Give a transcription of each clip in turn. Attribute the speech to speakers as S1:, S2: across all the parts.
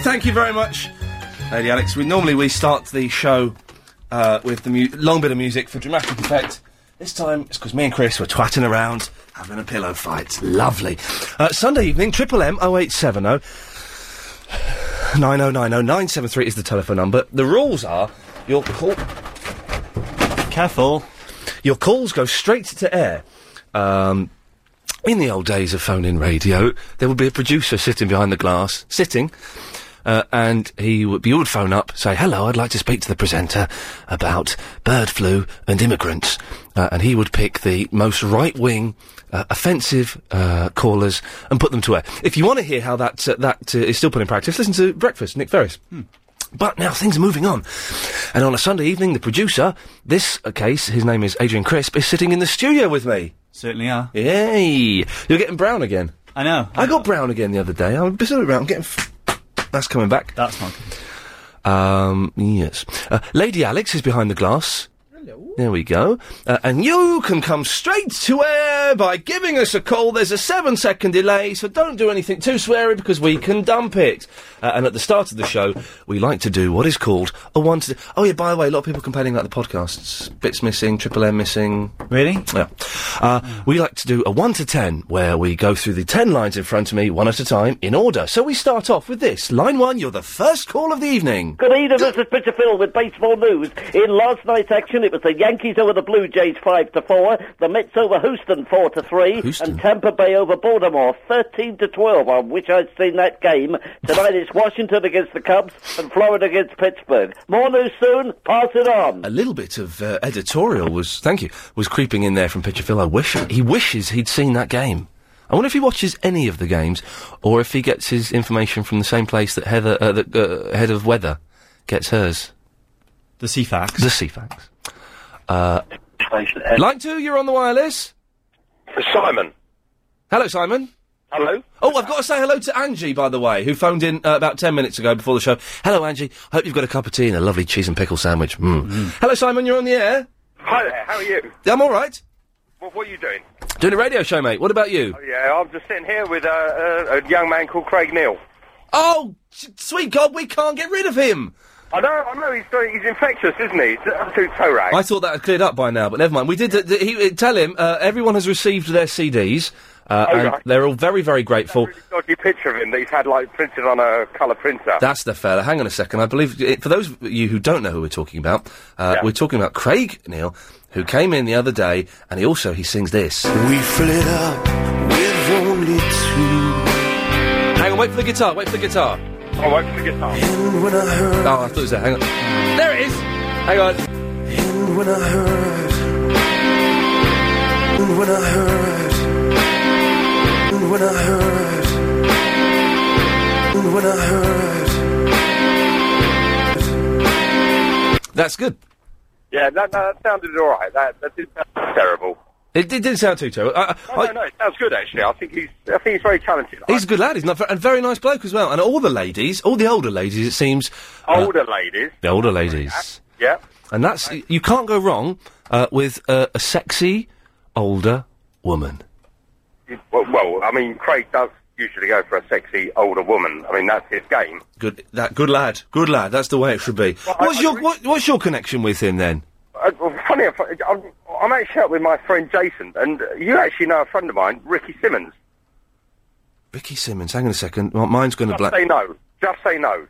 S1: Thank you very much, Lady Alex. We normally we start the show uh, with the mu- long bit of music for dramatic effect. This time it's because me and Chris were twatting around having a pillow fight. Lovely. Uh, Sunday evening, triple M 0870 9090 973 is the telephone number. The rules are your call. Careful. Your calls go straight to air. Um, in the old days of phone in radio, there would be a producer sitting behind the glass, sitting, uh, and he would, you would phone up, say, hello, I'd like to speak to the presenter about bird flu and immigrants. Uh, and he would pick the most right-wing, uh, offensive uh, callers and put them to air. If you want to hear how that, uh, that uh, is still put in practice, listen to Breakfast, Nick Ferris. But now things are moving on. And on a Sunday evening, the producer, this uh, case, his name is Adrian Crisp, is sitting in the studio with me. Certainly are. Yay! You're getting brown again. I know. I, got brown again the other day. I'm a bit brown. I'm getting. F- that's coming back. That's not good. Um, yes. Uh, Lady Alex is behind the glass. Hello. There we go. Uh, and you can come straight to air by giving us a call. There's a seven second delay, so don't do anything too sweary because we can dump it. Uh, and at the start of the show, we like to do what is called a one to. Oh, yeah, by the way, a lot of people complaining about the podcasts. Bits missing, Triple M missing. Really? Yeah. Uh, we like to do a one to ten where we go through the ten lines in front of me one at a time in order. So we start off with this. Line one, you're the first call of the evening.
S2: Good evening, this is Peter Phil with baseball news. In last night's action, it was the Yankees over the Blue Jays five to four, the Mets over Houston four to three, and Tampa Bay over Baltimore thirteen to twelve. I wish I'd seen that game. Tonight it's Washington against the Cubs and Florida against Pittsburgh. More news soon. Pass it on.
S1: A little bit of uh, editorial was, thank you, was creeping in there from Pitcher Phil. I wish he wishes he'd seen that game. I wonder if he watches any of the games, or if he gets his information from the same place that Heather, uh, the uh, head of weather, gets hers. The CFAX. The CFAX. Uh, line two, you're on the wireless.
S3: Simon.
S1: Hello, Simon.
S3: Hello.
S1: Oh, I've got to say hello to Angie, by the way, who phoned in uh, about 10 minutes ago before the show. Hello, Angie. Hope you've got a cup of tea and a lovely cheese and pickle sandwich. Mm. Hello, Simon. You're on the air.
S3: Hi there. How are you?
S1: Yeah, I'm all right.
S3: What, what are you doing?
S1: Doing a radio show, mate. What about you?
S3: Oh, yeah, I'm just sitting here with uh, uh, a young man called Craig Neal.
S1: Oh, s- sweet God, we can't get rid of him.
S3: I know, I know. He's doing, he's infectious, isn't he? It's an absolute toe rag.
S1: I thought that had cleared up by now, but never mind. We did. th- th- he, tell him uh, everyone has received their CDs, uh,
S3: Oh,
S1: and
S3: right.
S1: they're all very, very grateful.
S3: Dodgy picture of him that he's had like printed on a colour printer.
S1: That's the fella. Hang on a second. I believe, it, for those of you who don't know who we're talking about, uh, we're talking about Craig Neil, who came in the other day, and he also, he sings this. We fill it up with only two. Hang on, wait for the guitar, wait for the guitar.
S3: Oh, wait for the guitar.
S1: Oh, I thought it was there. Hang on. There it is. Hang on.
S4: When I heard, when I heard, when I heard, when I
S1: That's good.
S3: Yeah, that, that sounded all right. That, that did sound terrible.
S1: It, it didn't sound too terrible. I, I-
S3: No, no, no, it sounds good actually. I think he's, I think he's very talented.
S1: he's a good lad. He's not, and very nice bloke as well. And all the ladies, all the older ladies, it seems. uh,
S3: Older ladies.
S1: the older ladies.
S3: Yeah.
S1: And that's you can't go wrong uh, with uh, a sexy older woman.
S3: Well, well, I mean, Craig does usually go for a sexy older woman. I mean, that's his game.
S1: Good that good lad, good lad. That's the way it should be. what's your what, what's your connection with him then?
S3: Uh, well, funny, enough, I'm, I'm actually out with my friend Jason, and uh, you actually know a friend of mine, Ricky Simmons.
S1: Ricky Simmons. Hang on a second. M- Mine's going to
S3: Just
S1: black.
S3: say no. Just say no.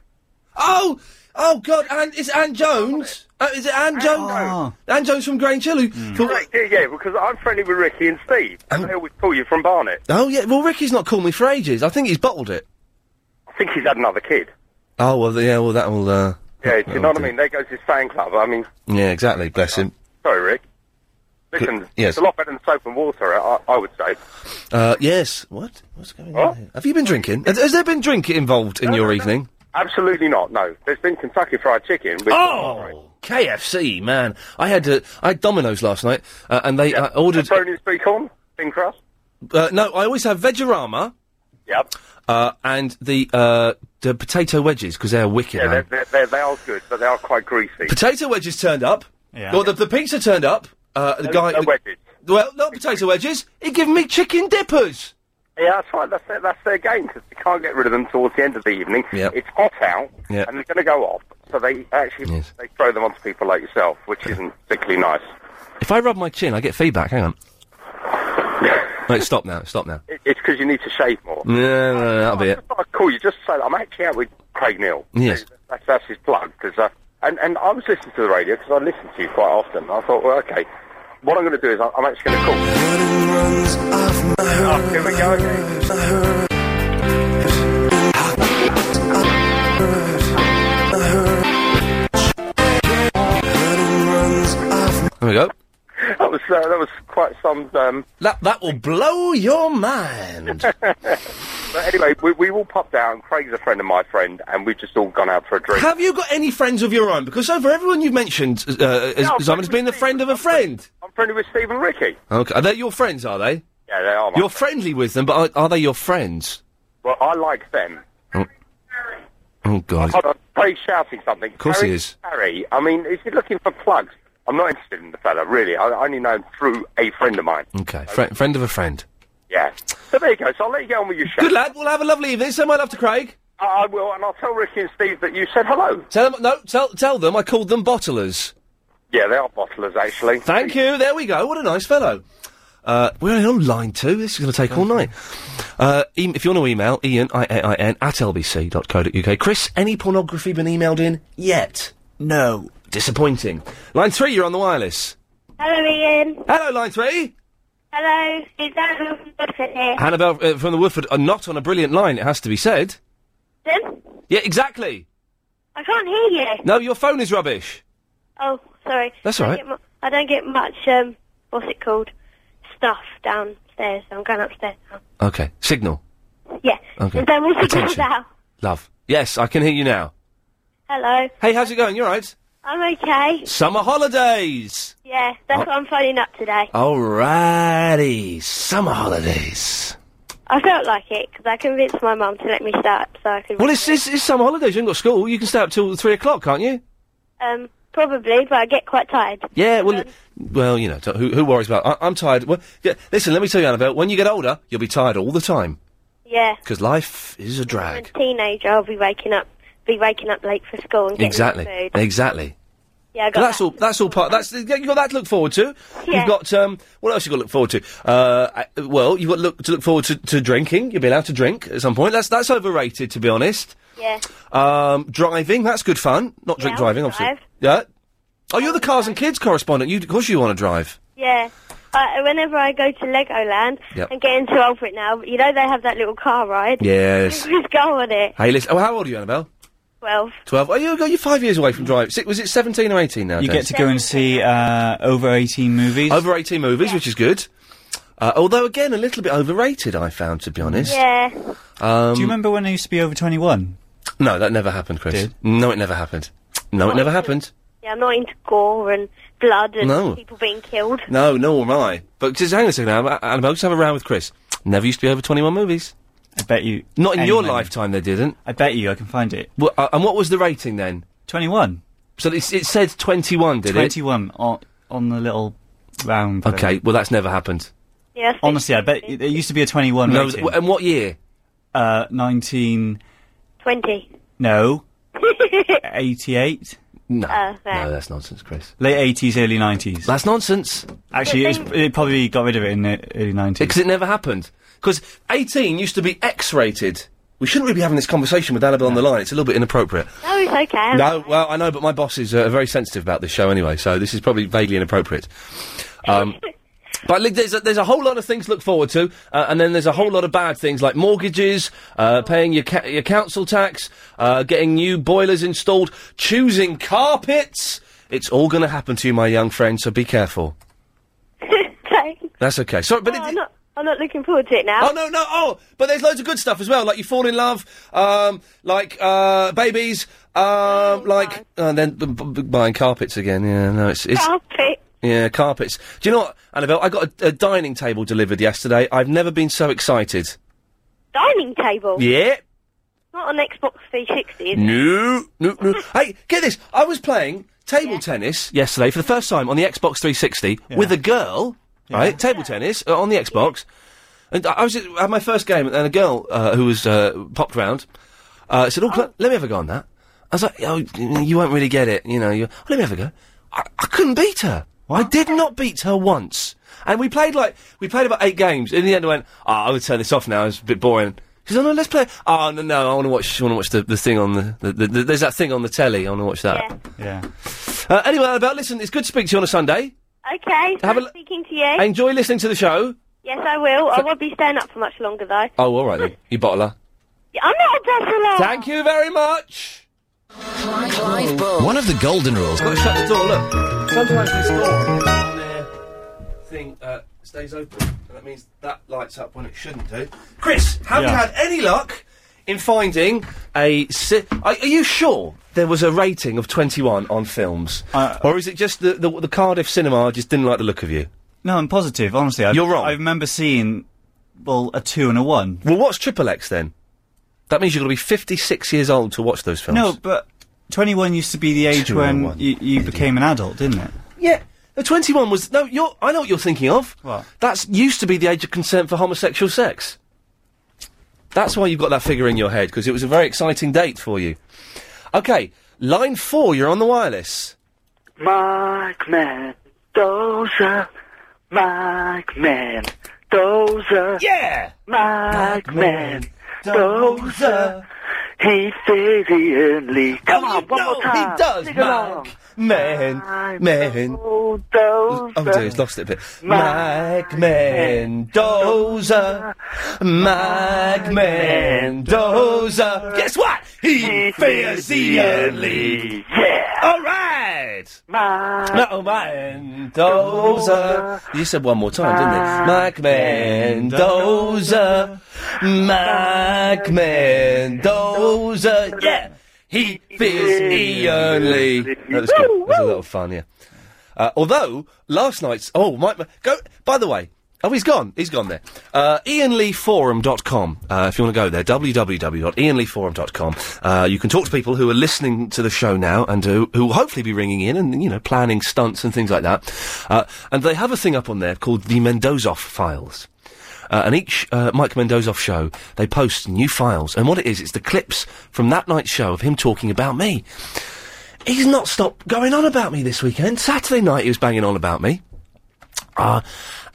S1: Oh, oh God! And it's Anne Jones. Uh, is it Anne Jones? Anne Jones from Grange Hill. who- who-
S3: Correct, Ah. yeah, yeah, because I'm friendly with Ricky and Steve. and they always call you from Barnet.
S1: Oh yeah. Well, Ricky's not called me for ages. I think he's bottled it.
S3: I think he's had another kid.
S1: Oh well, yeah. Well, that will. Uh,
S3: Yeah, do you know what
S1: do.
S3: I mean? There goes his fan club. I mean,
S1: yeah, exactly. Bless him.
S3: sorry, Rick. Listen,
S1: yes.
S3: it's a lot better than soap and water, I, I would say.
S1: Uh, yes. What? What's going on? Here? Have you been drinking? Has, has there been drink involved in your evening?
S3: Absolutely not, no. There's been Kentucky Fried Chicken. Which
S1: Oh! KFC, man. I had uh, I had Domino's last night, uh, and they uh, ordered.
S3: Pepperoni and sweet corn? Thin crust?
S1: Uh, no, I always have Vegorama.
S3: Yep.
S1: Uh, and the uh, the potato wedges because they're wicked.
S3: Yeah,
S1: man.
S3: they're, they're, they're, they are good, but they are quite greasy.
S1: Potato wedges turned up.
S3: Yeah.
S1: Well, the, the pizza turned up. Uh, the
S3: No-
S1: guy.
S3: no
S1: the-
S3: wedges.
S1: Well, not potato wedges. He gave me chicken dippers.
S3: Yeah, that's right. That's their, that's their game because they can't get rid of them towards the end of the evening.
S1: Yep.
S3: It's hot out,
S1: Yep.
S3: and they're going to go off. So they actually they throw them onto people like yourself, which isn't particularly nice.
S1: If I rub my chin, I get feedback. Hang on. Wait, stop now. Stop now.
S3: It, it's because you need to shave more.
S1: No, no, no, that'll be it.
S3: Oh, cool. You just say I'm actually out with Craig Neal.
S1: Yes.
S3: That's, that's his plug. Cause, uh, and, and I was listening to the radio because I listen to you quite often. I thought, well, okay, what I'm going to do is I- I'm actually going to call. Oh, here we go again.
S1: There we go.
S3: That was uh, that was quite some. Um...
S1: That that will blow your mind.
S3: but anyway, we we all popped out, and Craig's a friend of my friend, and we've just all gone out for a drink.
S1: Have you got any friends of your own? Because over everyone you've mentioned, uh, is,
S3: No,
S1: Simon has been the friend of a friend.
S3: I'm friendly with Stephen Ricky.
S1: Okay, are they your friends? Are they?
S3: Yeah, they are. my
S1: You're friendly with them, but are, are they your friends?
S3: Well, I like them.
S1: Oh God!
S3: Hold on, Craig's shouting something. Of
S1: course he is.
S3: Harry, I mean, is he looking for plugs? I'm not interested in the fella, really. I I only know him through a friend of mine.
S1: Okay, fri- friend of a friend.
S3: Yeah. So there you go. So I'll let you go on with your show.
S1: Good lad. We'll have a lovely evening. Send my love to Craig.
S3: I, I will, and I'll tell Ricky and Steve that you said hello.
S1: Tell them no. Tell tell them I called them bottlers.
S3: Yeah, they are bottlers, actually.
S1: Thank you. There we go. What a nice fellow. Uh, we're only on line two. This is going to take all night. Uh, em if you want to email, Ian, I-A-I-N, at lbc.co.uk. Chris, any pornography been emailed in yet? No. Disappointing. Line three, you're on the wireless.
S5: Hello, Ian.
S1: Hello, line three.
S5: Hello, it's Adam from Bedford here.
S1: Annabelle uh, from the Woodford are not on a brilliant line, it has to be said.
S5: Adam,
S1: Yeah, exactly.
S5: I can't hear you.
S1: No, your phone is rubbish.
S5: Oh, sorry.
S1: That's
S5: I
S1: all right.
S5: don't get mu- I don't get much, um, what's it called? Stuff downstairs. I'm going upstairs now.
S1: Okay, signal.
S5: Yeah.
S1: Okay.
S5: And then what's it called
S1: Attention.
S5: now?
S1: Love. Yes, I can hear you now.
S5: Hello.
S1: Hey, how's it going? You alright?
S5: I'm okay.
S1: Summer holidays!
S5: Yeah, that's what I'm phoning up today.
S1: Alrighty, summer holidays.
S5: I felt like it because I convinced my mum to let me start so I could.
S1: Well, it's, it's, it's summer holidays. You haven't got school. You can stay up till three o'clock, can't you?
S5: Um, probably, but I get quite tired.
S1: Yeah. Well, well, you know, t- who, who worries about? I, I'm tired. Well, yeah, listen, let me tell you, Annabelle. When you get older, you'll be tired all the time
S5: Yeah.
S1: because life is a drag.
S5: I'm a teenager. I'll be waking up, be waking up late for school and getting
S1: Exactly.
S5: food.
S1: Exactly.
S5: Yeah, I
S1: But
S5: got
S1: that's all. That's all part. That's you got that to look forward to.
S5: Yeah.
S1: You've got um. What else you got to look forward to? Uh, uh, well, you've got to look to look forward to, to drinking. You'll be allowed to drink at some point. That's that's overrated, to be honest.
S5: Yeah.
S1: Um, driving. That's good fun. Not drink
S5: Yeah, I'll
S1: driving, obviously.
S5: drive.
S1: Yeah. Oh, you're the cars and kids correspondent. You, of course, you want to drive.
S5: Yeah. Uh, whenever I go to Legoland,
S1: Yep.
S5: I'm getting too old for it now. But you know they have that little car ride.
S1: Yes.
S5: Just go on it.
S1: Hey, listen. Oh, how old are you, Annabelle?
S5: Twelve.
S1: Twelve. Oh, you you're five years away from drive. Si- Was it seventeen or eighteen now?
S6: You get to go and see uh, over 18 movies.
S1: over eighteen movies, which is good. Uh, although, again, a little bit overrated. I found, to be honest.
S5: Yeah.
S1: Um,
S6: Do you remember when I used to be over 21?
S1: No, that never happened, Chris. No, it never happened. No, it never happened.
S5: Yeah, I'm not into gore and blood and
S1: No.
S5: people being killed.
S1: No, nor am I. But just hang on a second, Annabelle. Annabelle, Just have a round with Chris. Never used to be over twenty-one movies.
S6: I bet you.
S1: Not in your
S6: anyone-
S1: lifetime, they didn't.
S6: I bet you I can find it.
S1: Well, uh, and what was the rating then?
S6: 21.
S1: So it's, it said 21, did it?
S6: 21 on, on the little round. thing.
S1: Okay, well, that's never happened.
S5: Yeah.
S6: Honestly, I bet y- there used to be a 21
S1: No,
S6: rating.
S1: w- and what year?
S6: Uh, 19.
S5: Twenty.
S6: No. 88?
S1: No.
S5: Uh,
S1: No,
S5: no.
S1: that's nonsense, Chris.
S6: Late 80s, early 90s.
S1: That's nonsense.
S6: Actually, it, was, it probably got rid of it in the early 90s.
S1: Because it never happened. Because 18 used to be X rated. We shouldn't really be having this conversation with Annabelle on the line. It's a little bit inappropriate.
S5: No, it's okay. I'm
S1: No, well, I know, but my bosses are very sensitive about this show anyway, so this is probably vaguely inappropriate. Um, but look, there's a, there's a whole lot of things to look forward to, uh, and then there's a whole lot of bad things like mortgages, uh, paying your ca- your council tax, uh, getting new boilers installed, choosing carpets. It's all going to happen to you, my young friend. So be careful.
S5: okay.
S1: That's okay. Sorry, but
S5: Oh,
S1: it,
S5: I'm not. I'm not looking forward to it now.
S1: Oh no no oh! But there's loads of good stuff as well. Like you fall in love, um, like uh, babies, um, like and then b- b- b- buying carpets again. Yeah, no, it's it's
S5: Carpet.
S1: yeah carpets. Do you know what, Annabelle? I got a, a dining table delivered yesterday. I've never been so excited.
S5: Dining table.
S1: Yeah.
S5: Not on Xbox 360. Is it?
S1: No, no, no. hey, get this. I was playing table tennis yesterday for the first time on the Xbox 360 with a girl, right? Table tennis uh, on the Xbox. And I I was at at my first game, and a girl uh, who was uh, popped round uh, said, "Oh, cl- let me have a go on that." I was like, "Oh, y- you won't really get it, you know." You let me have a go. I, I couldn't beat her. I did not beat her once. And we played like we played about eight games. In the end, I went, "Oh, I would turn this off now. It's a bit boring." She said, "Oh no, let's play." Oh no, no, I want to watch. I want to watch the, the thing on the, the, the, the. There's that thing on the telly. I want to watch that.
S6: Yeah.
S1: Uh, anyway, Annabelle, listen, it's good to speak to you on a Sunday.
S5: Okay, so
S1: Have a
S5: nice
S1: l-
S5: speaking to you.
S1: Enjoy listening to the show.
S5: yes, I will. I won't be staying up for much longer, though.
S1: Oh, all right then, you bottler.
S5: I'm not a bachelor.
S1: Thank you very much.
S7: One of the golden rules.
S1: Got to shut the door. Look, sometimes this door on their thing uh, stays open, and that means that lights up when it shouldn't do. Chris, have you
S8: Yeah.
S1: had any luck in finding a? Si- are, are you sure there was a rating of twenty-one on films,
S6: Uh,
S1: or is it just the, the the Cardiff cinema just didn't like the look of you?
S6: No, I'm positive. Honestly, I,
S1: You're wrong.
S6: I remember seeing well a two and a one.
S1: Well, what's Triple X then? That means you're going to be fifty-six years old to watch those films.
S6: No, but 21 used to be the age when you, you became an adult, didn't it?
S1: Yeah. The 21 was. No, you're. I know what you're thinking of. What? That's used to be the age of consent for homosexual sex. That's why you've got that figure in your head, because it was a very exciting date for you. Okay, line four, you're on the wireless.
S9: Mike Mendoza. Mike Mendoza.
S1: Yeah!
S9: Mike Mendoza. He says he
S10: Oh,
S9: only. Come on, one more time.
S1: He does,
S9: Sing along.
S1: Mike. Man,
S7: Ah,
S1: man.
S9: Mendoza.
S1: Oh dear, he's lost it a bit. Mike Mendoza. Mike Mendoza. Guess what? He fears the only. Yeah. All right. Mike Mendoza. You said one more time, didn't you? Mike Mendoza. Mike Mendoza. Yeah. He fears he only. That was good. That was a lot of fun, yeah. Uh, although last night's oh Mike Ma- go by the way oh he's gone he's gone there uh, ianleeforum.com uh, if you want to go there www.ianleeforum.com uh, you can talk to people who are listening to the show now and who, who will hopefully be ringing in and you know planning stunts and things like that uh, and they have a thing up on there called the Mendozoff files uh, and each uh, Mike Mendozoff show, they post new files. And what it is, it's the clips from that night's show of him talking about me. He's not stopped going on about me this weekend. Saturday night, he was banging on about me. Uh,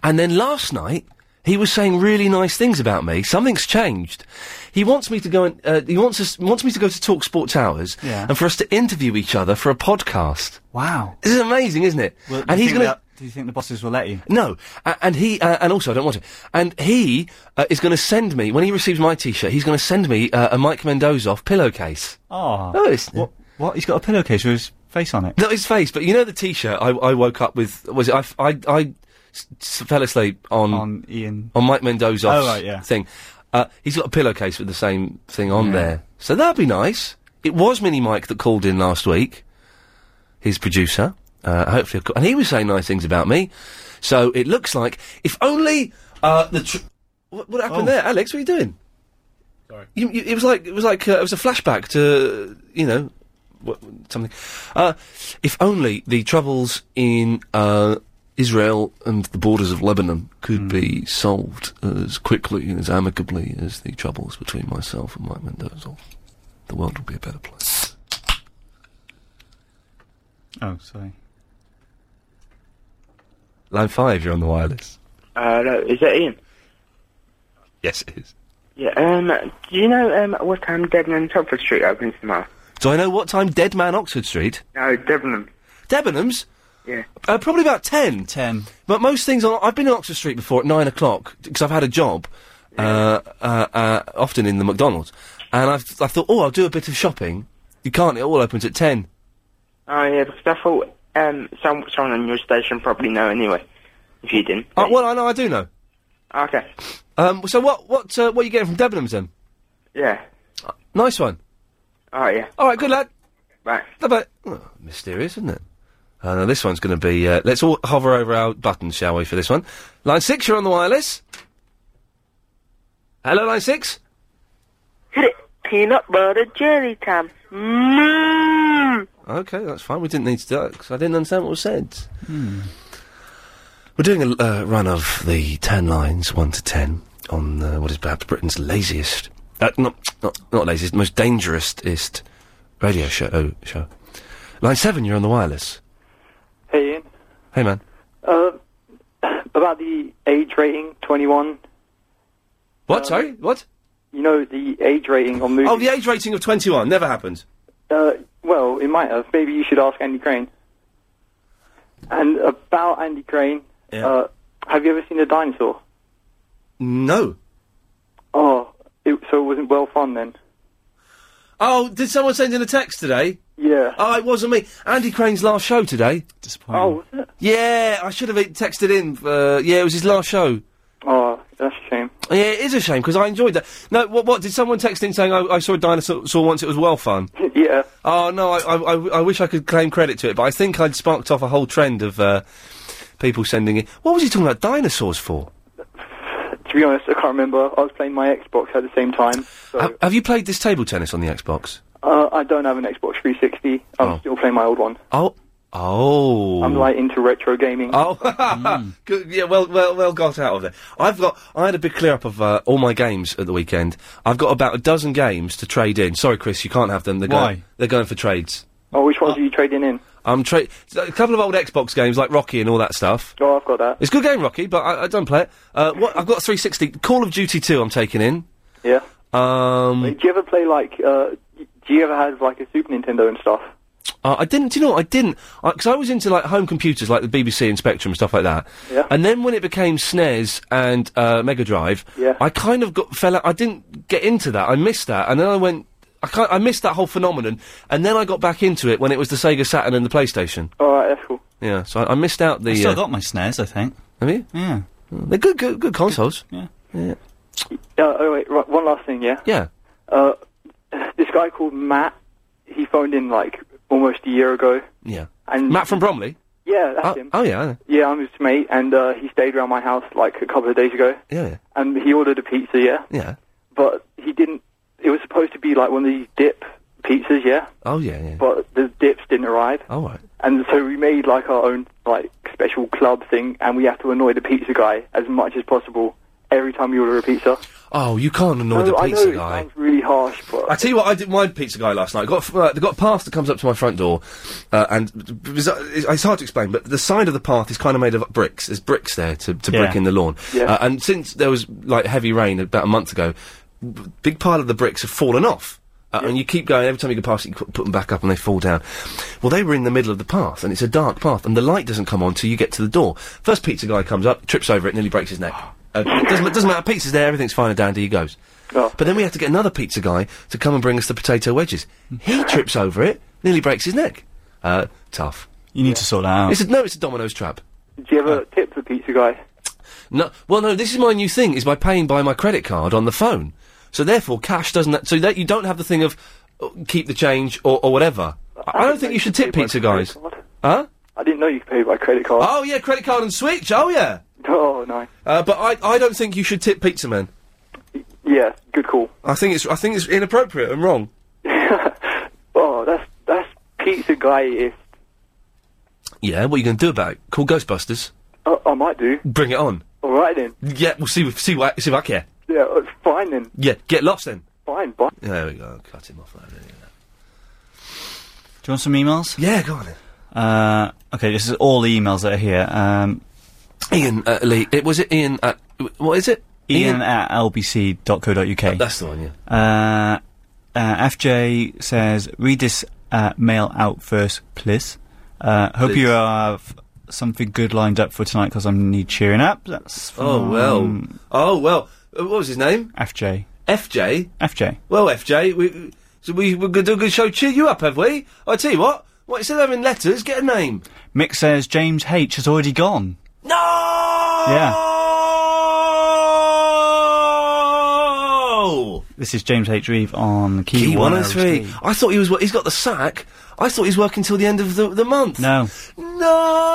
S1: and then last night, he was saying really nice things about me. Something's changed. He wants me to go and uh, he wants us wants me to go to Talk Sport Towers
S6: Yeah.
S1: and for us to interview each other for a podcast.
S6: Wow.
S1: This is amazing, isn't it?
S6: Well, do
S1: and
S6: you
S1: he's
S6: think
S1: going
S6: that- Do you think the bosses will let you?
S1: no, a- and he uh, and also I don't want to. And he uh, is going to send me when he receives my T-shirt. He's going to send me uh, a Mike Mendozoff pillowcase.
S6: Oh.
S1: Oh, it's
S6: what, what? He's got a pillowcase with his face on it.
S1: Not his face, but you know the T-shirt I, I woke up with. Was it I, I, I s- s- fell asleep on on
S6: Ian
S1: on Mike Mendozoff's
S6: Oh, right, yeah.
S1: thing. Uh, he's got a pillowcase with the same thing on there, so that'd be nice. It was Mini Mike that called in last week, his producer. Uh, hopefully, and he was saying nice things about me. So it looks like if only uh, the tr- what, what happened
S6: Oh.
S1: there, Alex? What are you doing? You, you, it was like it was like uh, it was a flashback to you know what, something. Uh, if only the troubles in uh, Israel and the borders of Lebanon could be solved as quickly and as amicably as the troubles between myself and Mike Mendoza, the world would be a better place.
S6: Oh, sorry.
S1: Line five, you're on the wireless.
S9: Uh, no, is that Ian?
S1: Yes, it is.
S9: Yeah, um, do you know um, what time Debenham Topford Street opens tomorrow?
S1: Do I know what time Dead Man Oxford Street?
S9: No, Debenham.
S1: Debenhams?
S9: Yeah.
S1: Uh, probably about ten.
S6: Ten.
S1: But most things on. I've been in Oxford Street before at nine o'clock because I've had a job, uh, uh, uh, often in the McDonald's, and I've I thought, oh, I'll do a bit of shopping. You can't. It all opens at ten.
S9: Oh, yeah, because I thought um, some, someone on your station probably know anyway, if you didn't.
S1: Uh, well, I know. I do know.
S9: Okay,
S1: Um, so what? What? Uh, what are you getting from Debenhams then? Uh,
S9: yeah.
S1: Nice one.
S9: Oh, yeah.
S1: All right. Good lad.
S9: Right.
S1: Bye-bye. Oh, mysterious, isn't it? Uh, now this one's going to be. Uh, let's all hover over our buttons, shall we, for this one? Line six, you're on the wireless. Hello, line six.
S11: Hit it. Peanut butter jelly time. Mmm.
S1: Okay, that's fine. We didn't need to do that 'cause I didn't understand what was said. We're doing a uh, run of the 10 lines, 1 to 10. on uh, what is perhaps Britain's laziest, uh, not, not not laziest, most dangerousest radio show. Oh, show. Line seven, you're on the wireless.
S12: Hey Ian,
S1: Hey man,
S12: uh, about the age rating, 21.
S1: what? Sorry, what?
S12: You know the age rating on movies.
S1: Oh, the age rating of twenty-one never happened.
S12: Uh, well, it might have. Maybe you should ask Andy Crane. And about Andy Crane, uh, have you ever seen a dinosaur?
S1: No.
S12: Oh, it, so it wasn't well fun then.
S1: Oh, did someone send in a text today?
S12: Yeah.
S1: Oh, it wasn't me. Andy Crane's last show today.
S12: Disappointing. Oh, was it?
S1: Yeah, I should have uh, texted in. Uh, yeah, it was his last show.
S12: Oh, that's a shame.
S1: Yeah, it is a shame because I enjoyed that. No, what? What did someone text in saying I, I saw a dinosaur saw once? It was well fun.
S12: yeah.
S1: Oh no, I, I, I- I wish I could claim credit to it, but I think I'd sparked off a whole trend of uh, people sending in. What was he talking about dinosaurs for?
S12: To be honest, I can't remember. I was playing my Xbox at the same time. So
S1: Ha- have you played this table tennis on the Xbox?
S12: uh, I don't have an Xbox 360. I'm
S1: Oh.
S12: still playing my old one.
S1: Oh, oh.
S12: I'm like into retro gaming.
S1: Oh, Good, yeah, well, well, well, got out of there. I've got. I had a big clear up of uh, all my games at the weekend. I've got about a dozen games to trade in. Sorry, Chris, you can't have them. They're
S6: Why?
S1: Going, they're going for trades.
S12: Oh, which ones are you trading in?
S1: I'm trade a couple of old Xbox games like Rocky and all that stuff.
S12: Oh, I've got that.
S1: It's a good game, Rocky, but I, I don't play it. Uh, what, I've got 360 Call of Duty 2. I'm taking in.
S12: Yeah.
S1: Um,
S12: Do you ever play like? Uh, y- do you ever have like a Super Nintendo and stuff?
S1: uh, I didn't. Do you know what? I didn't because I, was into like home computers, like the BBC and Spectrum and stuff like that.
S12: Yeah.
S1: And then when it became SNES and uh, Mega Drive,
S12: Yeah.
S1: I kind of got fell out. I didn't get into that. I missed that, and then I went. I can't, I missed that whole phenomenon, and then I got back into it when it was the Sega Saturn and the PlayStation.
S12: All right, that's cool.
S1: Yeah, so I, I missed out the.
S6: I still
S1: uh,
S6: got my snares, I think.
S1: Have you?
S6: Yeah.
S1: Mm. They're good, good, good consoles. yeah.
S12: Uh, oh wait, right, one last thing, yeah.
S1: Yeah.
S12: Uh, this guy called Matt, he phoned in like almost a year ago,
S1: Yeah.
S12: and
S1: Matt from Bromley.
S12: yeah, that's
S1: Oh,
S12: him.
S1: oh, yeah, I know.
S12: Yeah, I'm his mate, and uh, he stayed around my house like a couple of days ago,
S1: yeah,
S12: and he ordered a pizza, yeah,
S1: yeah.
S12: but he didn't. It was supposed to be like one of these dip pizzas, yeah,
S1: Oh yeah, yeah.
S12: but the dips didn't arrive.
S1: All right.
S12: And so we made like our own like special club thing, and we have to annoy the pizza guy as much as possible every time we order a pizza.
S1: Oh, you can't annoy
S12: No,
S1: the
S12: I
S1: pizza
S12: know it
S1: guy.
S12: sounds really harsh, but
S1: I tell you what, I did my pizza guy last night. Got uh, got a path that comes up to my front door, uh, and b- bizar- it's it's hard to explain, but the side of the path is kind of made of bricks. There's bricks there to, to brick
S6: Yeah.
S1: in the lawn,
S6: Yeah.
S1: uh, and since there was like heavy rain about a month ago, b- big pile of the bricks have fallen off. Uh, And you keep going every time you go past it, you qu- put them back up and they fall down. Well, they were in the middle of the path, and it's a dark path, and the light doesn't come on till you get to the door. First pizza guy comes up, trips over it, nearly breaks his neck. Uh, it doesn't, it doesn't matter. Pizza's there, everything's fine and dandy. He goes. But then we have to get another pizza guy to come and bring us the potato wedges. He trips over it, nearly breaks his neck. Uh, tough.
S6: You need to sort that out.
S1: It's a, no, it's a Oh. Domino's trap.
S12: do you ever tip the pizza guy?
S1: No, well, no. This is my new thing: is by paying by my credit card on the phone. So therefore, cash doesn't. So that you don't have the thing of uh, keep the change or, or whatever. I, I don't think you should tip pizza guys. Huh?
S12: I didn't know you could pay by credit card.
S1: Oh yeah, credit card and switch. Oh yeah.
S12: Oh no.
S1: Uh, but I, I don't think you should tip pizza men.
S12: Yeah, good call.
S1: I think it's I think it's inappropriate and wrong.
S12: Oh, that's that's pizza guy. If
S1: Yeah, what are you going to do about it? Call Ghostbusters.
S12: uh, I might do.
S1: Bring it on.
S12: All right then.
S1: Yeah, we'll see. See what. See what I care.
S12: Yeah, uh, fine then.
S1: Yeah, get lost then.
S12: Fine, bye.
S1: There we go. Cut him off. Like that.
S6: Do you want some emails?
S1: Yeah, go on. Then.
S6: Uh, okay, this is all the emails that are here. Um,
S1: Ian uh, Lee. It was it Ian. At, what is it?
S6: Ian, at lbc.co.uk.
S1: That's the one. Yeah.
S6: Uh, uh, FJ says, read this uh, mail out first, please. Uh, hope
S1: Please.
S6: you have something good lined up for tonight because I need cheering up. That's from
S1: Oh well. Oh well. Uh, What was his name?
S6: FJ.
S1: FJ.
S6: FJ.
S1: Well, FJ. We so we we're gonna do a good show. Cheer you up, have we? I tell you what. What instead of having letters, get a name.
S6: Mick says, James H has already gone.
S1: No.
S6: Yeah.
S1: Oh.
S6: This is James H Reeve on Key, oh
S1: Key 103. I thought he was. wo- He's got the sack. I thought he's working till the end of the, the month.
S6: No.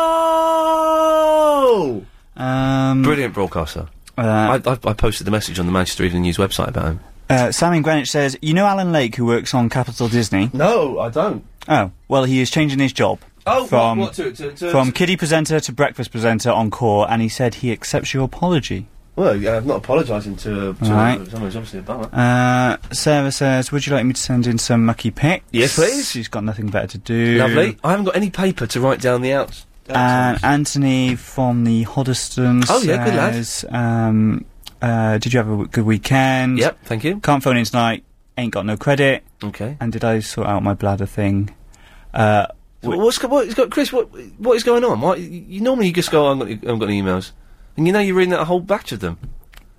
S1: oh No.
S6: Um,
S1: Brilliant broadcaster.
S6: Uh,
S1: I, I, I posted the message on the Manchester Evening News website about him.
S6: uh, Sam in Greenwich says, you know Alan Lake who works on Capital Disney?
S1: No, I don't.
S6: Oh, well, he is changing his job.
S1: Oh,
S6: from,
S1: what- what to- to- to-
S6: from kiddie presenter to breakfast presenter on Core, and he said he accepts your apology.
S1: Well, yeah, I'm not apologising to, uh, to
S6: Right.
S1: someone who's obviously a bummer.
S6: Uh, Sarah says, "Would you like me to send in some mucky pics?"
S1: Yes, please.
S6: She's got nothing better to do.
S1: Lovely. I haven't got any paper to write down the outs.
S6: And Anthony from the Hoddesdon
S1: Oh, yeah, good lad.
S6: says, um, uh, "Did you have a w- good weekend?"
S1: Yep, thank you.
S6: Can't phone in tonight. Ain't got no credit.
S1: Okay.
S6: And did I sort out my bladder thing? Uh,
S1: Wh- What's go- what, got, Chris? What what is going on? Why you you normally you just go? "Oh, I haven't got, I haven't got any emails, and you know you're reading out a whole batch of them.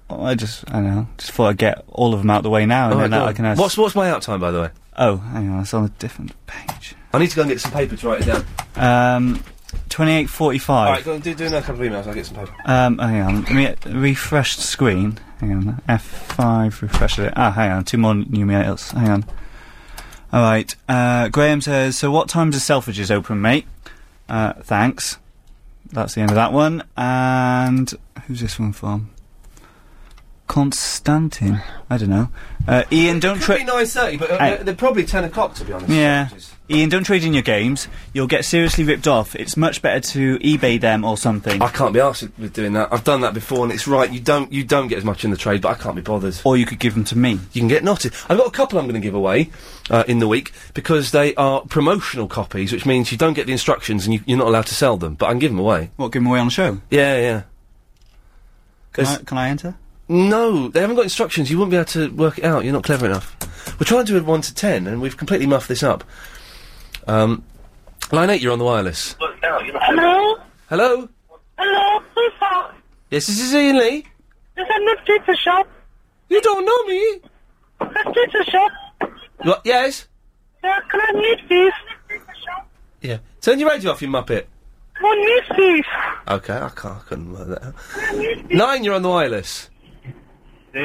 S6: oh, I just, I don't know, just thought I'd get all of them out of the way now, and
S1: All right,
S6: then
S1: go
S6: that Oh, I
S1: on.
S6: can ask.
S1: Oh What's what's my out time by the way?
S6: Oh, hang on, it's on a different page.
S1: I need to go and get some paper to write it down.
S6: Um, twenty-eight
S1: All
S6: forty-five.
S1: right, go and do do another couple of emails. I'll get some paper.
S6: Um, hang on. Let me get a refreshed screen. Hang on. F5, refresh it. Ah, hang on. Two more new mails. Hang on. Alright. Uh, Graham says, So what time's the Selfridges open, mate? Uh, thanks. That's the end of that one. And who's this one from? Constantine. I don't know. Uh, Ian, don't
S1: Could
S6: trip.
S1: be nine thirty, but uh,
S6: Hey.
S1: they're, they're probably ten o'clock to be honest.
S6: Yeah. Ian, don't trade in your games. You'll get seriously ripped off. It's much better to eBay them or something.
S1: I can't be asked with doing that. I've done that before, and it's right. You don't you don't get as much in the trade, but I can't be bothered.
S6: Or you could give them to me.
S1: You can get knotted. I've got a couple I'm going to give away uh, in the week because they are promotional copies, which means you don't get the instructions and you, you're not allowed to sell them. But I can give them away.
S6: What, give them away on the show?
S1: Yeah, yeah.
S6: Can I,
S1: There's-
S6: can I enter?
S1: No, they haven't got instructions. You wouldn't be able to work it out. You're not clever enough. We're trying to do a one to ten, and we've completely muffed this up. Um, line eight, you're on the wireless.
S11: Hello?
S1: Hello.
S11: Hello? Who's that?
S1: Yes, this is Ian Lee.
S11: This is not pizza shop.
S1: You don't know me?
S11: This pizza shop.
S1: What? Yes.
S11: Yeah, can I meet
S1: Uh,
S11: this?
S1: Yeah. Turn your radio off, you muppet.
S11: One meat this.
S1: Okay, I can't. I couldn't work that out. Nine, you're on the wireless.
S6: Hmm?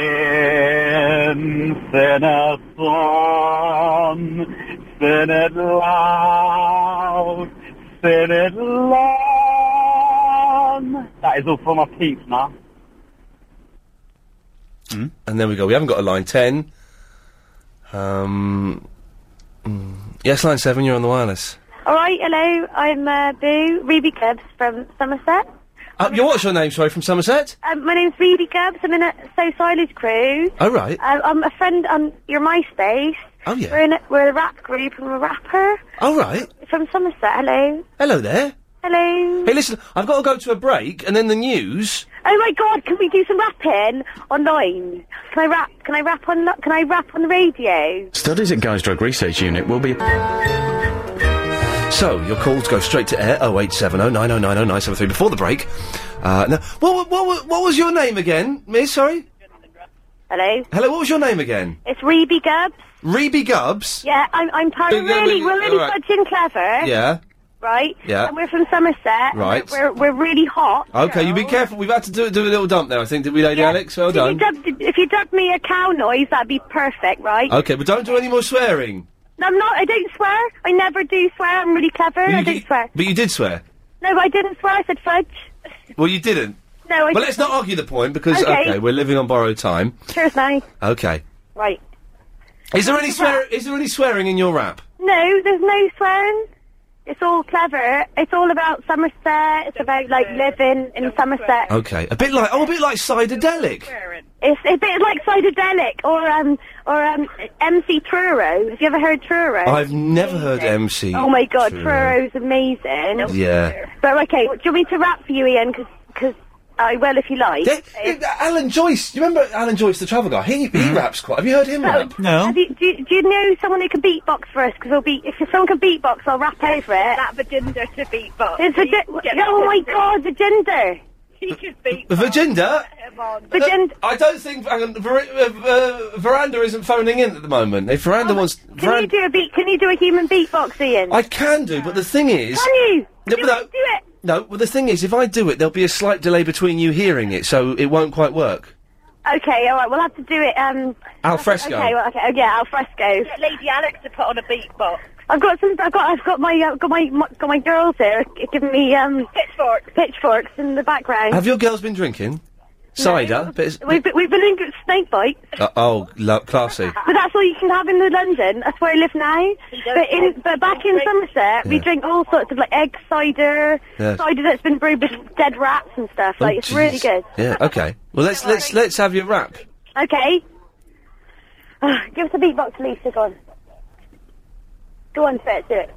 S11: Sin, sin a song, sin it loud, sin it long. That is all for my peeps now.
S1: And there we go. We haven't got a line ten. Um. mm. Yes, line seven. You're on the wireless.
S5: All right, hello. I'm uh, Boo Ruby Cubs from Somerset.
S1: Uh, you what's your name? Sorry, from Somerset.
S5: Um, my name's Ruby Cubs. I'm in a So Silage crew.
S1: Oh right.
S5: Um, I'm a friend on your MySpace.
S1: Oh, yeah.
S5: We're in a, we're a rap group. I'm a rapper
S1: All Oh, right.
S5: from Somerset. Hello,
S1: Hello there.
S5: hello.
S1: Hey, listen. I've got to go to a break, and then the news.
S5: Oh my God! Can we do some rapping online? Can I rap? Can I rap on? Can I rap on the radio?
S13: Studies at Guy's Drug Research Unit will be.
S1: So your calls go straight to air. Oh eight seven oh nine oh nine oh nine seven three. Before the break. Uh, no. What, wa- what wa- what was your name again, Miss? Sorry.
S5: Hello,
S1: Hello. What was your name again?
S5: it's Ruby Gubbs.
S1: Reby Gubbs.
S5: Yeah, I'm. I'm part
S1: Don't
S5: of
S1: go
S5: really.
S1: with-
S5: We're really
S1: alright.
S5: fudging clever.
S1: Yeah.
S5: Right.
S1: Yeah.
S5: And we're from Somerset.
S1: Right.
S5: We're we're, we're really hot.
S1: Okay, you be careful. We've had to do, do a little dump there, I think, did we, Lady Alex? Well
S5: If
S1: done.
S5: you dubbed- if you dubbed me a cow noise, that'd be perfect, right?
S1: Okay, but don't do any more swearing.
S5: No, I'm not. I don't swear. I never do swear. I'm really clever. I don't swear.
S1: But you did swear.
S5: No, I didn't swear. I said fudge.
S1: Well, you didn't.
S5: No, I.
S1: But let's not argue the point because okay,
S5: Okay.
S1: we're living on borrowed time.
S5: Cheers, now.
S1: Okay.
S5: Right.
S1: Is there any swear? Is there any swearing in your rap?
S5: No, there's no swearing. It's all clever. It's all about Somerset. It's about like living in Somerset.
S1: Okay, a bit like oh, a bit like Cydadelic.
S5: It's a bit like Psychedelic or um or um MC Truro. Have you ever heard Truro?
S1: I've never heard MC.
S5: Oh my god,
S1: Truro.
S5: Truro's amazing.
S1: uh, Yeah.
S5: But okay, do you want me to rap for you, Ian? Because I will if you like.
S1: Yeah, yeah, Alan Joyce. You remember Alan Joyce, the travel guy? He he raps quite. Have you heard him
S5: So,
S1: rap?
S5: have you, do, you, do you know someone who can beatbox for us? Because we'll be if someone can beatbox, I'll rap over it. That Virginder to beatbox. It's Virgi- oh my god, Virginder! He can beatbox.
S1: Virginder.
S5: Virginder.
S1: I don't think hang on, Ver- uh, uh, Veranda isn't phoning in at the moment. If Veranda wants,
S5: Oh, Can you
S1: Veranda,
S5: do a beat? Can you do a human beatbox, Ian?
S1: I can do. But the thing is,
S5: Can you?
S1: No,
S5: do,
S1: but no.
S5: it, do it.
S1: No, well, the thing is, if I do it, there'll be a slight delay between you hearing it, so it won't quite work.
S5: Okay, all right. We'll have to do it. Um,
S1: Al fresco.
S5: Okay, well, okay, oh, yeah, al fresco.
S11: Get Lady Alex to put on a beatbox.
S5: I've got some. I've got. I've got my. Uh, got my, my. Got my uh, girls here giving me um pitchforks. Pitchforks in the background.
S1: Have your girls been drinking? Cider. Bit of-
S5: We've, been- we've been in snake bites,
S1: Uh, oh, lo- classy.
S11: Ah.
S5: but that's all you can have in London. That's where I live now. But in but back in Somerset, we
S1: Yeah.
S5: drink all sorts of like egg cider,
S1: Yeah.
S5: cider that's been brewed with dead rats and stuff. Like
S1: Oh,
S5: it's really
S1: jeez.
S5: good.
S1: Yeah. Okay. Well, let's let's let's have your rap.
S5: Okay. Ah, give us a beatbox, Lisa. Go on. Go on, Fred. Do it.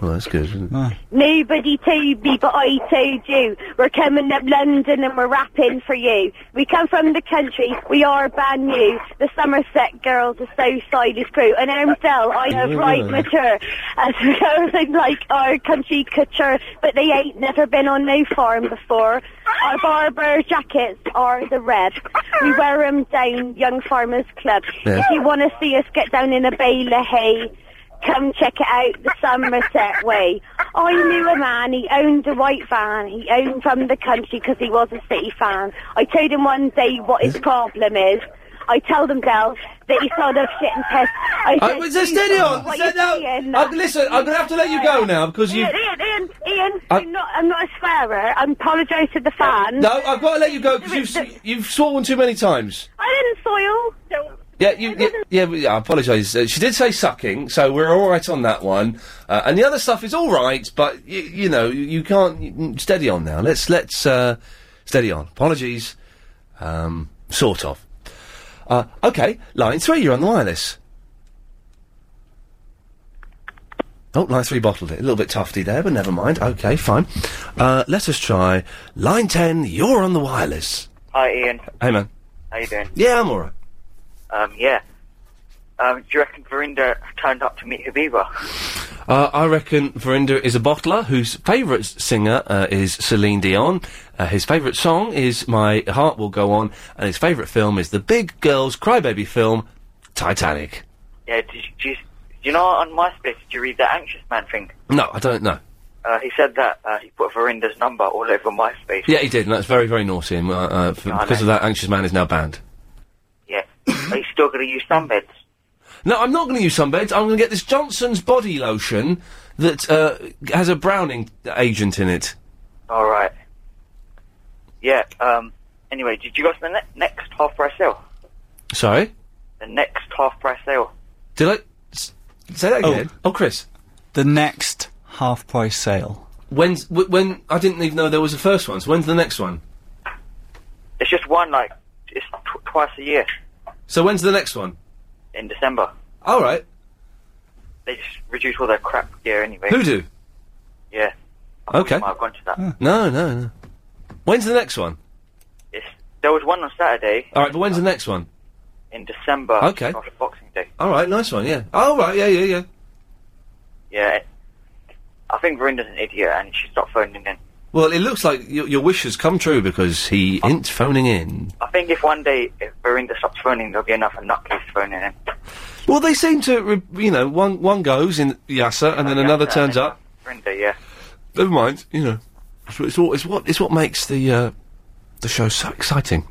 S1: Well, that's good. Isn't it?
S5: Nobody told me, but I told you. We're coming up London and we're rapping for you. We come from the country. We are brand new. The Somerset girls, the Southsiders crew, and Ermsdale. I have
S14: Yeah.
S5: right mature as we are like our country couture, but they ain't never been on no farm before. Our barber jackets are the red. We wear 'em down Young Farmers Club.
S14: Yeah.
S5: If you want to see us get down in a bale of hay, come check it out the Somerset way. I knew a man, he owned a white van, he owned from the country 'cause he was a city fan. I told him one day what his problem is. I told him, Del, that he sold off shit and piss. I
S1: I was Uh, just steady on.
S5: What
S1: Said
S5: you
S1: no.
S5: seeing?
S1: I'm- listen, I'm gonna have to let you go now because you.
S5: Ian, Ian, Ian, Ian,
S1: I-
S5: I'm not, I'm not a swearer. I apologise to the fans.
S1: Uh, No, I've got to let you go because you've s- you've sworn too many times.
S5: I didn't soil.
S1: Yeah, you, yeah, yeah, but yeah, I apologise. Uh, she did say sucking, so we're all right on that one. Uh, and the other stuff is all right, but y- you know you, you can't you- mm, steady on now. Let's let's uh, steady on. Apologies, um, sort of. Uh, okay, line three, you're on the wireless. Oh, line three bottled it. A little bit tufty there, but never mind. Okay, fine. Uh, let us try line ten. You're on the wireless.
S10: Hi, Ian.
S1: Hey man.
S10: How you doing?
S1: Yeah, I'm all right.
S10: Um, yeah. Um, do you reckon Verinda turned up to meet Habiba?
S1: Uh, I reckon Verinder is a bottler whose favourite s- singer uh, is Celine Dion. Uh, his favourite song is My Heart Will Go On, and his favourite film is the big girls' crybaby film, Titanic.
S10: Yeah, did you, do you, do you know on MySpace, did you read that Anxious Man thing?
S1: No, I don't know.
S10: Uh, he said that uh, he put Verinda's number all over MySpace.
S1: Yeah, he did, and that's very, very naughty, and uh, uh, f-
S10: I
S1: because of
S10: know.
S1: that, Anxious Man is now banned.
S10: Yeah. Are you still going to use sunbeds?
S1: No, I'm not going to use sunbeds. I'm going to get this Johnson's body lotion that uh, has a browning agent in it.
S10: All right. Yeah, um, anyway, did you go to the ne- next half-price sale?
S1: Sorry?
S10: The next half-price sale.
S1: Did I s- say that
S6: Oh.
S1: again? Oh, Chris.
S6: The next half price sale.
S1: When's w- when? I didn't even know there was a first one. So when's the next one?
S10: It's just one, like, it's tw- twice a year
S1: So when's the next one?
S10: in December.
S1: All right.
S10: They just reduce all their crap gear anyway.
S1: Who do?
S10: Yeah.
S1: Okay.
S10: I've gone to that.
S1: No, no, no. When's the next one?
S10: It's, there was one on Saturday
S1: All right, but when's the next one?
S10: in December.
S1: Okay.
S10: After Boxing Day.
S1: All right, nice one. Yeah. All right. Yeah, yeah, yeah.
S10: Yeah. I think Verinda's an idiot and she stopped phoning in.
S1: Well, it looks like your, your wish has come true because he ain't phoning in.
S10: I think if one day if Verinda stops phoning, there'll be enough of nutcase phoning in.
S1: Well, they seem to, re- you know, one one goes in Yasser and then another turns up.
S10: Verinda, yeah.
S1: Never mind. You know, it's, it's what it's what it's what makes the uh, the show so exciting.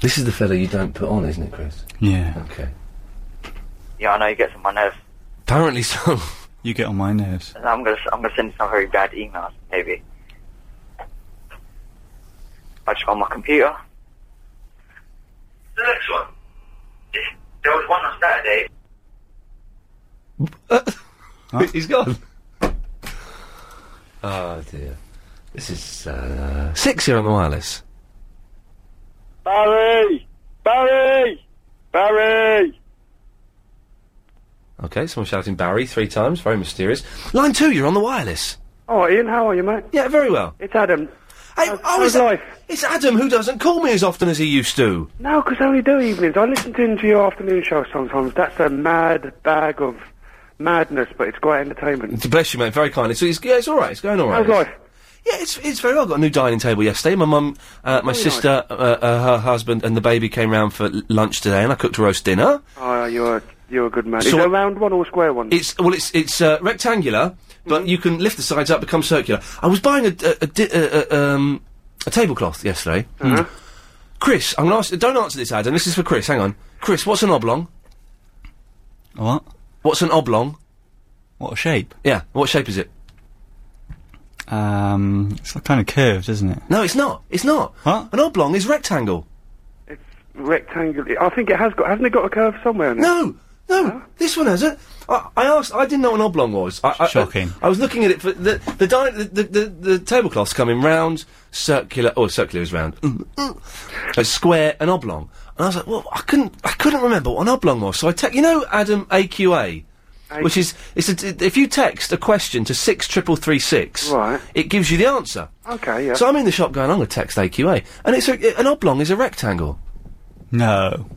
S1: This is the fella you don't put on, isn't it, Chris?
S6: Yeah.
S1: Okay.
S10: Yeah, I know he gets on my nerves.
S1: Apparently so.
S6: You get on my nerves.
S10: And I'm gonna, s- I'm gonna send some very bad emails, maybe. I just got on my computer. The next one. This- There was one on Saturday.
S1: He's gone. Oh dear. This is uh, six here on the wireless.
S11: Barry! Barry! Barry!
S1: Okay, someone shouting Barry three times, very mysterious. Line two, you're on the wireless.
S11: Oh, Ian, how are you, mate?
S1: Yeah, very well.
S11: It's Adam.
S1: Hey, oh, it's, it's Adam who doesn't call me as often as he used to.
S11: No, 'cause I only do evenings. I listen to into your afternoon show sometimes. That's a mad bag of madness, but it's great entertainment.
S1: Bless you, mate. Very kind. It's, it's, yeah, it's all right. It's going all right.
S11: How's life?
S1: Yeah, it's it's very well. I got a new dining table yesterday. My mum, uh, my
S11: Very
S1: sister, uh, uh, her husband, and the baby came round for l- lunch today, and I cooked a roast dinner.
S11: Oh, you're a, you're a good man.
S1: So-
S11: Is it a round one or a square one?
S1: It's well, it's it's uh, rectangular, but you can lift the sides up, become circular. I was buying a a, a, di- a, a, um, a tablecloth yesterday. Mm. Chris, I'm gonna ask. Don't answer this, Adam. This is for Chris. Hang on, Chris. What's an oblong?
S6: What?
S1: What's an oblong?
S6: What shape?
S1: Yeah. What shape is it?
S6: Um, it's kind of curved, isn't it?
S1: No, it's not. It's not.
S6: What?
S1: An oblong is rectangle.
S11: Rectangular. I think it has got. Hasn't it got a curve somewhere? In it?
S1: No, no. This one hasn't. I, I asked. I didn't know what an oblong was. I, I,
S6: Shocking.
S1: I, was looking at it for the the di- the, the, the, the tablecloths come in round, circular. Oh, circular is round. Mm, mm. a square and oblong. And I was like, well, I couldn't. I couldn't remember what an oblong was. So I te- You know, Adam AQA. Which is, it's a, t- if you text a question to six triple three six, right. it gives you the answer.
S11: Okay, yeah.
S1: So I'm in the shop going, I'm going to text AQA, and it's a, an oblong is a rectangle.
S6: No,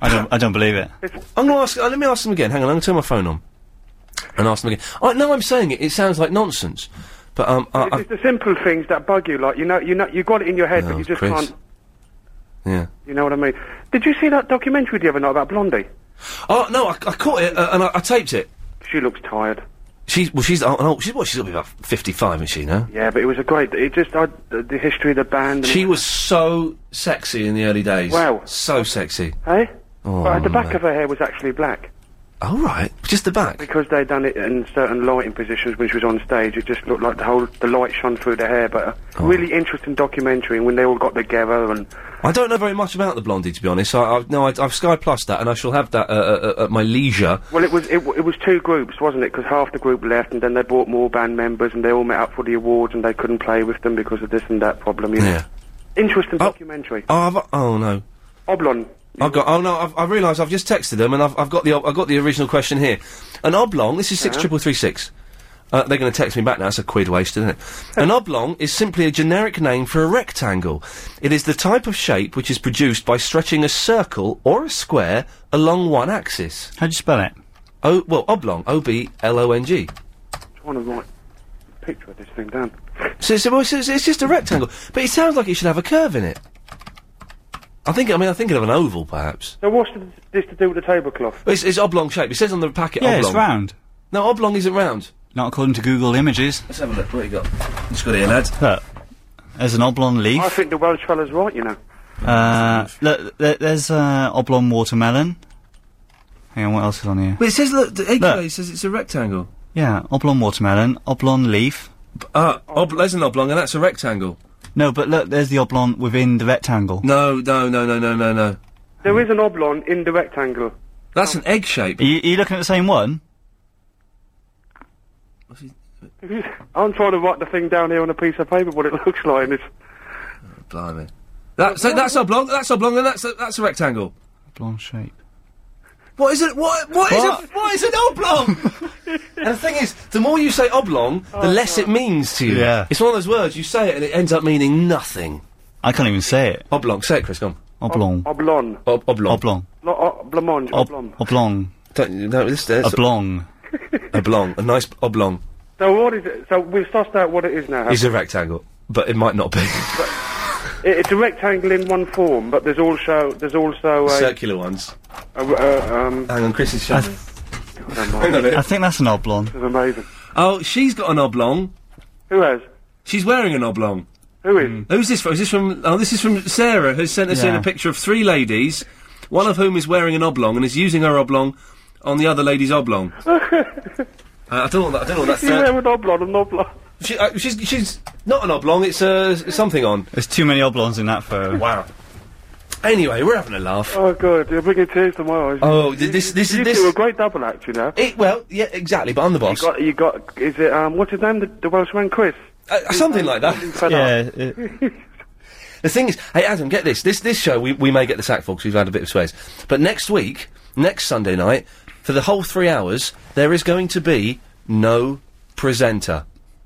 S6: I don't. I don't believe it.
S1: I'm going to ask. Uh, let me ask them again. Hang on. I'm going to turn my phone on and ask them again. I, no, I'm saying it. It sounds like nonsense, but um, I,
S11: It's,
S1: I,
S11: it's the simple things that bug you. Like you know, you know, you got it in your head, but
S1: Oh,
S11: you just
S1: Chris.
S11: can't.
S1: yeah.
S11: You know what I mean? Did you see that documentary the other night about Blondie?
S1: Oh no, I, I caught it uh, and I, I taped it.
S11: She looks tired.
S1: She's well, she's oh, oh, she's what? She's got to be about fifty-five, isn't she? No.
S11: Yeah, but it was a great. It just I, the, the history of the band. And,
S1: She was so sexy in the early days.
S11: Wow.
S1: So sexy.
S11: eh?
S1: Oh,
S11: Well, the back
S1: mate.
S11: of her hair was actually black.
S1: Oh right, just the back.
S11: Because they'd done it in certain lighting positions when she was on stage, it just looked like the whole the light shone through the hair. But a really interesting documentary, and when they all got together and
S1: I don't know very much about the Blondie, to be honest. I, I no, I, I've Sky Plus that, and I shall have that uh, uh, uh, at my leisure.
S11: Well, it was it, w- it was two groups, wasn't it? Because half the group left, and then they brought more band members, and they all met up for the awards, and they couldn't play with them because of this and that problem. You
S1: Yeah.
S11: Know? Interesting documentary.
S1: Oh, I've, oh no.
S11: Oblong.
S1: I've got. Oh no! I've, I've realised I've just texted them, and I've, I've got the I've got the original question here. An oblong. This is
S11: Uh-huh.
S1: six triple three six. Uh, they're going to text me back now. It's a quid wasted, isn't it? An oblong is simply a generic name for a rectangle. It is the type of shape which is produced by stretching a circle or a square along one axis.
S6: How do you spell it?
S1: Oh well, oblong. O b l o n g.
S11: trying to write a picture of this thing down.
S1: So, so, well, it's, it's- it's just a rectangle, but it sounds like it should have a curve in it. I think. I mean, I think of an oval, perhaps.
S11: So what's th- this to do with the tablecloth?
S1: It's, it's oblong shape. It says on the packet.
S6: Yeah,
S1: oblong.
S6: it's round.
S1: No, oblong isn't round.
S6: Not according to Google Images.
S1: Let's have a look. What you got? It's got here, lads.
S6: Look, there's an oblong leaf.
S11: I think the Welsh fella's right, you know.
S6: Uh, look, there, there's uh, oblong watermelon. Hang on, what else is on here?
S1: But it says look. The AQA says it's a rectangle.
S6: Yeah, oblong watermelon, oblong leaf.
S1: Uh, ob- there's an oblong, and that's a rectangle.
S6: No, but look, there's the oblong within the rectangle.
S1: No, no, no, no, no, no, no.
S11: There is an oblong in the rectangle.
S1: That's an egg shape.
S6: Are you, are you looking at the same one?
S11: I'm trying to write the thing down here on a piece of paper what it looks like, and it's
S1: Blimey. That, so that's oblong. That's oblong, and that's a, that's a rectangle.
S6: Oblong shape.
S1: What is it? What what? is a, what is an oblong? and the thing is, the more you say oblong,
S11: Oh,
S1: the less it means to you.
S6: Yeah.
S1: It's one of those words you say it and it ends up meaning nothing.
S6: I can't even say it.
S1: Oblong. Say it, Chris. Go on.
S6: Oblong.
S11: oblong.
S1: Ob- oblong.
S6: Oblong.
S11: Not oblamon, oh, oblong.
S6: Oblong.
S1: Don't, no, this, there's
S6: Oblong.
S1: oblong. A nice oblong
S11: So what is it? So we've sussed out what it is now.
S1: is a rectangle, but it might not be.
S11: It, it's a rectangle in one form, but there's also there's also a,
S1: Circular ones.
S11: a, a, um.
S1: Hang on, Chris is shut. Hang on a minute.
S6: I think that's an oblong.
S11: This is amazing.
S1: Oh, she's got an oblong.
S11: Who has?
S1: She's wearing an oblong. Mm.
S11: Who is?
S1: Who's this from? Is this from? Oh, this is from Sarah, who sent us in
S6: Yeah.
S1: a picture of three ladies, one of whom is wearing an oblong and is using her oblong on the other lady's oblong. uh, I don't know. What that, I don't know what that's.
S11: Is he there with oblong and oblong?
S1: she, uh, she's she's not an oblong. It's uh, s- something on.
S6: There's too many oblongs in that photo.
S1: Wow. Anyway, we're having a laugh.
S11: Oh god, you're bringing tears to my eyes.
S1: Oh, th- this this
S11: you
S1: is this.
S11: two are a great double act, you know.
S1: It, well, yeah, exactly. But I'm the
S11: You
S1: boss.
S11: got, you got, is it um, what's his name? The, the Welshman, Chris.
S1: Uh, something like that.
S6: Yeah.
S1: The thing is, hey Adam, get this. This this show we, we may get the sack for because we've had a bit of swears. But next week, next Sunday night, for the whole three hours, there is going to be no presenter.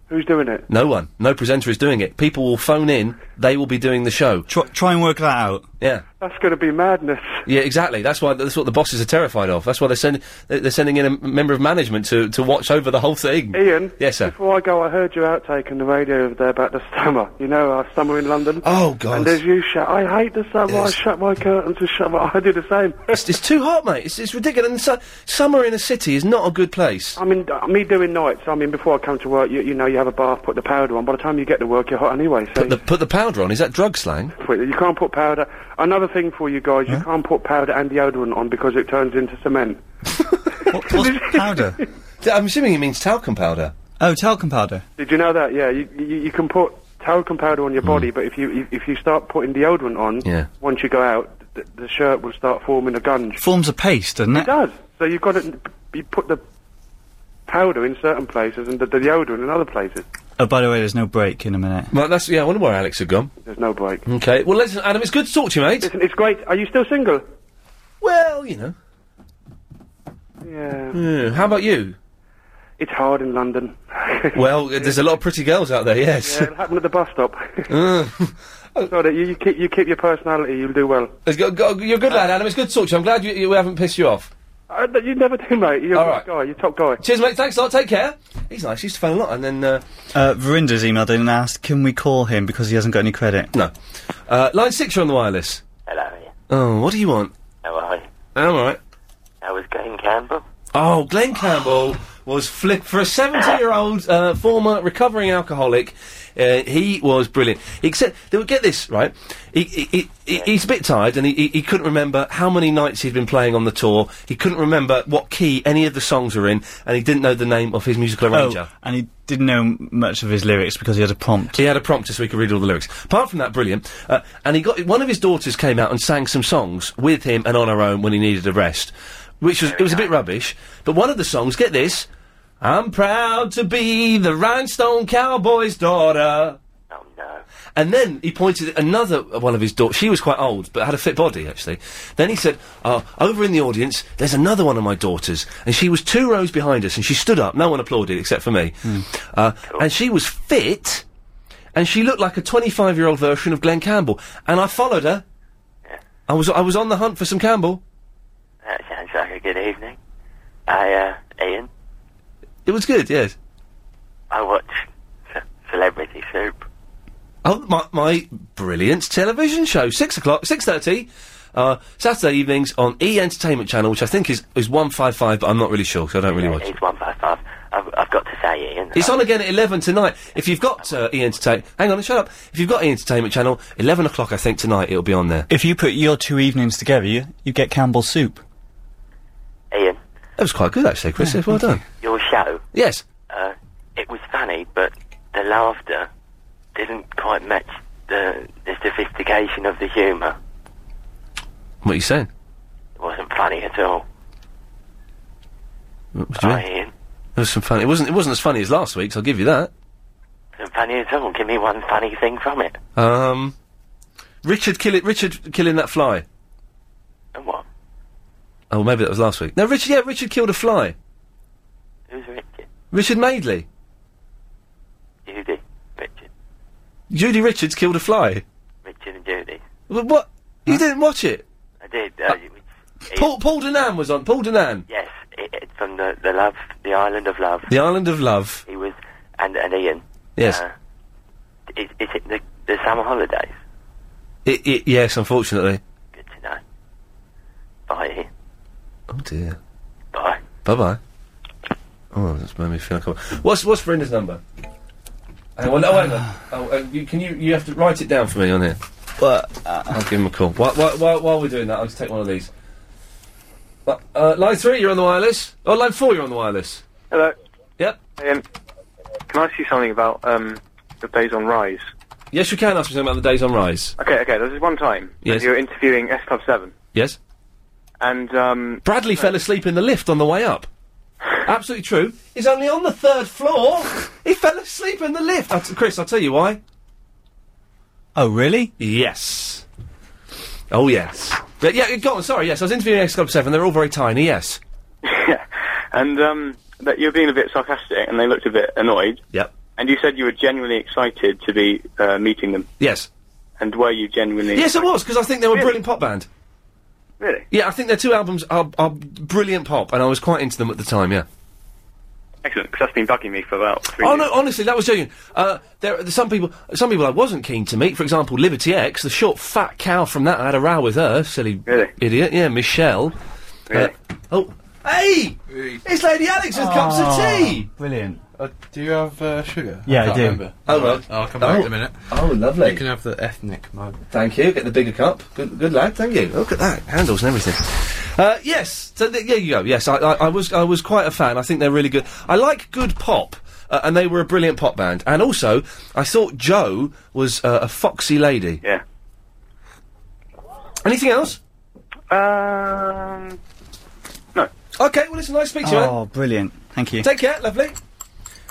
S11: Who's doing it?
S1: No one, no presenter is doing it. People will phone in. They will be doing the show.
S6: try, try and work that out.
S1: Yeah,
S11: That's going to be madness.
S1: yeah, exactly. That's why that's what the bosses are terrified of. That's why they're sending they're they're sending in a m- member of management to to watch over the whole thing.
S11: Ian.
S1: Yes, sir.
S11: Before I go, I heard you outtake on the radio over there about the summer. You know, our summer in London.
S1: Oh, God.
S11: And as you shout, I hate the summer. I shut my curtains and shut my. I do the same.
S1: It's, it's too hot, mate. It's, it's ridiculous. And su- summer in a city is not a good place.
S11: I mean, uh, me doing nights. I mean, before I come to work, you, you know, you have a bath, put the powder on. By the time you get to work, you're hot anyway. So
S1: Put the put the powder on. Is that drug slang?
S11: you can't put powder. Another thing for you guys, you can't put powder and deodorant on because it turns into cement.
S6: What, what's powder?
S1: I'm assuming it means talcum powder.
S6: Oh, talcum powder.
S11: Did you know that? Yeah, you you, you can put talcum powder on your body, but if you if you start putting deodorant on,
S6: Yeah.
S11: once you go out, the, the shirt will start forming a gunge.
S6: Forms a paste, doesn't
S11: It
S6: it?
S11: does. So you've got to you put the powder in certain places and the, the deodorant in other places.
S6: Oh, by the way, there's no break in a minute.
S1: Well, that's yeah. I wonder where Alex had gone.
S11: There's no break.
S1: Okay. Well, listen, Adam, it's good to talk to you, mate.
S11: Listen, it's great. Are you still single?
S1: Well, you know.
S11: Yeah.
S1: Yeah, How about you?
S11: It's hard in London.
S1: well, uh, there's a lot of pretty girls out there. Yes.
S11: Yeah, it happened at the bus stop.
S1: Uh,
S11: so that you, you keep you keep your personality, you'll do well.
S1: it's go- go- you're a good lad, Adam. It's good to talk to you. I'm glad you, you we haven't pissed you off.
S11: Uh, you never do, mate. You're a
S1: All
S11: good
S1: right.
S11: guy. You're top guy.
S1: Cheers, mate. Thanks a lot. Take care. He's nice. He used to phone a lot, and then. Uh,
S6: Uh, Verinda's emailed in and asked, "Can we call him because he hasn't got any credit?"
S1: No. Uh, line six, you're on the wireless.
S10: Hello.
S1: Oh, what do you want?
S10: How are you?
S1: I'm all right.
S10: How was Glenn Campbell?
S1: Oh, Glenn Campbell was flip for a 70-year-old uh, former recovering alcoholic. Uh, he was brilliant. Except they would get this right. He, he, he, he- he's a bit tired, and he, he, he couldn't remember how many nights he'd been playing on the tour. He couldn't remember what key any of the songs were in, and he didn't know the name of his musical arranger.
S6: Oh, and he didn't know m- much of his lyrics because he had a prompt.
S1: He had a prompter so he could read all the lyrics. Apart from that, brilliant. Uh, and he got one of his daughters came out and sang some songs with him and on her own when he needed a rest, which was it was a bit rubbish. But one of the songs, get this, I'm proud to be the rhinestone cowboy's daughter.
S10: Oh no.
S1: And then he pointed at another one of his daughters. She was quite old, but had a fit body, actually. Then he said, oh, over in the audience, there's another one of my daughters. And she was two rows behind us, and she stood up. No one applauded except for me. Uh, And she was fit, and she looked like a 25-year-old version of Glenn Campbell. And I followed her. I was I was on the hunt for some Campbell.
S10: That Uh, sounds like a good evening. I, uh, Ian,
S1: It was good, yes.
S10: I watched Ce- Celebrity Soup.
S1: Oh, my, my brilliant television show. Six o'clock, six thirty, uh, Saturday evenings on E Entertainment Channel, which I think is is one five five, but I'm not really sure, so I don't really watch.
S10: It's one five five. I've, I've got to say, Ian.
S1: It's on again at eleven tonight. If you've got uh, E Entertainment, hang on, shut up. If you've got E Entertainment Channel, eleven o'clock, I think tonight it'll be on there.
S6: If you put your two evenings together, you, you get Campbell's soup.
S10: Ian,
S1: That was quite good actually, Chris.
S6: Yeah,
S1: well done.
S10: your show.
S1: Yes.
S10: Uh, it was funny, but the laughter didn't quite match the the sophistication of the humour.
S1: What are you saying?
S10: It wasn't funny at all.
S1: What, what do you
S10: Oh,
S1: mean?
S10: Ian,
S1: It was some funny. It wasn't. It wasn't as funny as last week's. I'll give you that.
S10: it wasn't funny at all. Give me one funny thing from it.
S1: Um, Richard kill it. Richard killing that fly.
S10: And what?
S1: Oh, maybe that was last week. No, Richard. Yeah, Richard killed a fly.
S10: Who's Richard?
S1: Richard Madeley.
S10: Judy. Richard.
S1: Judy Richards killed a fly.
S10: Richard and Judy.
S1: Wh- What? You didn't watch it?
S10: I did. Uh,
S1: Paul Paul Denan was on. Paul Denan.
S10: Yes, it, it, from the the love, the island of love.
S1: The Island of Love.
S10: He was and and Ian.
S1: Yes.
S10: Uh, is, is it the, the summer holidays?
S1: It, it, yes, unfortunately.
S10: Good to know. Bye. Ian.
S1: Oh dear.
S10: Bye.
S1: Bye bye. Oh, that's made me feel like. I'm... What's what's Brenda's number? Hang on, no, hang on. Oh, uh, you, can you you have to write it down for me on here.
S6: But
S1: I'll give him a call. While, while, while, while we're doing that, I'll just take one of these. Uh, uh, line three, you're on the wireless. Oh, line four, you're on the wireless.
S14: Hello.
S1: Yep.
S14: Um, can I ask you something about um, the days on Rise?
S1: Yes, you can ask me something about the days on rise.
S14: Okay, okay. There was this one time
S1: Yes.
S14: you were interviewing S Club Seven,
S1: Yes.
S14: and um,
S1: Bradley fell asleep in the lift on the way up. Absolutely true. He's only on the third floor. he fell asleep in the lift. I t- Chris, I'll tell you why.
S6: Oh, really?
S1: Yes. Oh, yes. But yeah, go on. Sorry, yes. I was interviewing X Club 7. They're all very tiny, yes.
S14: and um, that you were being a bit sarcastic, and they looked a bit annoyed.
S1: Yep.
S14: And you said you were genuinely excited to be uh, meeting them.
S1: Yes.
S14: And were you genuinely?
S1: Yes, it was, because I think they were a brilliant pop band.
S14: Really?
S1: Yeah, I think their two albums are, are brilliant pop, and I was quite into them at the time, yeah.
S14: Excellent, because that's been bugging me for about three
S1: Oh
S14: years.
S1: no! Honestly, that was genuine. Uh, there, are some people, some people I wasn't keen to meet. For example, Liberty X, the short fat cow from that. I had a row with her, silly idiot. Yeah, Michelle.
S14: Really?
S1: oh, hey! It's Lady Alex with cups of tea.
S6: Brilliant.
S15: Uh, do you have uh, sugar?
S1: Yeah, I
S15: can't
S1: do.
S15: Remember.
S1: Oh, well.
S15: right. Uh, I'll come back
S1: Oh.
S15: in a minute.
S1: Oh, lovely.
S15: You can have the ethnic mug.
S1: Thank you. Get the bigger cup. Good, good lad. Thank you. Look at that handles and everything. Uh, yes. So th- there you go. Yes, I, I, I was I was quite a fan. I think they're really good. I like good pop, uh, and they were a brilliant pop band. And also, I thought Joe was uh, a foxy lady.
S16: Yeah.
S1: Anything else?
S16: Um,
S1: no. Okay, well, listen, nice to speak to you. man.
S6: Oh, brilliant. Thank you.
S1: Take care, lovely.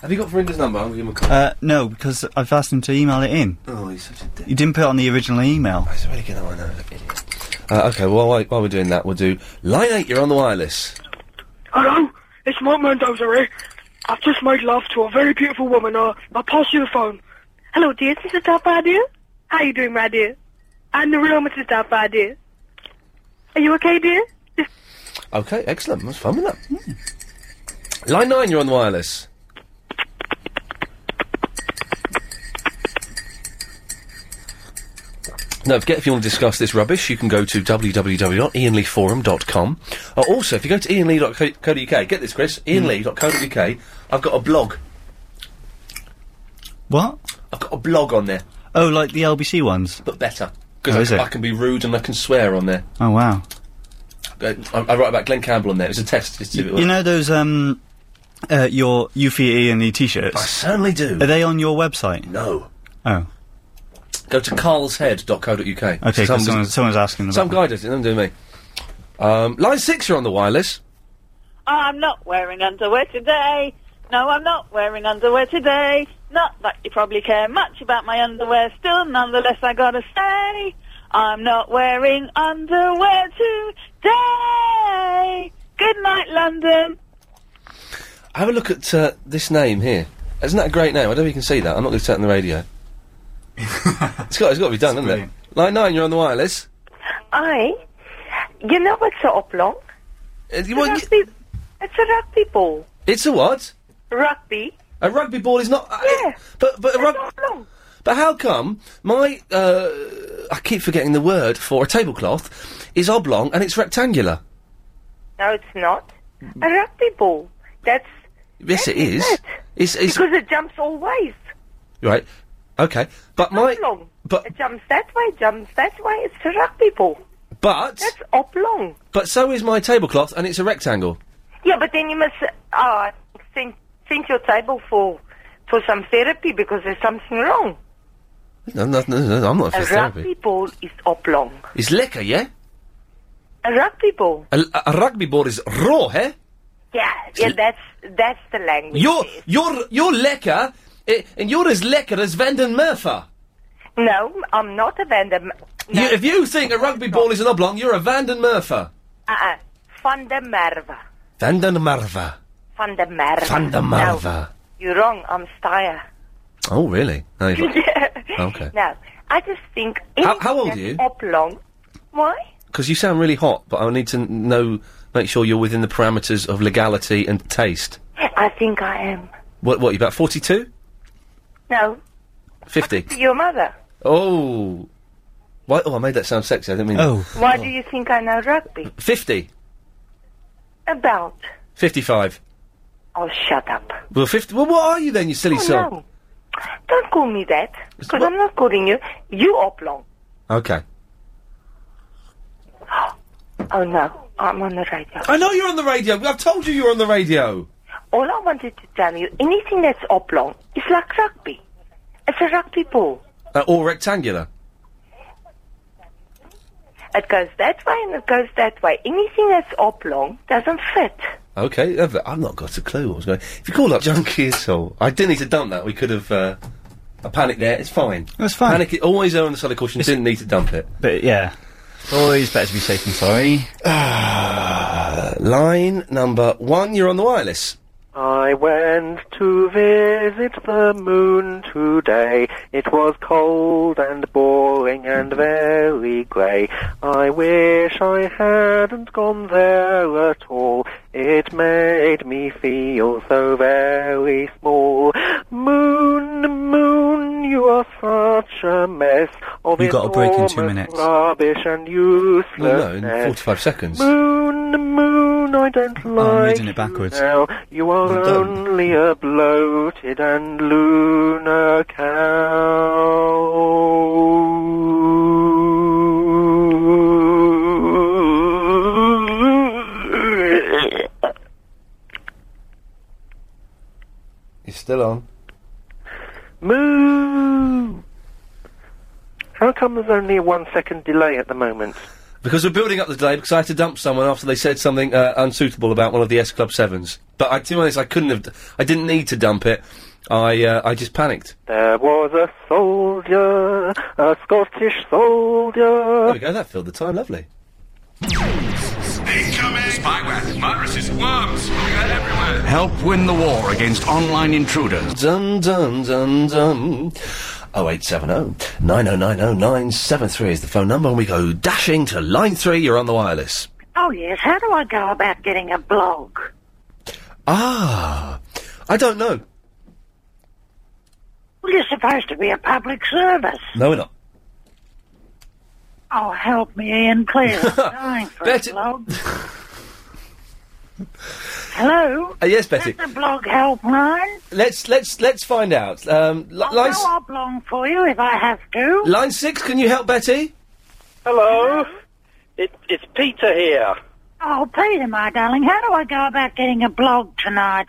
S1: Have you got Verinda's number? I'll give him a call.
S6: Uh, no, because I've asked him to email it in.
S1: Oh, he's such a dick.
S6: You didn't put it on the original email.
S1: It's really good, I know. Uh, okay, well, while, while we're doing that, we'll do line eight. You're on the wireless.
S17: Hello, it's Mark Mendoza here. I've just made love to a very beautiful woman. Uh, I'll pass you the phone. Hello, dear. This is Top Idea. How you doing, my dear? I'm the real Mrs. Top Idea. Are you okay, dear?
S1: Okay, excellent. That's fun with that. Line nine. You're on the wireless. Don't forget, if you want to discuss this rubbish, you can go to www.ianleeforum.com. Uh, also, if you go to ianlee.co.uk, get this, Chris,
S6: Hmm.
S1: ianlee.co.uk, I've got a blog.
S6: What?
S1: I've got a blog on there,
S6: Oh, like the LBC ones?
S1: but better.
S6: Oh,
S1: Because
S6: is it?
S1: I, can be rude and I can swear on there.
S6: Oh, wow.
S1: Uh, I, I write about Glenn Campbell on there. It's a test. Just to see if it
S6: You
S1: works.
S6: know those, um, uh, your Eufy and E t-shirts? I
S1: certainly do.
S6: Are they on your website?
S1: No.
S6: Oh.
S1: Go to carlshead.co.uk.
S6: Okay, 'cause
S1: Someone's-
S6: someone's, someone's asking
S1: Some
S6: them.
S1: guy does it, don't do me. Um, line six, you're on the wireless.
S18: I'm not wearing underwear today. No, I'm not wearing underwear today. Not that you probably care much about my underwear. Still, nonetheless, I gotta say, I'm not wearing underwear today. Good night, London.
S1: Have a look at uh, this name here. Isn't that a great name? I don't know if you can see that. I'm not going to turn on the radio. it's got, it's got to be done, hasn't it? Line nine, you're on the wireless.
S19: Aye. You know it's a oplong.
S1: It's,
S19: a rugby, it's a rugby ball.
S1: It's a what?
S19: Rugby.
S1: A rugby ball is not. Yeah. but but a rug- But how come my uh, I keep forgetting the word for a tablecloth is oblong and it's rectangular?
S19: No, it's not. A rugby ball. That's
S1: Yes, it is.
S19: it.
S1: It's, it's
S19: because it jumps all ways.
S1: right. Okay, but my
S19: Oblong.
S1: But
S19: it jumps that way, jumps that way. It's a rugby ball.
S1: but
S19: That's oblong.
S1: but so is my tablecloth and it's a rectangle.
S19: Yeah, but then you must uh, send send your table for for some therapy because there's something wrong.
S1: No, no, no, no, I'm not
S19: A
S1: for therapy.
S19: rugby ball is oblong.
S1: It's lekker, yeah.
S19: A rugby ball.
S1: A, a rugby ball is raw, eh?
S19: Yeah, yeah. That's that's the language.
S1: You're you're you're lekker, eh, and you're as lekker as Vanden Murphy.
S19: No, I'm not a Vandam.
S1: You, if you think a rugby ball is an oblong, you're a Vanden Murphy.
S19: Uh-uh. Van der Merwe.
S1: Vanden Marva.
S19: Van der Merwe.
S1: Van der Marva.
S19: No, you're wrong. I'm Steyer.
S1: Oh, really? No, you've got-
S19: yeah.
S1: Okay.
S19: No, I just think.
S1: How- how old
S19: anything
S1: are you?
S19: that's Oblong. Why?
S1: Because you sound really hot, but I need to n- know, make sure you're within the parameters of legality and taste.
S19: I think I am.
S1: What, what, you about 42?
S19: No,
S1: 50?
S19: your mother.
S1: Oh. Why, oh, I made that sound sexy, I didn't mean Oh.
S19: Why do you think I know rugby?
S1: 50?
S19: About.
S1: 55?
S19: Oh, shut up.
S1: Well, 50, well, what are you then, you silly
S19: oh,
S1: soul?
S19: no. Don't call me that. Because I'm not calling you. You oblong.
S1: Okay.
S19: Oh, no. I'm on the radio.
S1: I know you're on the radio. I've told you you're on the radio.
S19: All I wanted to tell you, anything that's oblong is like rugby. It's a rugby ball.
S1: Uh, or rectangular.
S19: It goes that way and it goes that way. Anything that's oblong doesn't fit.
S1: Okay, I've, I've not got a clue what was going If you call up Junkie Soul, I did need to dump that. We could have. Uh, I panicked there. It's fine. That's fine. Panic is always err on the side of caution. Didn't need to dump it.
S6: But, yeah. Always better to be safe than sorry.
S1: Ah, Line number one, you're on the wireless.
S20: I went to visit the moon today. It was cold and boring and very grey. I wish I hadn't gone there at all. It made me feel so very small. Moon, moon, you are such a mess of
S6: You've got to break in two
S20: enormous
S6: minutes.
S20: rubbish and
S1: No, no, in
S20: uselessness.
S1: 45 seconds.
S20: Moon, moon, I don't like
S6: Oh, I'm reading it backwards.
S20: now you are only a bloated and lunar cow.
S1: It's Still on.
S7: Moo! How come there's only a one second delay at the moment?
S1: Because we're building up the delay, because I had to dump someone after they said something uh, unsuitable about one of the S Club 7s. But I, to be honest, I couldn't have. d- I didn't need to dump it. I uh, I just panicked.
S7: There was a soldier, a Scottish soldier.
S1: There we go, that filled the time. Lovely.
S21: Incoming! Spyware, viruses, worms, everywhere.
S1: Help win the war against online intruders. Dun dun dun dun. Oh, 0870 9090 973 is the phone number, and we go dashing to line three. You're on the wireless.
S18: Oh, yes. How do I go about getting a blog?
S1: Ah, I don't know.
S18: Well, you're supposed to be a public service.
S1: No, we're not.
S18: Oh, help me, Ian, please. I'm dying for
S1: Betty-
S18: a blog. Hello?
S1: Uh, yes, Betty.
S18: Is the blog helpline?
S1: Let's let's let's find out. Um, li-
S18: Oh, I'll
S1: line, s-
S18: go oblong for you if I have to.
S1: line six, can you help Betty?
S17: Hello. It, it's Peter here.
S18: Oh, Peter, my darling, how do I go about getting a blog tonight?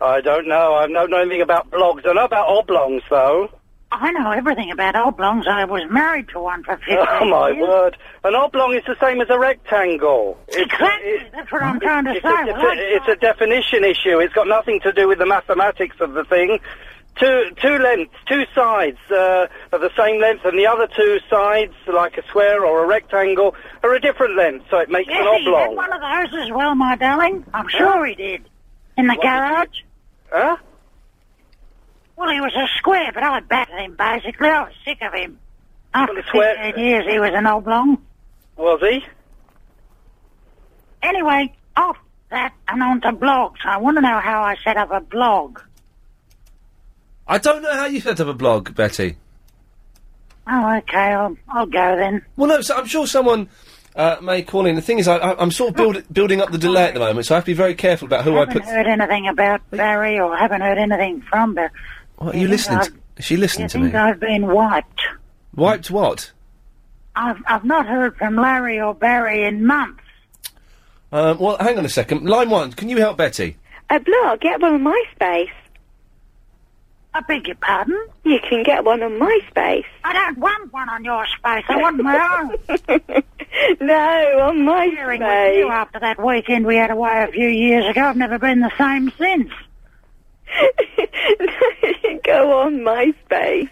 S17: I don't
S22: Oh,
S17: know. I don't know anything about blogs. I know about oblongs, though.
S18: I know everything about oblongs. I was married to one for 15
S17: Oh, my
S18: years.
S17: word. An oblong is the same as a rectangle. It's,
S18: Exactly. That's what I'm trying to
S17: it's,
S18: say.
S17: a, it's,
S18: Well,
S17: a, it's a definition issue. It's got nothing to do with the mathematics of the thing. Two, two lengths, two sides uh, are the same length, and the other two sides, like a square or a rectangle, are a different length, so it makes
S18: yes,
S17: an
S18: he had
S17: oblong.
S18: one of those as well, my darling. I'm sure he did. In the garage?
S17: Huh?
S18: Well, he was a square, but I battered him, basically. I was sick of him. After
S17: square-
S18: 15 years, he was an oblong.
S17: Was he?
S18: Anyway, off that and on to blogs. I want to know how I set up a blog.
S1: I don't know how you set up a blog, Betty.
S18: Oh, okay, I'll, I'll go then.
S1: Well, no, so I'm sure someone uh, may call in. The thing is, I, I, I'm sort of build, building up the delay at the moment, so I have to be very careful about who I
S18: haven't
S1: put.
S18: heard anything about Barry or haven't heard anything from Barry.
S1: What, are you listening? To, is she listening to me?
S18: think I've been wiped.
S1: Wiped what?
S18: I've, I've not heard from Larry or Barry in months.
S1: Um, well, hang on a second. Line one, can you help Betty?
S23: A blog, get one on MySpace.
S18: I beg your pardon?
S23: You can get one on MySpace.
S18: I don't want one on your space. I want my own.
S23: no, on
S18: Hearing with you
S23: MySpace.
S18: after that weekend we had away a few years ago, I've never been the same since.
S23: Go on MySpace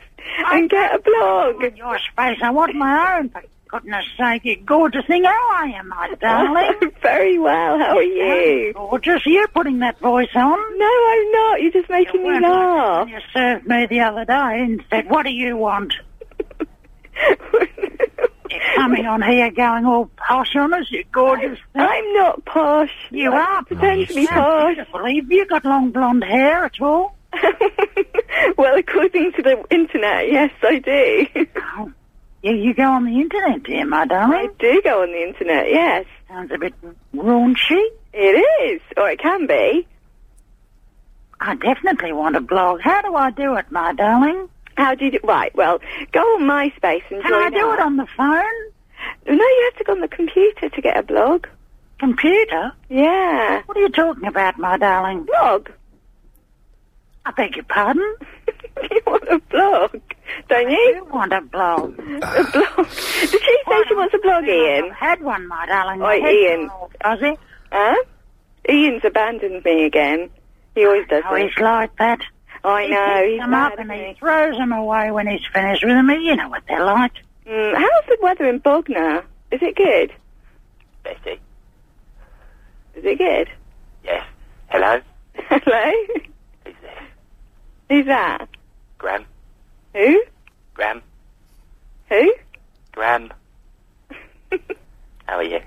S23: and get a blog.
S18: On your space, I want my own. For goodness sake, you gorgeous thing. How are you, my darling?
S23: Very well. How are you?
S18: Oh, gorgeous. Are you putting that voice on?
S23: No, I'm not. You're just making me laugh.
S18: You served me the other day and said, what do you want? You're coming on here going all posh on us, you gorgeous thing.
S23: I'm not posh.
S18: You
S23: I'm
S18: are
S23: potentially
S18: You sound
S23: posh.
S18: beautiful. Have you got long blonde hair at all?
S23: Well, according to the internet, yes, I do.
S18: Oh, Yeah, you go on the internet, dear, my darling.
S23: I do go on the internet, yes.
S18: Sounds a bit raunchy.
S23: It is, or it can be.
S18: I definitely want a blog. How do I do it, my darling?
S23: How do you do? Right, well, go on MySpace and
S18: Can
S23: join
S18: I do
S23: up.
S18: it on the phone?
S23: No, you have to go on the computer to get a blog.
S18: Computer?
S23: Yeah.
S18: What are you talking about, my darling?
S23: Blog?
S18: I beg your pardon?
S23: You want a blog, don't you?
S18: I want a blog.
S23: A blog? Did she say she wants a blog, Ian?
S18: I had one, my darling.
S23: Oi,
S18: I had
S23: Ian.
S18: one. Does he?
S23: Huh? Ian's abandoned me again. He always does
S18: Oh,
S23: this.
S18: he's like that.
S23: I know,
S18: He
S23: he's
S18: picks them up
S23: mad,
S18: and
S23: isn't
S18: he throws them away when he's finished with them. You know what they're like.
S23: Mm, how's the weather in Bognor? Is it good?
S4: Betty.
S23: Is it good?
S4: Yes. Hello?
S23: Hello?
S4: Who's this?
S23: Who's that?
S4: Graham?
S23: Who?
S4: Graham?
S23: Who?
S4: Graham? How are you?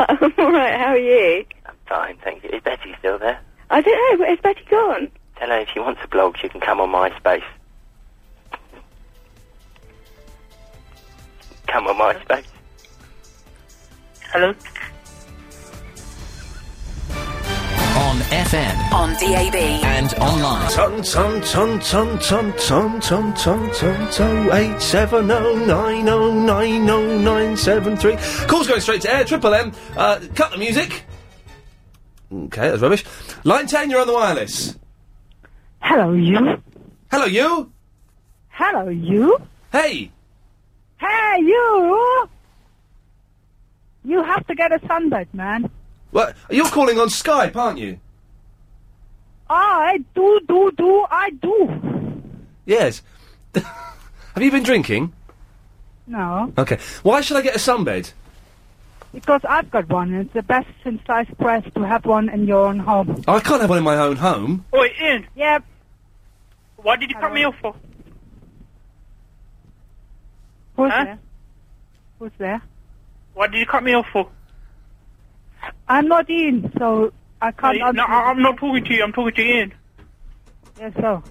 S23: I'm alright, how are you?
S4: I'm fine, thank you. Is Betty still there?
S23: I don't know, where's Betty gone?
S4: Tell her if she wants a blog, she can come on MySpace. Come on MySpace.
S24: Hello?
S10: On FM. On DAB. And online.
S1: Ton ton ton ton ton ton ton ton ton ton eight seven oh nine oh nine oh nine seven three. Calls going straight to air. Triple M. Uh, cut the music. Okay, that's rubbish. Line ten, you're on the wireless.
S25: Hello, you.
S1: Hello, you.
S25: Hello, you.
S1: Hey.
S25: Hey, you. You have to get a sunbed, man.
S1: What? You're calling on Skype, aren't you?
S25: I do, do, do, I do.
S1: Yes. Have you been drinking?
S25: No,
S1: Okay. Why should I get a sunbed?
S25: because I've got one, and it's the best since sliced bread to have one in your own home.
S1: Oh, I can't have one in my own home.
S25: Oi, Ian. Yeah,
S24: Why Oh, did you cut me off for?
S25: who's
S24: Huh?
S25: there? Who's there?
S24: Why did you cut me off for?
S25: I'm not in, so I can't.
S24: No, no, I- I'm not talking to you. I'm talking to Ian.
S25: Yes, so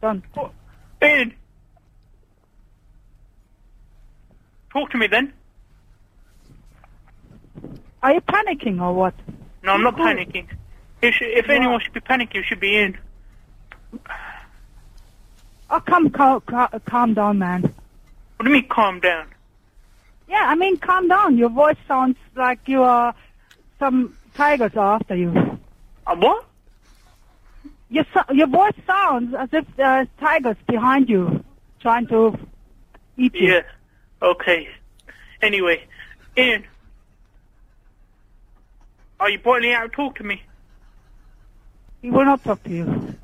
S25: don't.
S24: Ian, talk to me then.
S25: Are you panicking or what?
S24: No, I'm not
S25: Cool.
S24: panicking. If, sh- if
S25: You
S24: anyone
S25: are.
S24: should be panicking, it should be Ian.
S25: Oh, come, cal- cal- calm down, man.
S24: What do you mean, calm down?
S25: Yeah, I mean, calm down. Your voice sounds like you are some tigers are after you.
S24: Uh, what?
S25: Your so- your voice sounds as if there's tigers behind you, trying to eat you.
S24: Yeah. Okay. Anyway, Ian, are you boiling out? Talk to me.
S25: He will not talk to you.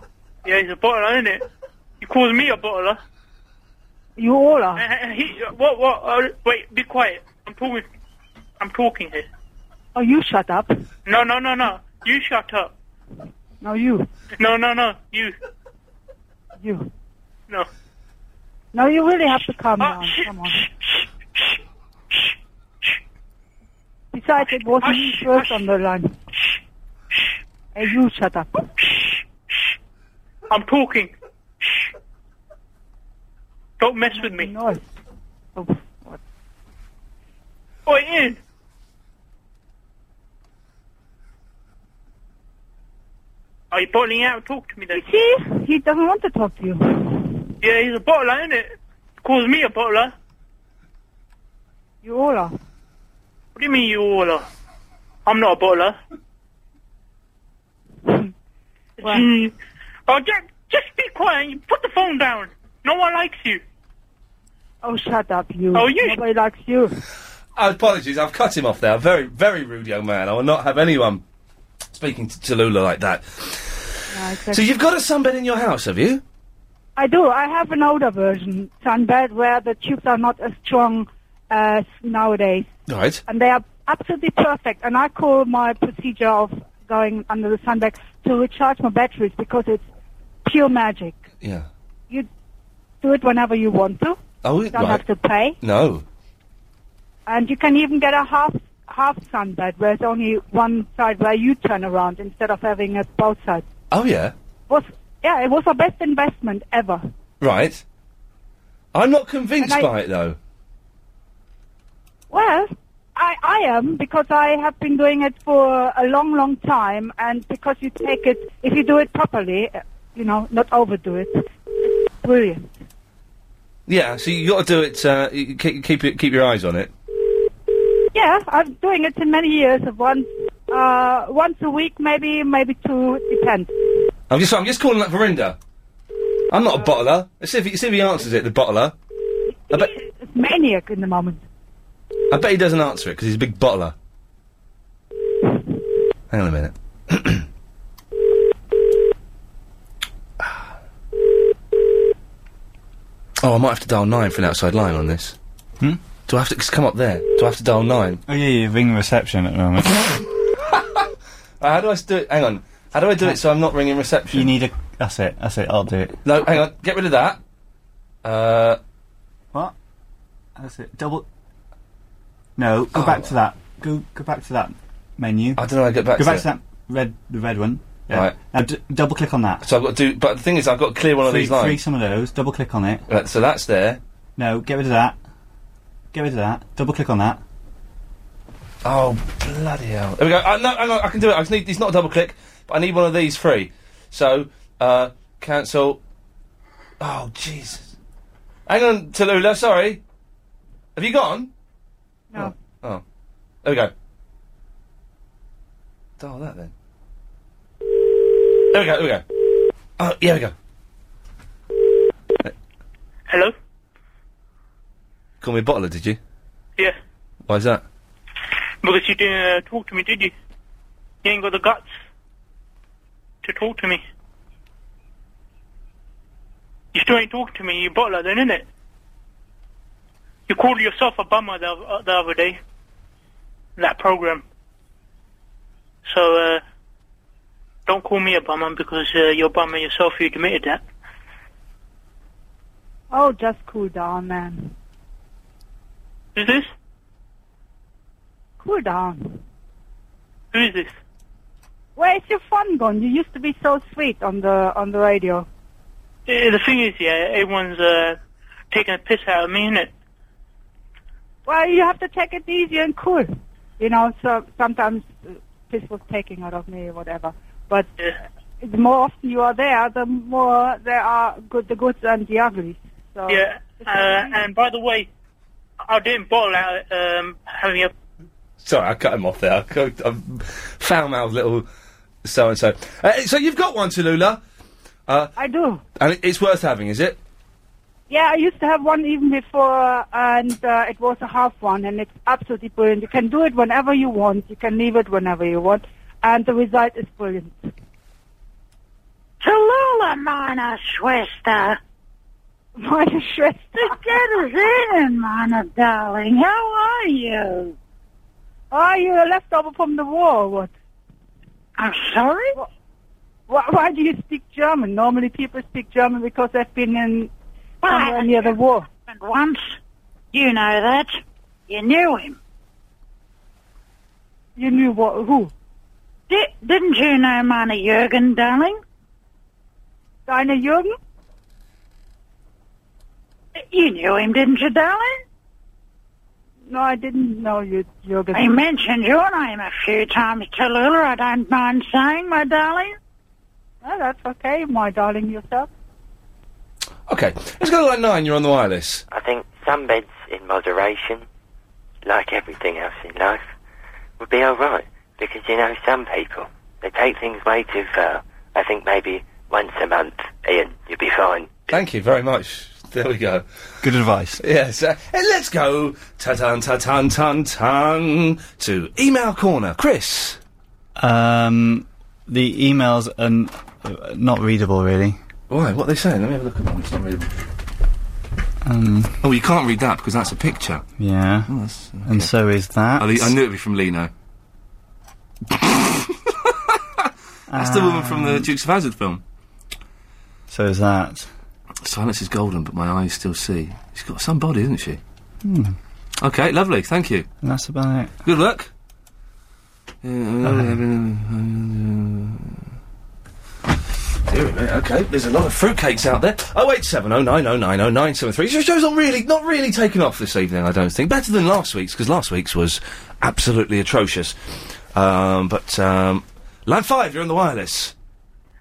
S24: Yeah, he's a bottler, isn't it? You call me a bottler.
S25: You all are.
S24: Uh, he, what? What? Uh, wait, be quiet. I'm talking. I'm talking here.
S25: Oh, you shut up.
S24: No, no, no, no. You shut up.
S25: No, you.
S24: No, no, no. You.
S25: You.
S24: No.
S25: No, you really have to calm down. Come on. Besides, it was me first on the line. Hey, you shut up.
S24: I'm talking. Don't mess with me.
S25: No. Oh, what?
S24: Oi, Ian. Are you boiling out? Talk to me then.
S25: See, he doesn't want to talk to you.
S24: Yeah, he's a bottler, isn't it? Calls me a bottler.
S25: You all are.
S24: What do you mean you all are? I'm not a bottler. Mm. Oh, just, just be quiet. You put the phone down. No one likes you.
S25: Oh, shut up, you.
S24: Oh, you-
S25: Nobody likes you.
S1: Oh, Apologies, I've cut him off there. Very, very rude young man. I will not have anyone speaking to Tallulah like that.
S25: Yeah, exactly.
S1: Ah, So you've got a sunbed in your house, have you?
S25: Ah, I do. I have an older version, sunbed, where the tubes are not as strong as nowadays.
S1: Right.
S25: And they are absolutely perfect. And I call my procedure of going under the sunbed to recharge my batteries because it's pure magic.
S1: Yeah.
S25: You do it whenever you want to.
S1: Oh,
S25: You
S1: it-
S25: don't
S1: right.
S25: have to pay.
S1: No.
S25: And you can even get a half half sunbed where it's only one side where you turn around instead of having it both sides.
S1: Oh, yeah.
S25: Was yeah, it was our best investment ever.
S1: Right. I'm not convinced
S25: And I-
S1: by it, though.
S25: Well, I, I am because I have been doing it for a long, long time, and because you take it, if you do it properly, uh, you know, not overdo it. It's brilliant.
S1: Yeah, so you got to do it, uh, y- keep, keep, it, keep your eyes on it.
S25: Yeah, I'm doing it in many years. Once, uh, once a week, maybe, maybe two, it depends.
S1: I'm just, I'm just calling up Verinda. I'm not a bottler. Let's see if he, see if he answers it, the bottler. I bet,
S25: It's maniac in the moment.
S1: I bet he doesn't answer it because he's a big bottler. Hang on a minute. oh, I might have to dial nine for an outside line on this.
S6: Hmm?
S1: Do I have to just come up there? Do I have to dial nine?
S6: Oh yeah, yeah, ring reception at the moment.
S1: Uh, how do I s- do it? Hang on. How do I do it so I'm not ringing reception?
S6: you need a. That's it. That's it. I'll do it.
S1: No, hang on. Get rid of that. Uh,
S6: what? That's it. Double. No, go back to that. Go go back to that menu.
S1: Oh. I don't know. how I get back.
S6: go
S1: to
S6: back
S1: it.
S6: to that red the red one.
S1: Right.
S6: Now d- double click on that.
S1: So I've got to do. But the thing is, I've got to clear one of
S6: Three-
S1: these
S6: three
S1: lines.
S6: some of those. Double click on it.
S1: Right, so that's there.
S6: No, get rid of that. Get rid of that. Double click on that.
S1: Oh bloody hell! There we go. Uh, no, hang on. I can do it. I just need. It's not a double click, but I need one of these three. So uh, cancel. Oh Jesus! Hang on, Tallulah. Sorry. Have you gone?
S25: No.
S1: Oh, there we go. Dial that then. There we go. There we go. Oh, yeah, we go.
S24: Hello?
S1: Call me a bottler, did you?
S24: Yeah.
S1: Why's that?
S24: Because you didn't uh, talk to me, did you? You ain't got the guts to talk to me. You still ain't talking to me, you bottler then, innit? You called yourself a bummer the, uh, the other day. in That program. So, uh, don't call me a bummer because uh, you're a bummer yourself, you admitted that.
S25: Oh, just cool down, man.
S24: Who's this?
S25: Cool down.
S24: Who is this?
S25: Where's your fun gone? You used to be so sweet on the on the radio.
S24: Eh, the thing is, yeah, everyone's uh, taking a piss out of me, innit?
S25: Well, you have to take it easy and cool. You know, so sometimes uh, this was taking out of me or whatever. But uh, the more often you are there, the more there are good, the goods and the uglies. So
S24: Yeah. Uh, and by the way, I didn't bottle out um, having a
S1: Sorry, I cut him off there. I cut- I'm foul-mouthed little so and so. So you've got one, Tallulah. Uh,
S25: I do.
S1: And it- it's worth having, is it?
S25: Yeah, I used to have one even before, and uh, it was a half one, and it's absolutely brilliant. You can do it whenever you want. You can leave it whenever you want, and the result is brilliant.
S18: Tallulah, meine Schwester.
S25: Meine Schwester.
S18: Get us in, meine darling. How are you?
S25: Oh, you're a leftover from the war, or what?
S18: I'm sorry?
S25: Why, why do you speak German? Normally people speak German because they've been in somewhere near the war.
S18: And once, you know that. You knew him.
S25: You knew what? Who?
S18: Di- didn't you know Mana Jürgen, darling?
S25: Deine Jürgen?
S18: You knew him, didn't you, darling?
S25: No, I didn't know you, Jürgen.
S18: He mentioned your name a few times, Tallulah, I don't mind saying, my darling.
S25: Oh, that's okay, my darling, yourself.
S1: Okay. Let's go to line nine. You're on the wireless.
S4: I think sunbeds in moderation, like everything else in life, would be alright. Because, you know, some people, they take things way too far. I think maybe once a month, Ian, you'll be fine.
S1: Thank you very much. There we go.
S6: Good advice.
S1: Yes. Uh, and let's go ta-tan, ta-tan, tan, tan, to Email Corner. Chris.
S6: Um, the emails are n- uh, not readable, really.
S1: Why? What are they saying? Let me have a look at one. It's not readable.
S6: Um,
S1: Oh, you can't read that because that's a picture.
S6: yeah. And so is that.
S1: Oh, I, I knew it'd be from Lino. That's the woman from the Dukes of Hazard film.
S6: Um, So is that.
S1: Silence is golden, but my eyes still see. She's got some body, isn't she?
S6: Hmm.
S1: Okay, lovely. Thank you.
S6: And that's about it.
S1: Good luck. Uh, Dear me, Okay, there's a lot of fruitcakes out there. Oh eight seven oh nine oh nine oh nine seven three. This show's not really not really taken off this evening, I don't think. Better than last week's because last week's was absolutely atrocious. Um, but um, line five, you're on the wireless.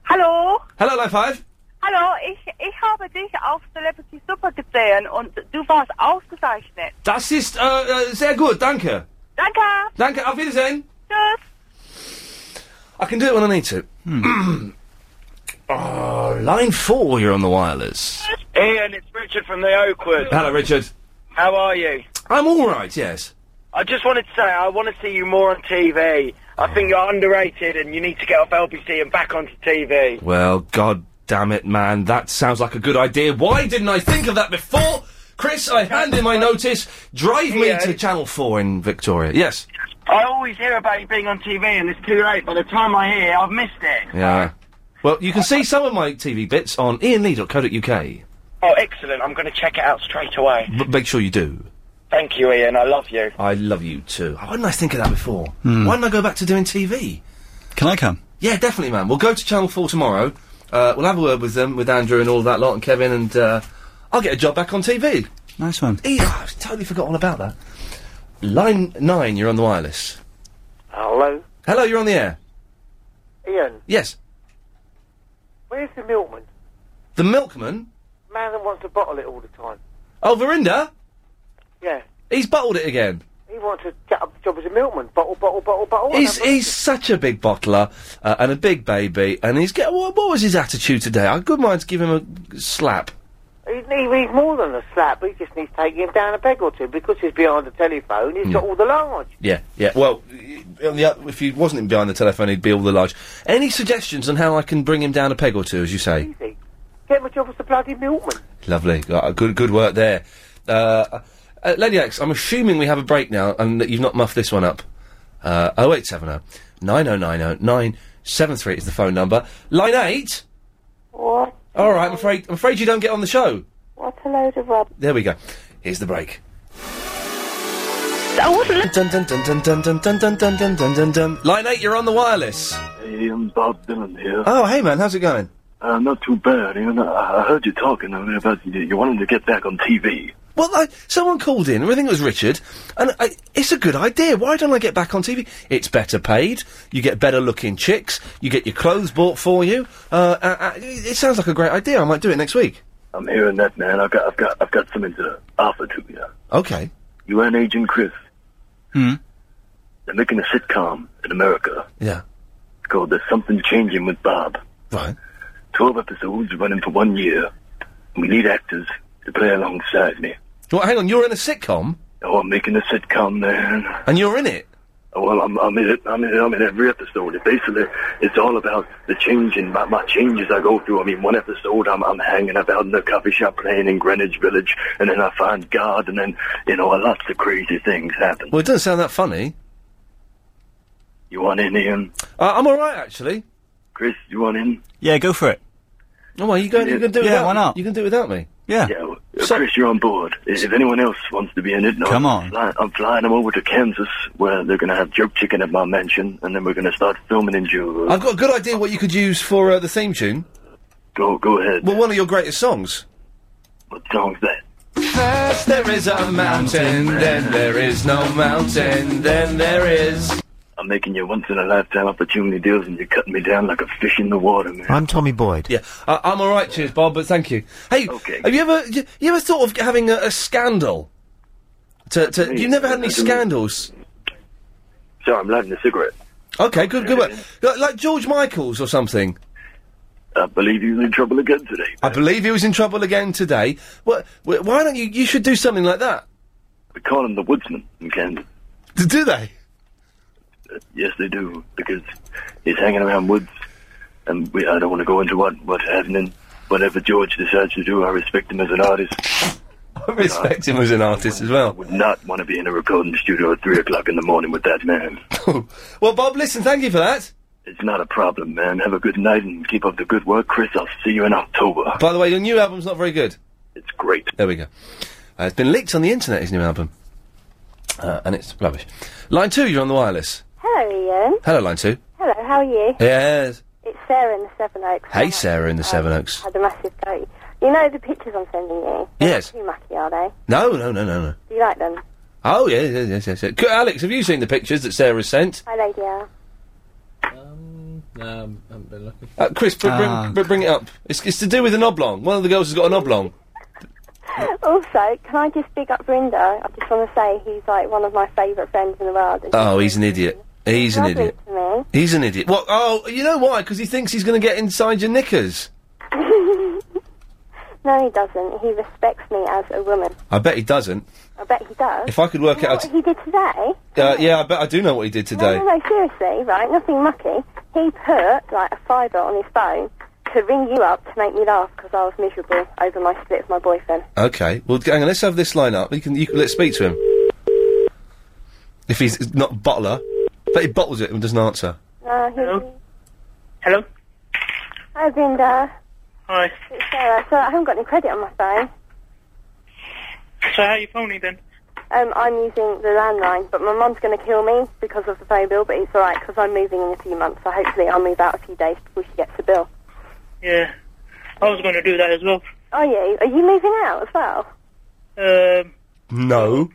S19: Hallo,
S1: Hello, line five.
S19: hallo, ich, ich habe dich auf Celebrity Super gesehen und du warst ausgezeichnet.
S1: Das ist äh, äh, sehr gut, danke.
S19: Danke,
S1: Danke, auf Wiedersehen.
S19: tschüss.
S1: I can do it when I need to. Hmm. oh, line four, you're on the wireless.
S17: Ian, it's Richard from the Oakwood.
S1: Hello, Richard.
S17: How are you?
S1: I'm all right. Yes.
S17: I just wanted to say I want to see you more on TV. I think you're underrated and you need to get off LBC and back onto TV.
S1: Well, god damn it, man. That sounds like a good idea. Why didn't I think of that before? Chris, I hand in my notice. Drive me
S17: Yeah.
S1: to Channel 4 in Victoria. Yes.
S17: I always hear about you being on TV and it's too late. By the time I hear, I've missed it.
S1: Yeah. Well, you can see some of my TV bits on ianlee.co.uk.
S17: Oh, excellent. I'm going to check it out straight away.
S1: But make sure you do.
S17: Thank you, Ian. I love you.
S1: I love you too. Why didn't I think of that before? Why didn't I go back to doing TV?
S6: Mm. Can I come?
S1: Yeah, definitely, man. We'll go to Channel 4 tomorrow. Uh, we'll have a word with them, with Andrew and all that lot, and Kevin, and uh, I'll get a job back on TV.
S6: Nice one.
S1: E- I totally forgot all about that. Line 9, you're on the wireless.
S7: Hello,
S1: Hello, you're on the air.
S7: Ian.
S1: Yes.
S7: Where's the milkman?
S1: The milkman?
S7: Man that wants to bottle it all the time.
S1: Oh, Verinda?
S7: Yeah,
S1: He's bottled it again.
S7: he wants to get a job as a milkman. Bottle, bottle, bottle, bottle. and
S1: he's
S7: I'm-
S1: he's such a big bottler uh, and a big baby, and he's get. What, what was his attitude today? I good mind to give him a slap.
S7: He
S17: he, he- he's more than a slap. He just needs taking him down a peg or two because he's behind the telephone. He's got all the large.
S1: Yeah, yeah. Well, y- on the, oth- if he wasn't in behind the telephone, he'd be all the large. Any suggestions on how I can bring him down a peg or two, as you say?
S17: Get him a job as the bloody milkman.
S1: Lovely. Uh, good, good work there. Uh, uh, Lady X, I'm assuming we have a break now and that you've not muffed this one up. Uh, 0870 9090 973 is the phone number. Line 8?
S23: What?
S1: All right, I'm afraid, I'm afraid you don't get on the show.
S23: What a load of rubbish.
S1: There we go. Here's the break.
S23: I wasn't.
S1: Dun, dun, dun, dun, dun, dun, dun, dun, dun, dun, dun, dun, dun. Line 8, you're on the wireless.
S8: Hey, I'm Bob Dylan here.
S1: Oh, hey man, how's it going?
S8: Uh, not too bad. You know, I I heard you talking earlier about you, you wanted to get back on TV.
S1: Well, I, someone called in, I think it was Richard, and I, it's a good idea. Why don't I get back on TV? It's better paid, you get better looking chicks, you get your clothes bought for you. Uh, uh, uh, it it sounds like a great idea. I might do it next week.
S8: I'm hearing that, man. I've got, I've got, I've got something to offer to you.
S1: Okay.
S8: You and Agent Chris.
S26: Hmm.
S8: They're making a sitcom in America.
S1: Yeah.
S8: It's called "There's Something Changing with Bob."
S1: Right.
S8: Twelve episodes running for one year. We need actors to play alongside me.
S1: Well, hang on, you're in a sitcom?
S8: Oh, I'm making a sitcom, man.
S1: And you're in it?
S8: Oh, well, I'm, I'm in it. I'm in, I'm in every episode. It basically, it's all about the change and my, my changes I go through. I mean, one episode I'm, I'm hanging about in the coffee shop playing in Greenwich Village, and then I find God, and then, you know, lots of crazy things happen.
S1: Well, it doesn't sound that funny.
S8: You want in, Ian?
S1: Uh, I'm all right, actually.
S8: Chris, you want in?
S26: Yeah, go for it.
S1: Oh, well, you, go, you can do it
S8: Yeah,
S1: without
S8: why not?
S1: You can do it without me.
S26: Yeah.
S8: well, uh, Chris, you're on board. I- If anyone else wants to be in it, no,
S26: Come
S8: I'm
S26: on.
S8: fly- I'm flying them over to Kansas, where they're going to have jerk chicken at my mansion, and then we're going to start filming in June.
S1: I've got a good idea what you could use for uh, the theme tune.
S8: Go, go ahead.
S1: Well, one of your greatest songs.
S8: What song's that?
S1: First there is a mountain, then there is no mountain, then there is.
S8: I'm making you once in a lifetime opportunity deals, and you're cutting me down like a fish in the water, man.
S1: I'm Tommy Boyd. Yeah, uh, I'm all right. Cheers, Bob. But thank you. Hey, have you ever you, you ever thought of having a, a scandal? To, to you never had any scandals.
S8: So I'm lighting a cigarette.
S1: Okay, good, good work. Like, like George Michael's or something.
S8: I believe he was in trouble again today.
S1: I believe he was in trouble again today. What? wh- Why don't you? You should do something like that.
S8: We call him the woodsman in Kansas.
S1: Do they?
S8: Yes, they do, because he's hanging around woods, and we, I don't want to go into what what's happening. Whatever George decides to do, I respect him as an artist.
S1: I respect him as an artist as well.
S8: Would not want to be in a recording studio at three o'clock in the morning with that man.
S1: Well, Bob, listen. Thank you for that.
S8: It's not a problem, man. Have a good night and keep up the good work, Chris. I'll see you in October.
S1: By the way, your new album's not very good.
S8: It's great.
S1: There we go. Uh, it's been leaked on the internet. His new album, uh, and it's rubbish. Line two, you're on the wireless.
S23: Hello, Ian.
S1: Hello, line two.
S23: Hello, how are you?
S1: Yes.
S23: It's Sarah in the Seven Oaks.
S1: Hey, Sarah in the Seven Oaks.
S23: had a massive goatee. You know the pictures I'm sending you? They're
S1: Yes.
S23: not Too mucky, are they?
S1: No, no, no, no, no.
S23: Do you like them?
S1: Oh, yeah, yeah, yes, yes, yes. Co- Alex, have you seen the pictures that Sarah sent?
S23: Hi, Lady Al.
S7: Um, haven't been looking.
S1: Uh, Chris, br- bring,
S7: Ah.
S1: br- bring it up. It's, it's to do with an oblong. One of the girls has got an oblong.
S23: also, can I just big up Brenda? I just want to say he's like one of my favourite friends in the world. And
S1: Oh, he's an idiot. He's an
S23: lovely
S1: idiot.
S23: to me.
S1: He's an idiot. What? Oh, you know why? Because he thinks he's going to get inside your knickers.
S23: No, he doesn't. He respects me as a woman.
S1: I bet he doesn't.
S23: I bet he does.
S1: If I could work
S23: You know
S1: it out-
S23: what he did today.
S1: Uh, yeah, I bet I do know what he did today.
S23: No, no, no, seriously, right? Nothing mucky. He put like a fiver on his phone to ring you up to make me laugh because I was miserable over my split with my boyfriend.
S1: Okay. Well, hang on. Let's have this line up. You can, you can let's speak to him. If he's not a bottler, but he bottles it and doesn't answer.
S23: No, he... Hello.
S24: Hello?
S23: Hi, Brenda.
S24: Hi.
S23: It's Sarah. So I haven't got any credit on my phone.
S24: So how are you phoning then?
S23: Um, I'm using the landline, but my mum's going to kill me because of the phone bill. But it's all right because I'm moving in a few months, so hopefully I'll move out a few days before she gets the bill.
S24: Yeah. I was going to do that as well.
S23: Are you? Are you moving out as well?
S24: Um,
S1: No.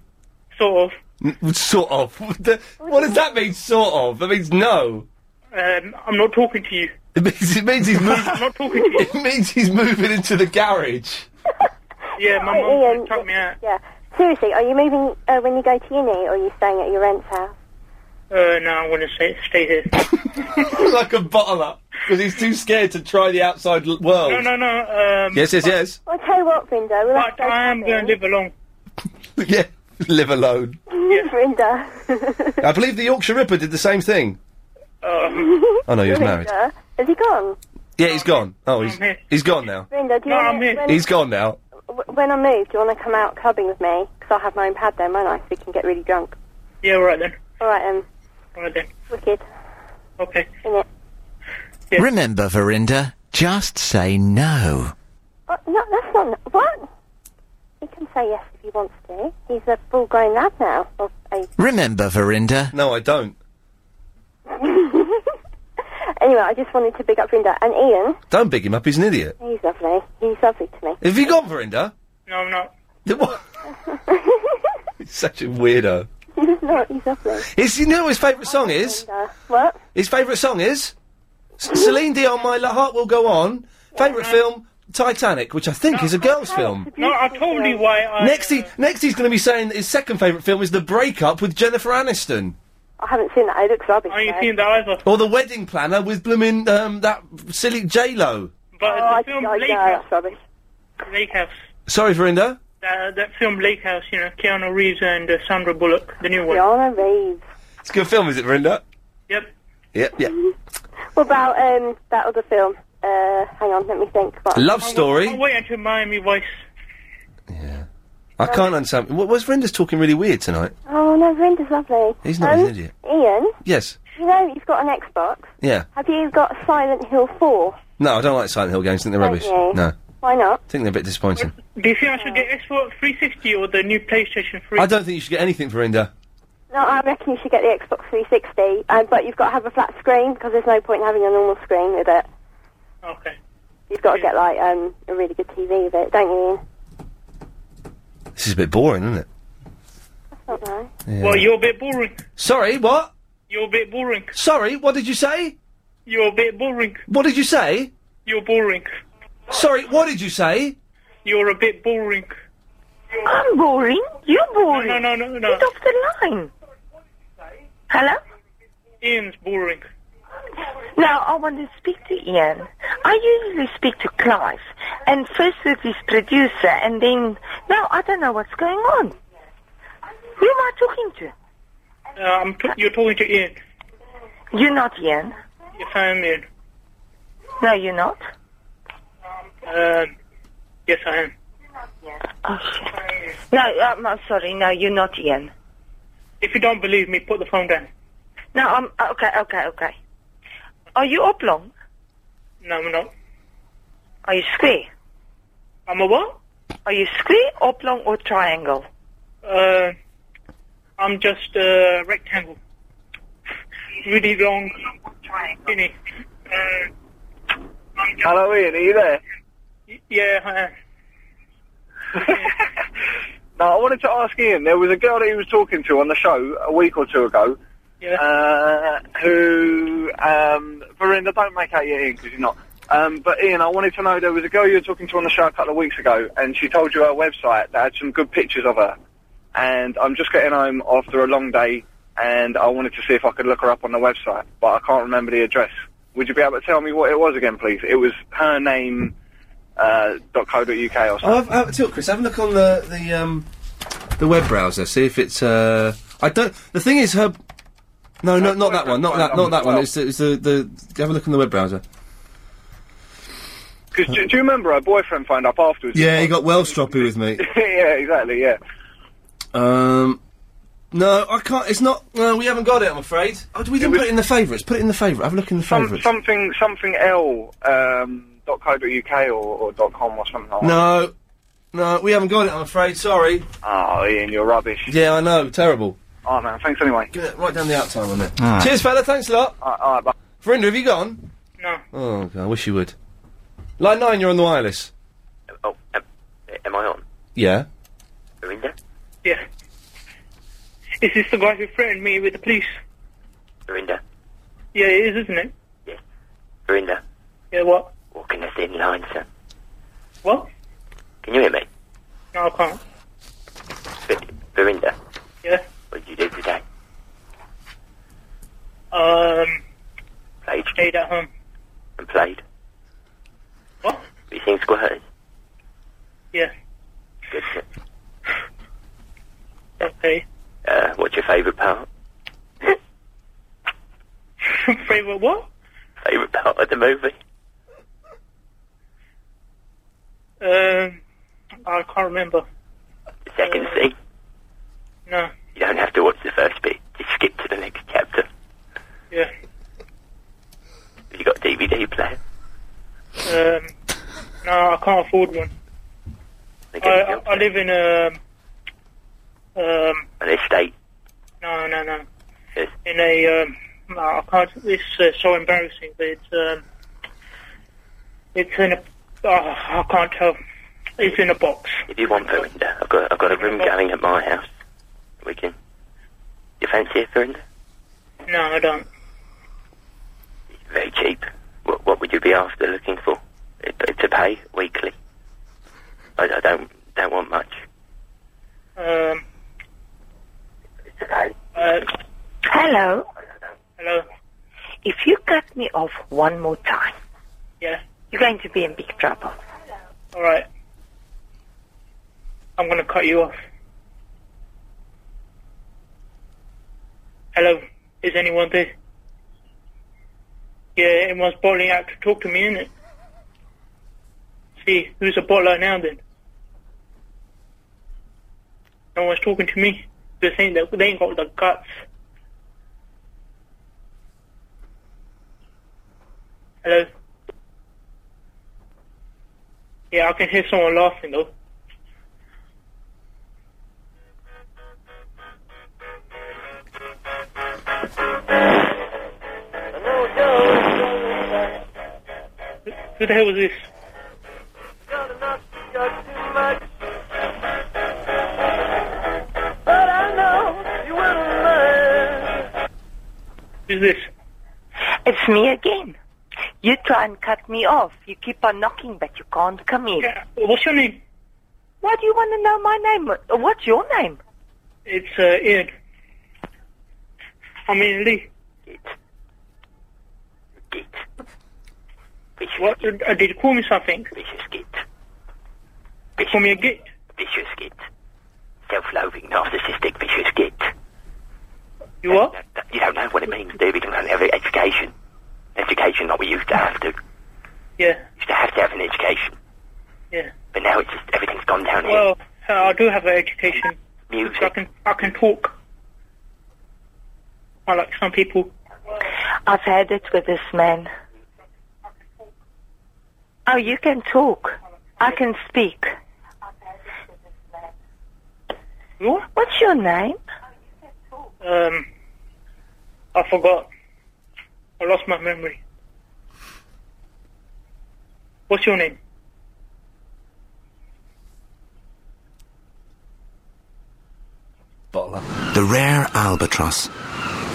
S24: sort of.
S1: N- Sort of. What the- what does that mean? Sort of. That means no.
S24: Um, I'm not talking to you.
S1: It means, it means he's moving.
S24: I'm not talking to you.
S1: It means he's moving into the garage.
S24: Yeah, my
S23: Oh,
S24: mum
S23: Ian,
S24: took me out.
S23: Yeah. Seriously, are you moving uh, when you go to uni, or are you staying at your aunt's house?
S24: Uh, no, I'm going to stay, stay here.
S1: like a bottle up. Because he's too scared to try the outside l- world.
S24: No, no, no. Um,
S1: Oh. Yes, yes, yes.
S23: Well, I tell you what, Vinda, we'll have
S24: But
S23: to
S24: I am going to live alone.
S1: yeah, live alone.
S23: Vinda.
S1: I believe the Yorkshire Ripper did the same thing.
S24: uh,
S1: Oh, no, he was married.
S23: Vrinda, Has he gone?
S1: Yeah, he's gone. Oh, he's he's gone now.
S23: Vinda, do you want to, when,
S1: He's gone now.
S23: w- when I move, do you want to come out clubbing with me? Because I have my own pad then, won't I? So we can get really drunk.
S24: Yeah, right then.
S23: All right, um,
S24: Right then.
S23: wicked.
S24: Okay.
S27: Remember, Verinda, just say no.
S23: Oh, no, that's not what. He can say yes if he wants to. He's a full-grown lad now. Of eight.
S27: Remember, Verinda.
S1: No, I don't.
S23: Anyway, I just wanted to big up Vinda and Ian.
S1: Don't big him up. He's an idiot.
S23: He's lovely. He's lovely to me.
S1: Have you gone, Verinda?
S24: No, I'm not.
S1: What? He's such a weirdo.
S23: He's not. He's lovely.
S1: Is you know what his favourite song is?
S23: Vinda. What?
S1: His favourite song is S- Celine Dion. My La- heart will go on. Favourite film Titanic, which I think is a girls' film.
S24: No, I told you why I.
S1: Next, he, next he's going to be saying that his second favourite film is The Breakup with Jennifer Aniston.
S23: I haven't seen that. It looks rubbish.
S24: I ain't seen that either.
S1: Or The Wedding Planner with blooming um, that silly J Lo.
S24: But
S23: Oh, I-
S24: the film
S23: I-
S24: Lake
S23: no,
S24: House.
S23: that's rubbish.
S24: Lake House.
S1: Sorry, Verinda.
S24: That, that film Lake House, you know, Keanu Reeves and uh, Sandra Bullock, the new one.
S23: Keanu Reeves.
S1: It's a good film, is it, Verinda?
S24: Yep.
S1: Yep, yep.
S23: What about um that other film? Uh, hang on, let me think. What?
S1: Love Story.
S24: I'll wait until Miami Vice.
S1: I can't understand. What was Verinda's talking really weird tonight?
S23: Oh no, Vinda's lovely.
S1: He's not
S23: Um,
S1: an idiot.
S23: Ian,
S1: Yes.
S23: you know you've got an Xbox.
S1: Yeah.
S23: Have you got Silent Hill Four?
S1: No, I don't like Silent Hill games. I think they're
S23: Don't
S1: rubbish.
S23: you?
S1: No.
S23: Why not?
S1: I think they're a bit disappointing.
S24: Do you think I should get Xbox 360 or the new PlayStation 3?
S1: I don't think you should get anything, Verinda.
S23: No, I reckon you should get the Xbox 360, um, but you've got to have a flat screen because there's no point in having a normal screen with it.
S24: Okay.
S23: You've got to get like um, a really good TV with it, don't you? Ian?
S1: This is a bit boring, isn't it?
S23: That's not nice.
S1: Yeah.
S24: Well, you're a bit boring.
S1: Sorry, what?
S24: You're a bit boring.
S1: Sorry, what did you say?
S24: You're a bit boring.
S1: What did you say?
S24: You're boring.
S1: Sorry, what did you say?
S24: You're a bit boring.
S19: I'm boring. You're boring.
S24: No, no, no, no. no.
S19: Get off the line. Hello?
S24: Ian's boring.
S19: Now, I want to speak to Ian. I usually speak to Clive, and first with his producer, and then, now I don't know what's going on. Who am I talking to?
S24: Uh, I'm t- you're talking to Ian.
S19: You're not Ian.
S24: Yes, I am Ian.
S19: No, you're not.
S24: Um, yes, I am.
S19: Oh, shit. No, I'm, I'm sorry. No, you're not Ian.
S24: If you don't believe me, put the phone down.
S19: No, I'm, uh, okay, okay, okay. Are you oblong?
S24: No, I'm not.
S19: Are you square?
S24: I'm a what?
S19: Are you square, oblong, or triangle?
S24: Uh, I'm just a uh, rectangle. Really long, skinny. Uh,
S28: Hello, Ian. Are you there?
S24: Y- Yeah, I am.
S28: Now, I wanted to ask Ian. There was a girl that he was talking to on the show a week or two ago.
S24: Yeah.
S28: Uh, who, um, Verinda, don't make out your Ian because you're not. Um, but Ian, I wanted to know there was a girl you were talking to on the show a couple of weeks ago, and she told you her website that had some good pictures of her. And I'm just getting home after a long day, and I wanted to see if I could look her up on the website, but I can't remember the address. Would you be able to tell me what it was again, please? It was her name. Uh, .co.uk or something.
S1: Oh, have, have, till Chris, have a look on the the um the web browser. See if it's uh. I don't. The thing is, her. No, no, not that one. Not that. Not that one. It's the. It's the, the have a look on the web browser.
S28: Because do, do you remember her boyfriend phoned up afterwards?
S1: Yeah, he got well stroppy with me.
S28: yeah, exactly. Yeah.
S1: Um. No, I can't. It's not. No, we haven't got it. I'm afraid. Oh, we didn't put it in the favourites. Put it in the favourite. Have a look in the
S28: Some,
S1: favourites.
S28: something something L um, .co.uk or, or .com or something like that.
S1: No, no, we haven't got it. I'm afraid. Sorry.
S28: Oh, Ian, you're rubbish.
S1: Yeah, I know. Terrible.
S28: Oh man, thanks anyway.
S1: Write down the out time on it.
S28: All right.
S1: Cheers, fella. Thanks a lot.
S28: All right, bye.
S1: Verinda, have you gone?
S24: No.
S1: Oh, God, I wish you would. Line nine, you're on the wireless.
S4: Oh, am, am I on?
S1: Yeah.
S4: Verinda?
S24: Yeah. Is this the guy who threatened me with the police?
S4: Verinda?
S24: Yeah, it is, isn't it?
S4: Verinda?
S24: Yeah, what?
S4: Walking the thin line, sir.
S24: What?
S4: Can you hear me?
S24: No, I can't.
S4: Verinda?
S24: Yeah.
S4: What did you do today?
S24: Um,
S4: Played.
S24: stayed Um, at home.
S4: played.
S24: What?
S4: You seen Squirters?
S24: Yeah.
S4: Good shit.
S24: Okay.
S4: Uh, what's your favourite part?
S24: Favorite what?
S4: Favourite part of the movie?
S24: Um, I can't remember.
S4: The second scene?
S24: No.
S4: You don't have to watch the first bit. Just skip to the next chapter.
S24: Yeah.
S4: Have you got a DVD player?
S24: Um, no, I can't afford one. I, I, I live in a. Um,
S4: An estate?
S24: no, no, no.
S4: Yes.
S24: In a. Um, no, I can't. It's uh, so embarrassing, but it's. Um, it's in a. Oh, I can't tell. It's in a box.
S4: If you want Verinda, I've got I've got a room going at my house. We can. You fancy it, Verinda?
S24: No, I don't.
S4: Very cheap. What, what would you be after looking for? Uh, To pay weekly. I, I don't don't want much.
S24: Um. Uh,
S19: Hello.
S24: Hello.
S19: If you cut me off one more time,
S24: yeah.
S19: you're going to be in big trouble.
S24: All right. I'm gonna cut you off. Hello, is anyone there? Yeah, everyone's bottling out to talk to me, innit? See, who's a bottler now then? No one's talking to me. They're saying that they ain't got the guts. Hello? Yeah, I can hear someone laughing though. Who the hell was this? Who's this?
S19: It's me again. You try and cut me off. You keep on knocking, but you can't come in.
S24: What's your name?
S19: Why do you want to know my name? Uh, What's your name?
S24: It's uh, Ian. I mean Lee. What? Uh, did you call me something?
S4: Vicious git.
S24: You call me a git?
S4: Vicious git. Self-loathing, narcissistic, vicious git.
S24: You what?
S4: You don't know what it means, do you? We don't have education. Education like we used to have to.
S24: Yeah,
S4: used to have to have an education.
S24: yeah.
S4: But now it's just everything's gone down here.
S24: Well, uh, I do have an education.
S4: Music.
S24: I can I can talk. I like some people.
S19: I've had it with this man. Oh, you can talk. I can speak.
S24: What?
S19: What's your name?
S24: Um, I forgot. I lost my memory. What's your name?
S7: The rare albatross.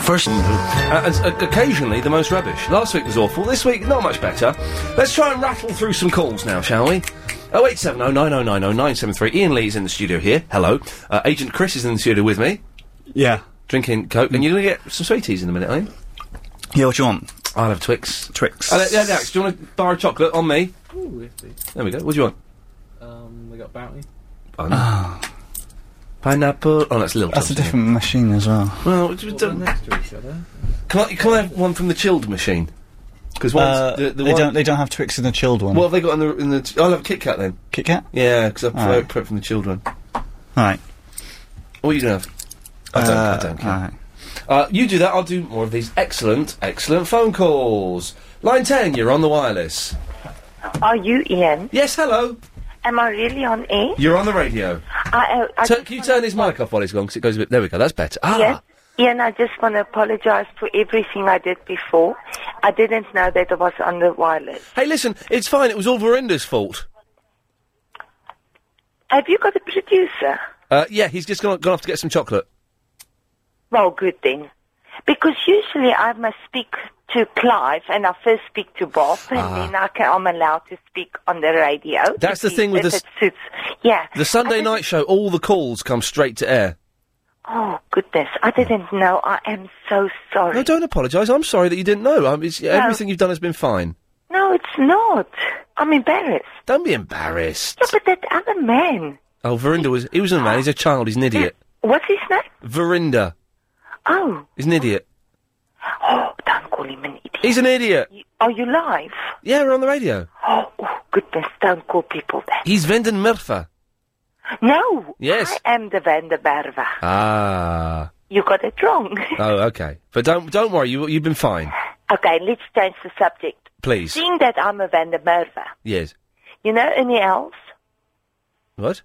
S1: First, uh, and, uh, occasionally the most rubbish. Last week was awful. This week, not much better. Let's try and rattle through some calls now, shall we? Oh eight seven oh nine oh nine oh nine seven three. Ian Lee's in the studio here. Hello, uh, Agent Chris is in the studio with me.
S6: Yeah.
S1: drinking coke, and you're going to get some sweeties in a minute, are you?
S6: Yeah, what you want?
S1: I'll have Twix.
S6: Twix.
S1: Uh, yeah, Alex, do you want a bar of chocolate on me? There we go. What do you want?
S29: Um, they got bounty.
S1: Bun. Pineapple. Oh, that's a little.
S6: Oh, That's a different machine as well.
S1: Well, it's- it's-
S29: next to each other.
S1: can I can I have one from the chilled machine? Because one's
S6: Uh,
S1: the, the
S6: they
S1: one,
S6: don't. They don't have Twix in the chilled one.
S1: What have they got in the in the? T- I'll have a Kit Kat then.
S6: Kit Kat.
S1: Yeah, because I prefer,
S6: Alright.
S1: prefer it from the chilled one.
S6: All right.
S1: What are you gonna have? I don't. I don't care. Uh, you do that. I'll do more of these excellent, excellent phone calls. Line ten, you're on the wireless.
S19: Are you Ian?
S1: Yes, hello.
S19: Am I really on air?
S1: You're on the radio.
S19: I, uh, I, I
S1: Tur- can you turn his mic off while he's gone? Because it goes a bit. There we go. That's better. Ah,
S19: Yes. Ian, I just want to apologize for everything I did before. I didn't know that I was on the wireless.
S1: Hey, listen, it's fine. It was all Verinda's fault.
S19: Have you got a producer?
S1: Uh, yeah, he's just gone, gone off to get some chocolate.
S19: Well, good then. Because usually I must speak to Clive and I first speak to Bob and
S1: Ah.
S19: then I can, I'm allowed to speak on the radio.
S1: That's the
S19: If-
S1: thing with
S19: if
S1: the s-
S19: it suits. Yeah.
S1: The Sunday night show, all the calls come straight to air.
S19: Oh, goodness. I didn't know. I am so sorry.
S1: No, don't apologise. I'm sorry that you didn't know. Um, it's,
S19: No.
S1: Everything you've done has been fine.
S19: No, No, it's not. I'm embarrassed.
S1: Don't be embarrassed.
S19: Yeah, but that other man.
S1: Oh, Verinda was. He was a man. He's a child. He's an idiot.
S19: What's his name?
S1: Verinda.
S19: Oh.
S1: He's an idiot.
S19: Oh, don't call him an idiot.
S1: He's an idiot.
S19: Are you live?
S1: Yeah, we're on the radio.
S19: Oh, oh, goodness, don't call people that.
S1: He's Venden Murphy.
S19: No.
S1: Yes.
S19: I am the Van der Berva.
S1: Ah.
S19: You got it wrong.
S1: Oh, okay. But don't don't worry. You you've been fine.
S19: okay, let's change the subject.
S1: Please.
S19: Seeing that I'm a Van der Merwe,
S1: Yes.
S19: you know Ernie Els?
S1: What?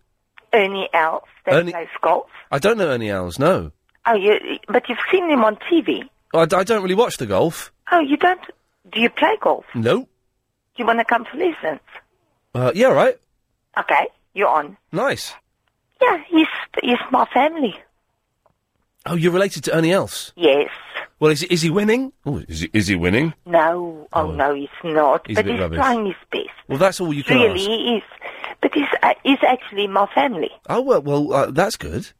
S19: Ernie Els that
S1: Ernie-
S19: plays golf.
S1: I don't know any owls. No.
S19: Oh, you, but you've seen him on TV.
S1: I, d- I don't really watch the golf.
S19: Oh, you don't? Do you play golf?
S1: No.
S19: Do you want to come to lessons?
S1: Uh, yeah. Right.
S19: Okay, you're on.
S1: Nice.
S19: Yeah, he's he's my family.
S1: Oh, you're related to Ernie Els.
S19: Yes.
S1: Well, is he, is he winning? Oh, is he, is he winning?
S19: No. Oh, no, he's not.
S1: He's a
S19: but
S1: bit
S19: he's
S1: rubbish.
S19: trying his best.
S1: Well, that's all you can
S19: really,
S1: ask.
S19: he is. But he's uh, he's actually my family.
S1: Oh well, well uh, that's good.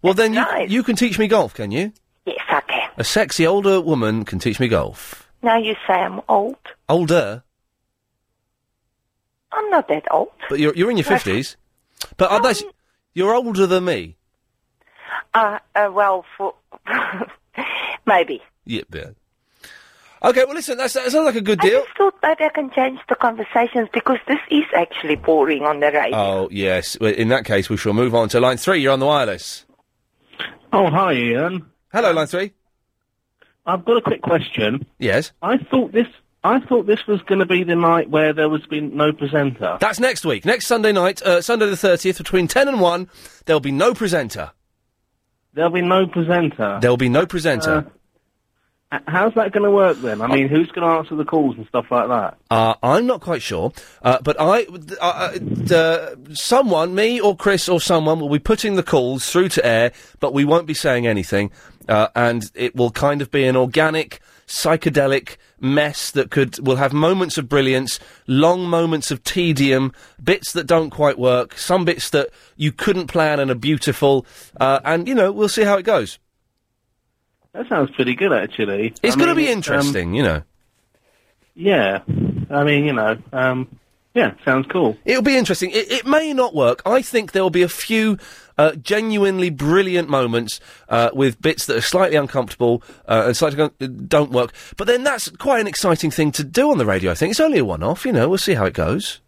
S1: Well, then you you can teach me golf, can you?
S19: Yes, I can.
S1: A sexy older woman can teach me golf.
S19: Now you say I'm old.
S1: Older,
S19: I'm not that old.
S1: but you're you're in your
S19: Yes.
S1: fifties. But are
S19: Um,
S1: they, you're older than me.
S19: Uh, uh well, for maybe.
S1: Yeah. yeah. Okay. Well, listen, that's, that sounds like a good deal.
S19: I thought maybe I can change the conversations because this is actually boring on the radio.
S1: Oh yes. Well, in that case, we shall move on to line three. You're on the wireless.
S7: Oh, hi, Ian.
S1: Hello, line three.
S7: I've got a quick question.
S1: Yes.
S7: I thought this. I thought this was going to be the night where there was been no presenter.
S1: That's next week. Next Sunday night, uh, Sunday the thirtieth, between ten and one, there'll be no presenter.
S7: There'll be no presenter.
S1: There'll be no presenter.
S7: Uh, how's that going to work then? I mean, who's going to answer the calls and stuff like that?
S1: Uh, I'm not quite sure, uh, but I, uh, uh, uh, someone, me or Chris or someone, will be putting the calls through to air, but we won't be saying anything, uh, and it will kind of be an organic, psychedelic mess that could will have moments of brilliance, long moments of tedium, bits that don't quite work, some bits that you couldn't plan and are beautiful, uh, and you know we'll see how it goes.
S7: That sounds pretty good, actually.
S1: It's
S7: I
S1: going to
S7: mean,
S1: be
S7: um,
S1: interesting, you know.
S7: yeah. I mean, you know. Um, yeah, sounds cool.
S1: It'll be interesting. It, it may not work. I think there will be a few uh, genuinely brilliant moments uh, with bits that are slightly uncomfortable uh, and slightly gon- uh, don't work. But then that's quite an exciting thing to do on the radio. I think it's only a one-off. You know, we'll see how it goes.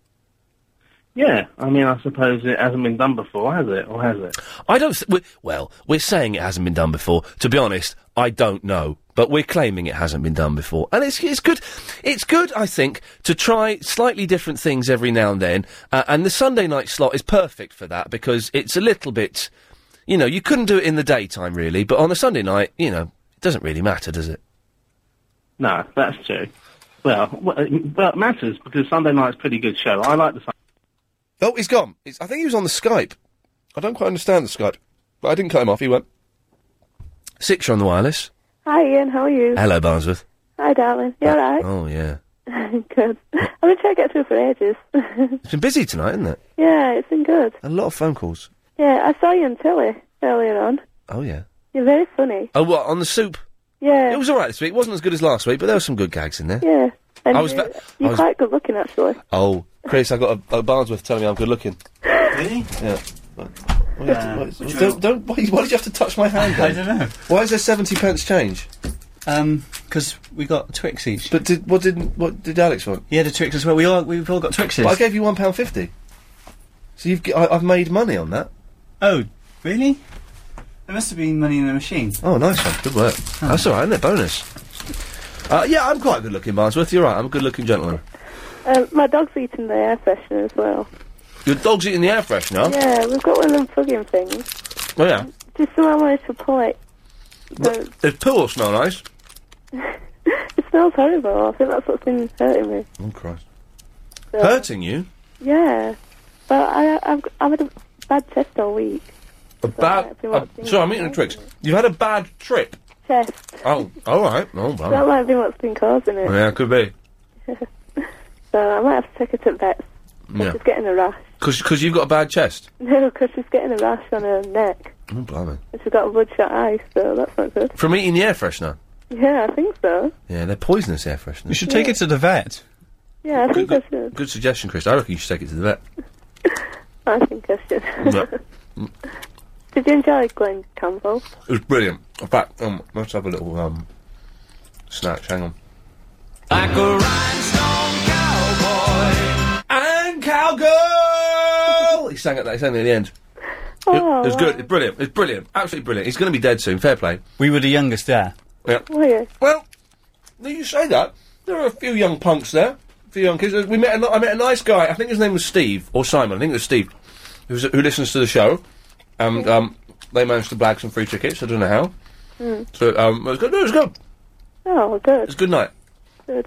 S7: Yeah. I mean, I suppose it hasn't been done before, has it? Or has it?
S1: I don't. Th- we well, we're saying it hasn't been done before. To be honest, I don't know, but we're claiming it hasn't been done before, and it's it's good. It's good, I think, to try slightly different things every now and then. Uh, and the Sunday night slot is perfect for that because it's a little bit, you know, you couldn't do it in the daytime really, but on a Sunday night, you know, it doesn't really matter, does it?
S7: No, that's true. Well, well, it- well, it matters because Sunday night's a pretty good show. I like the. Sun-
S1: Oh, he's gone. It's, I think he was on the Skype. I don't quite understand the Skype, but I didn't cut him off. He went. Six, you're on the wireless.
S23: Hi, Ian. How are you?
S1: Hello, Barnsworth.
S23: Hi, darling. You all right?
S1: Oh yeah,
S23: good. I've been trying to get through for ages.
S1: it's been busy tonight, isn't it?
S23: yeah, it's been good.
S1: A lot of phone calls.
S23: Yeah, I saw you on telly earlier on.
S1: Oh yeah.
S23: You're very funny.
S1: Oh, what on the soup?
S23: Yeah.
S1: It was all right this week. It wasn't as good as last week, but there were some good gags in there.
S23: Yeah. And
S1: I was
S23: you're,
S1: ve- I
S23: you're
S1: was-
S23: quite good looking, actually.
S1: Oh, Chris, I got a, a Barnsworth telling me I'm good looking.
S23: Really?
S1: Yeah. What- what you have to- what- don't, don't, why, why did you have to touch my hand?
S6: I
S1: then?
S6: don't know.
S1: Why is there seventy pence change?
S6: Um, because we got Twix each.
S1: But did what did what did Alex want?
S6: Yeah, the Twix as well. We all we've all got Twixes.
S1: But I gave you one pound fifty. So you've g- I, have made money on that.
S6: Oh, really? There must have been money in the machine. Oh.
S1: Oh, nice one. Good work. That's all right. Isn't it bonus? Uh, yeah, I'm quite good looking, Barnsworth. You're right. I'm a good looking gentleman.
S23: Um, my dog's eating the air freshener as well.
S1: Your dog's eating the air freshener.
S23: Yeah, we've got one of them plugging things.
S1: Oh yeah.
S23: Just so I wanted to pull it. So
S1: There's pool smell nice.
S23: it smells horrible. I think that's what's been hurting me.
S1: Oh Christ.
S23: So,
S1: Hurting you?
S23: Yeah. But I, I've, I've had a bad chest all week.
S1: A bad.
S23: been
S1: Uh,
S23: watching
S1: sorry, I'm eating a Twix. You've had a bad trip.
S23: Chest.
S1: Oh, all right.
S23: So
S1: Oh,
S23: that
S1: wow.
S23: might have been what's been causing it.
S1: Yeah, could be.
S23: So I might have to take her to vets.
S1: Yeah,
S23: She's getting a rash.
S1: because you've got a bad chest.
S23: No, because she's getting a rash on her neck.
S1: Oh, blimey.
S23: And she's got a bloodshot eye, so that's not good.
S1: From eating the air freshener.
S23: Yeah, I think so.
S1: Yeah, they're poisonous air fresheners.
S6: You should take it to the vet.
S23: Yeah, I think
S1: Good-
S23: that's a
S1: Good suggestion, Chris. I reckon you should take it to the vet.
S23: I think I should.
S1: it
S23: Did you enjoy Glen Campbell?
S1: was brilliant. In fact, um, let's have a little um, snatch. Hang on.
S30: Like a rhinestone cowboy and cowgirl.
S1: Oh, he sang at that. He sang it at the end.
S23: Oh,
S1: It, it was good. It's brilliant. It's brilliant. Absolutely brilliant. He's going to be dead soon. Fair play.
S6: We were the youngest there.
S1: Yeah. Well, now you say that. There are a few young punks there. A few young kids. We met. A, ni- I met a nice guy. I think his name was Steve or Simon. I think it was Steve, who's, who listens to the show. And um, they managed to blag some free tickets. I don't know how.
S23: Mm.
S1: So um, it was good. No, it was good.
S23: Oh,
S1: It
S23: good.
S1: was a good night.
S23: Good.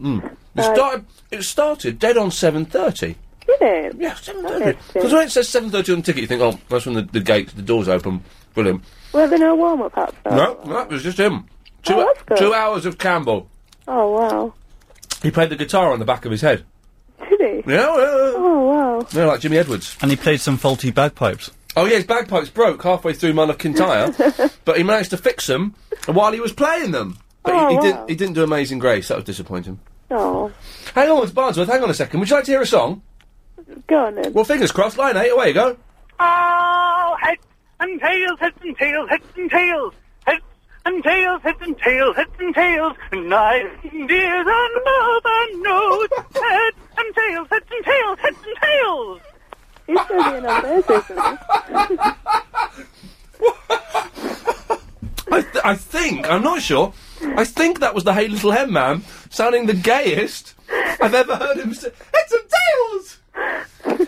S1: Mm. It
S23: Right.
S1: started. It started dead on seven thirty.
S23: Did it?
S1: Yeah, Because
S23: Well,
S1: when it says seven thirty on the ticket, you think, oh, that's when the, the gate, the doors open. Brilliant.
S23: Were there no warm up ups? though?
S1: No, no, it was just him. Two, two hours of Campbell.
S23: Oh, wow.
S1: He played the guitar on the back of his head.
S23: Did he?
S1: Yeah, uh, yeah,
S23: Oh, wow.
S1: yeah. yeah like Jimmy Edwards.
S6: And he played some faulty bagpipes.
S1: Oh yeah, his bagpipes broke halfway through Man of Kintyre, but he managed to fix them while he was playing them. But
S23: Oh,
S1: he, he
S23: wow.
S1: didn't. He didn't do Amazing Grace. That was disappointing.
S23: Oh,
S1: Hang on, it's Bardsworth. Hang on a second. Would you like to hear a song?
S23: Go on then.
S1: Well, fingers crossed. Line eight. Away you go.
S17: Oh, heads and tails, heads and tails, heads and tails, heads and tails, heads and tails, heads and tails, knives and ears and mouth and nose, heads and tails, heads and tails, heads and tails.
S23: He's going to be in our birthday,
S1: I, th- I think, I'm not sure, I think that was the Hey Little Hen Man sounding the gayest I've ever heard him say. Heads and tails!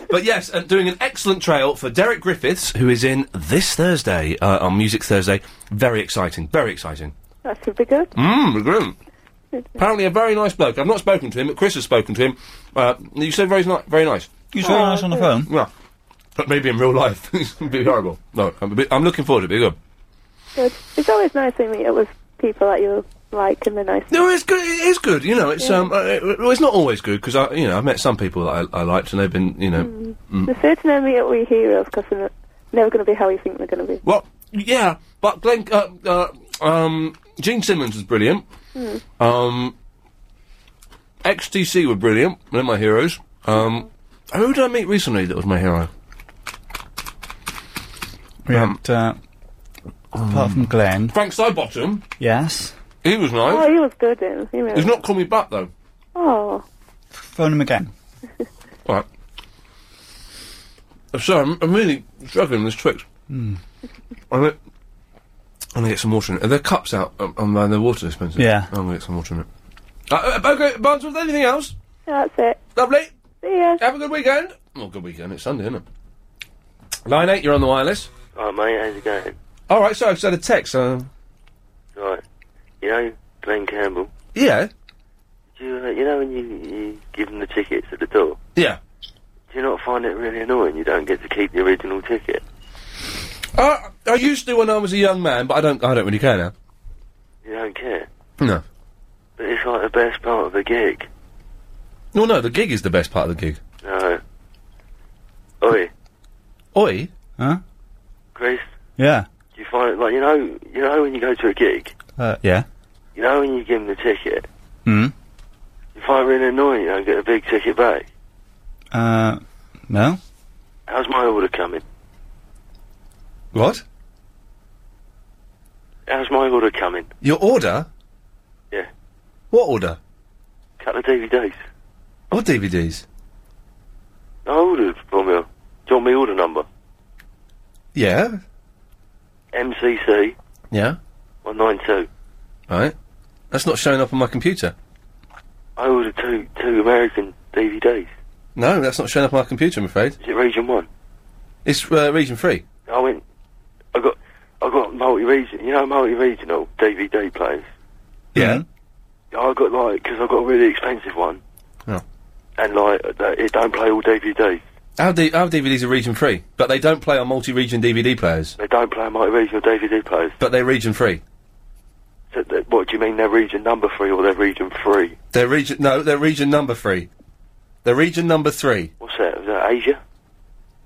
S1: but yes, and doing an excellent trail for Derek Griffiths, who is in this Thursday, uh, on Music Thursday. Very exciting, very exciting.
S23: That should be good.
S1: Mmm, grim. Apparently a very nice bloke. I've not spoken to him, but Chris has spoken to him. Uh, you said very, ni- very nice.
S6: He's very Oh, nice on the good. phone.
S1: Yeah. But maybe in real life, it's going to be horrible. No, I'm, a bit, I'm looking forward to it. It'll be good.
S23: Good. It's always nice when you meet up with people that you like and they're nice.
S1: No, it's good. It is good. You know, it's
S23: Yeah.
S1: um, uh, uh, well, it's not always good because I, you know, I've met some people that I, I liked and they've been, you know, mm.
S23: The certain I meet up with heroes because they're not- never going to be how you think they're going to be.
S1: well, yeah. But Glenn, uh, uh, um, Gene Simmons was brilliant.
S23: Hmm.
S1: Um, XTC were brilliant. They're my heroes. Um, who did I meet recently that was my hero?
S6: We
S1: Um,
S6: had, uh, apart from Glenn.
S1: Frank Sidebottom.
S6: Yes.
S1: He was nice.
S23: Oh, he was good, didn't he? He really-
S1: He's not called me back though.
S23: Oh,
S6: Phone him again.
S1: All right. I'm Oh, sorry, I'm, I'm really struggling with this Twix.
S6: Hmm.
S1: I'm gonna, I'm gonna get some water in it. Are there cups out um, on the, the water dispenser?
S6: Yeah.
S1: I'm gonna get some water in it. Uh, uh, okay, Barnsworth, anything else?
S23: that's it.
S1: Lovely.
S23: See ya.
S1: Have a good weekend. Well, Oh, good weekend. It's Sunday, isn't it? Line 8, you're on the wireless.
S8: Oh, mate, how's it going?
S1: All right, so I've sent a text. Uh,
S8: Right. You know, Glenn Campbell,
S1: yeah.
S8: do you, uh, you know when you, you give them the tickets at the door?
S1: Yeah.
S8: Do you not find it really annoying you don't get to keep the original ticket?
S1: Uh, I used to when I was a young man, but I don't I don't really care now.
S8: You don't care.
S1: No.
S8: But it's like the best part of the gig.
S1: No, no, the gig is the best part of the gig.
S8: No. Oi,
S1: Oi.
S6: Huh?
S8: Chris,
S6: Yeah.
S8: do you find it like, you know, you know when you go to a gig,
S6: Uh, yeah.
S8: you know when you give them the ticket,
S6: Hmm.
S8: you find it really annoying you don't get a big ticket back?
S6: Uh, no.
S8: How's my order coming?
S1: What?
S8: How's my order coming?
S1: Your order?
S8: Yeah.
S1: What order?
S8: Couple of DVDs.
S1: What DVDs?
S8: I ordered from you. Do you want me order number?
S1: Yeah.
S8: MCC
S1: Yeah.
S8: 192.
S1: Right. That's not showing up on my computer.
S8: I ordered two two American DVDs.
S1: No, that's not showing up on my computer, I'm afraid.
S8: Is it region one?
S1: It's uh, region three.
S8: I went. I got. I got multi-region. You know multi-regional DVD players.
S1: Yeah.
S8: I got like because I got a really expensive one.
S1: Yeah.
S8: And like that- it don't play all DVDs.
S1: Our, D- our DVDs are region three, but they don't play on multi-region DVD players.
S8: They don't play multi-regional DVD players.
S1: But they're region three.
S8: So that, what do you mean? They're region number three or they're region three?
S1: They're region no, they're region number three. They're region number three.
S8: What's that? Is that Asia?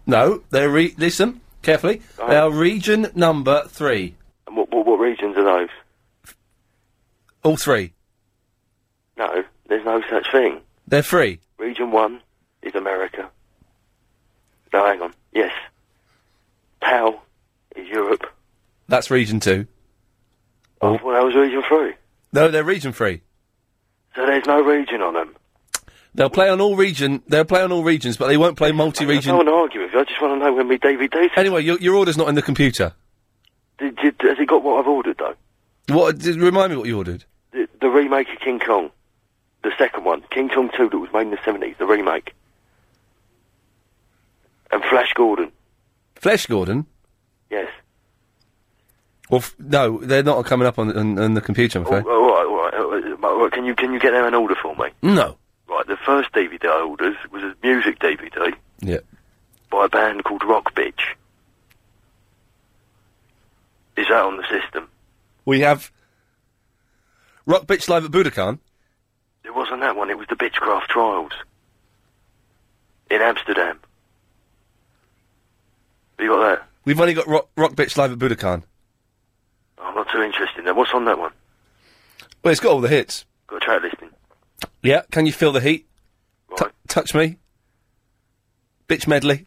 S1: No, they're re- listen carefully. They are region number three.
S8: And what, what what regions are those?
S1: All three.
S8: No, there's no such thing.
S1: They're free.
S8: Region one is America. No, hang on. Yes. Tau is Europe.
S1: That's region two.
S8: I thought that was region three.
S1: No, they're region free.
S8: So there's no region on them.
S1: They'll play on all region. They'll play on all regions, but they won't play multi-region.
S8: I don't want to argue with you. I just want to know when we DVDs.
S1: Anyway, your, your order's not in the computer.
S8: Did, did, has it got what I've ordered though?
S1: What? Did, remind me what you ordered.
S8: The, the remake of King Kong, the second one, King Kong Two, that was made in the seventies, the remake, and Flash Gordon.
S1: Flesh Gordon.
S8: Yes.
S1: Well, f- no, they're not coming up on, on, on the computer. I'm
S8: All,
S1: afraid.
S8: all right, all right, all right, all right. oh, Can you can you get them an order for me?
S1: No.
S8: Right. The first DVD I ordered was a music DVD
S1: Yeah.
S8: by a band called Rock Bitch. Is that on the system?
S1: We have Rock Bitch Live at Budokan.
S8: It wasn't that one. It was the Bitchcraft Trials in Amsterdam. You got that?
S1: We've only got Rock, Rock Bitch Live at Budokan.
S8: I'm not too interested in that. What's on that one?
S1: Well, it's got all the hits.
S8: Got a track listing.
S1: Yeah. Can you feel the heat? Tu- touch me. Bitch medley.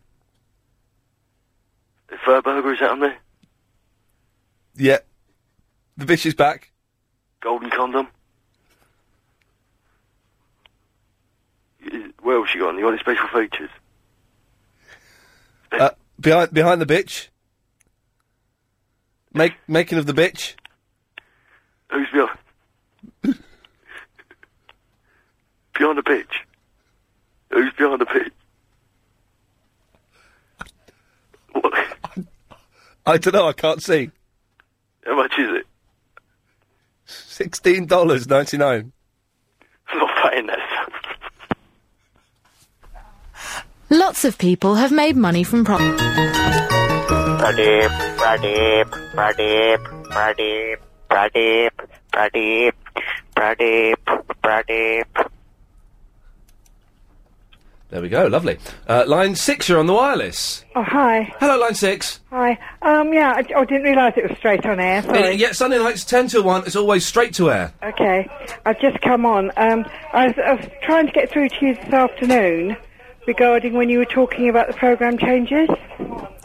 S8: The Fur Burger, is that on there?
S1: Yeah. The bitch is back.
S8: Golden Condom? Is- What else you got on? You got any special features?
S1: Uh, behind behind the bitch. Make making of the bitch.
S8: Who's beyond? beyond the pitch? Who's beyond the pitch?
S1: I don't know. I can't see.
S8: How much is it?
S1: Sixteen dollars ninety nine.
S8: I'm not paying that stuff.
S5: Lots of people have made money from pro.
S17: Pradeep, Pradeep, Pradeep, Pradeep, Pradeep, Pradeep, Pradeep, Pradeep.
S1: There we go. Lovely. Uh, line six, you're on the wireless.
S31: Oh, hi.
S1: Hello, line six.
S31: Hi. Um, yeah, I, I didn't realise it was straight on air. Sorry.
S1: Uh, yeah, Sunday nights ten to one. It's always straight to air.
S31: Okay. I've just come on. Um, I, was, I was trying to get through to you this afternoon regarding when you were talking about the programme changes.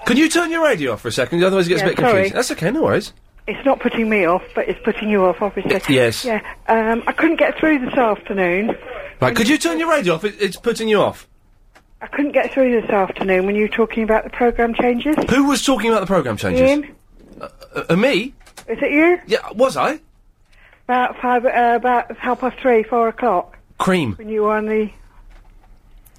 S1: Can you turn your radio off for a second? Otherwise, it gets
S31: Yeah,
S1: a bit
S31: sorry.
S1: confusing. That's okay. No worries.
S31: It's not putting me off, but it's putting you off, obviously.
S1: Yes.
S31: Yeah. Um, I couldn't get through this afternoon.
S1: Right. Could you turn your radio off? It, it's putting you off.
S31: I couldn't get through this afternoon when you were talking about the programme changes.
S1: Who was talking about the program changes?
S31: Ian,
S1: Uh, uh, me?
S31: is it you?
S1: Yeah. Was I?
S31: About five, uh, about half past three, four o'clock,
S1: Cream.
S31: when you were on the.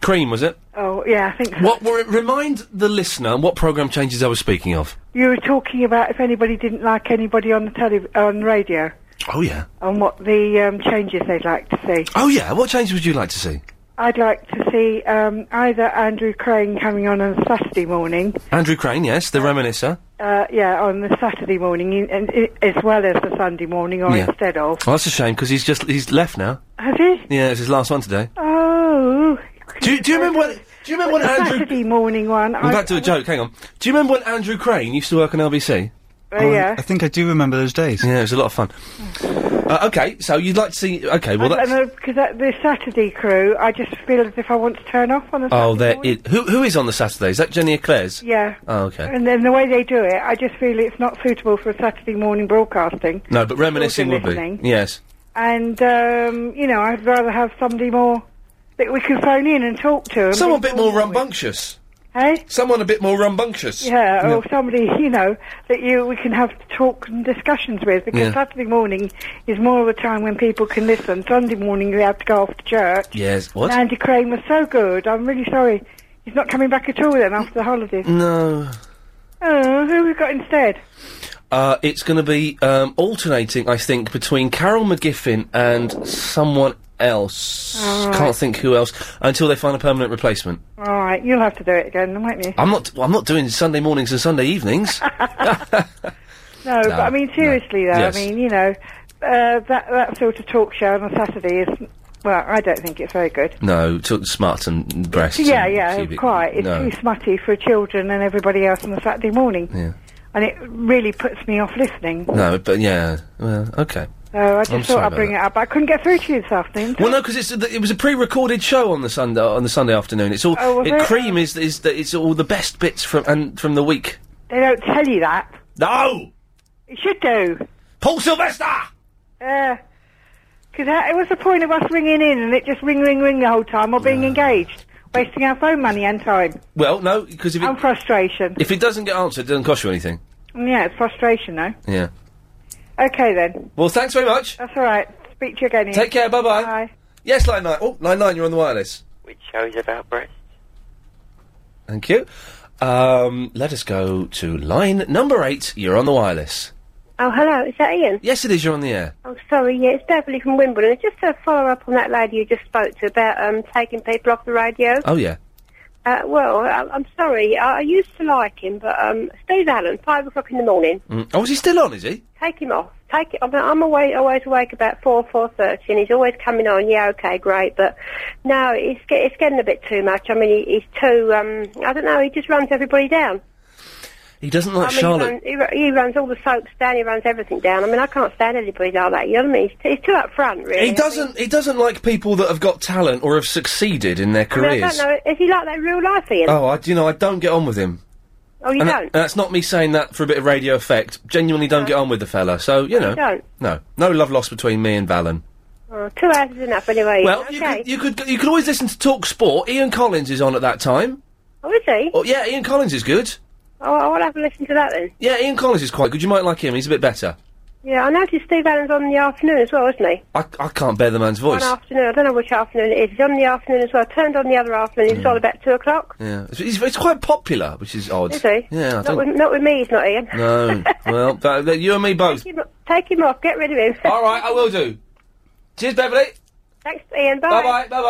S1: Cream was it?
S31: Oh, yeah, I think so.
S1: What were? Remind the listener what program changes I was speaking of.
S31: You were talking about if anybody didn't like anybody on the tele- on the radio,
S1: Oh yeah.
S31: on what the um, changes they'd like to see.
S1: Oh yeah. What changes would you like to see?
S31: I'd like to see um, either Andrew Crane coming on on Saturday morning,
S1: Andrew Crane. Yes, the reminiscer.
S31: uh, yeah, on the Saturday morning, in, and i as well as the Sunday morning, or
S1: Yeah.
S31: instead of.
S1: Well, that's a shame because he's just he's left now.
S31: Has he?
S1: Yeah, it's his last one today.
S31: Oh.
S1: Do, do you remember when? Do you remember when Andrew?
S31: Saturday morning one?
S1: I'm back to a joke. Hang on. Do you remember when Andrew Crane used to work on LBC?
S31: Oh, yeah.
S1: I think I do remember those days. Yeah, it was a lot of fun. Uh, okay, so you'd like to see? Okay, well that's.
S31: because that, the Saturday crew, I just feel as if I want to turn off on the.
S1: Oh, there is. Who who is on the Saturday? Is that Jenny Eclairs?
S31: Yeah.
S1: Oh, okay.
S31: And then the way they do it, I just feel it's not suitable for Saturday morning broadcasting.
S1: No, but reminiscing would
S31: Children
S1: be.
S31: listening.
S1: Yes.
S31: And, um, you know, I'd rather have somebody more that we can phone in and talk to. and
S1: Someone a
S31: be
S1: bit more
S31: informed.
S1: rambunctious.
S31: oh, Hey?
S1: Someone a bit more rambunctious.
S31: Yeah, oh,
S1: No.
S31: or somebody, you know, that you we can have talk and discussions with because
S1: Yeah.
S31: Saturday morning is more of a time when people can listen. Sunday morning they have to go off to church.
S1: Yes. What?
S31: And Andy Crane was so good. I'm really sorry. He's not coming back at all then after the holidays.
S1: Mm. No.
S31: Oh, who we got instead?
S1: Uh, it's going to be um, alternating, I think, between Carol McGiffin and someone else.
S31: All right.
S1: Can't think who else until they find a permanent replacement.
S31: All right, you'll have to do it again, won't you?
S1: I'm not. well, I'm not doing Sunday mornings and Sunday evenings.
S31: No, but I mean seriously though.
S1: Yes.
S31: I mean, you know, uh, that that sort of talk show on a Saturday is well, I don't think it's very good.
S1: no, t- smart and breasts.
S31: yeah,
S1: and
S31: yeah,
S1: pubic-
S31: quite. It's
S1: no.
S31: too smutty for children and everybody else on a Saturday morning,
S1: Yeah.
S31: and it really puts me off listening.
S1: No, but yeah. Well, okay.
S32: So I just
S1: I'm sorry
S32: thought I'd
S1: about
S32: bring it up. I couldn't get through to you this afternoon.
S1: Well, no, because it's it was a pre-recorded show on the Sunday on the Sunday afternoon. It's all
S32: Oh, was
S1: it,
S32: it?
S1: cream is is the, it's all the best bits from and from the week.
S32: They don't tell you that.
S1: No,
S32: It should do.
S1: Paul Sylvester.
S32: Yeah. Because Uh, it was the point of us ringing in and it just ring, ring, ring the whole time or being engaged, wasting our phone money and time
S1: Well, no, because if it
S32: and frustration. Mm,
S1: if it doesn't get answered, it doesn't cost you anything.
S32: Yeah, it's frustration though.
S1: Yeah.
S32: Okay then.
S1: Well, thanks very much.
S32: That's all right. Speak to you again. Ian.
S1: Take care. Bye-bye.
S32: Bye.
S1: Yes, line nine. Oh, line nine. You're on the wireless.
S10: Which shows about breasts.
S1: Thank you. Um, let us go to line number eight. You're on the wireless.
S9: Oh, hello, is that Ian?
S1: Yes, it is. You're on the air.
S9: Oh, sorry, yeah, it's Beverly from Wimbledon. Just to follow up on that lady you just spoke to about um, taking people off the radio.
S1: Oh yeah.
S9: Uh, well, I, I'm sorry, I, I used to like him, but um, Steve Allen, 5 o'clock in the morning,
S1: Mm. Oh, is he still on? Is he?
S9: take him off. Take it. I mean, I'm away, always awake about 4, 4.30, and he's always coming on, yeah, okay, great, but no, it's, get, it's getting a bit too much. I mean, he, he's too, um, I don't know, he just runs everybody down.
S1: He doesn't like
S9: I mean,
S1: Charlotte.
S9: He, runs, he, ru- he runs all the soaps down. He runs everything down. I mean, I can't stand anybody like that. You know what I mean? He's, he's too up front, really.
S1: He doesn't. He doesn't like people that have got talent or have succeeded in their
S9: I, mean, I
S1: careers.
S9: don't know. Is he like that in real life, Ian?
S1: Oh, I, you know, I don't get on with him.
S9: Oh,
S1: and
S9: you
S1: uh, that-
S9: don't?
S1: and that's not me saying that for a bit of radio effect. Genuinely don't get on with the fella. So you know,
S9: don't?
S1: no, no love lost between me and Valen.
S9: Oh, two hours is enough, anyway. Ian.
S1: well,
S9: okay.
S1: you could, you could you could always listen to Talk Sport. Ian Collins is on at that time.
S9: Oh, is he?
S1: Oh yeah, Ian Collins is good.
S9: Oh, I'll have to listen to that then.
S1: Yeah, Ian Collins is quite good. You might like him. He's a bit better.
S9: Yeah, I noticed Steve Allen's on in the afternoon as well, isn't he?
S1: I, I can't bear the man's voice.
S9: One afternoon. I don't know which afternoon it is. He's on in the afternoon as well. Turned on the other afternoon.
S1: Hmm.
S9: He's on about two o'clock.
S1: Yeah, it's, it's, it's quite popular, which is odd.
S9: Is he?
S1: Yeah, I
S9: not with,
S1: don't.
S9: not with me. He's not Ian.
S1: No, well, that, that- you and me both.
S9: Take him, take him off. Get rid of him.
S1: All right, I will do. Cheers, Beverly.
S9: Thanks, Ian.
S1: Bye bye. Bye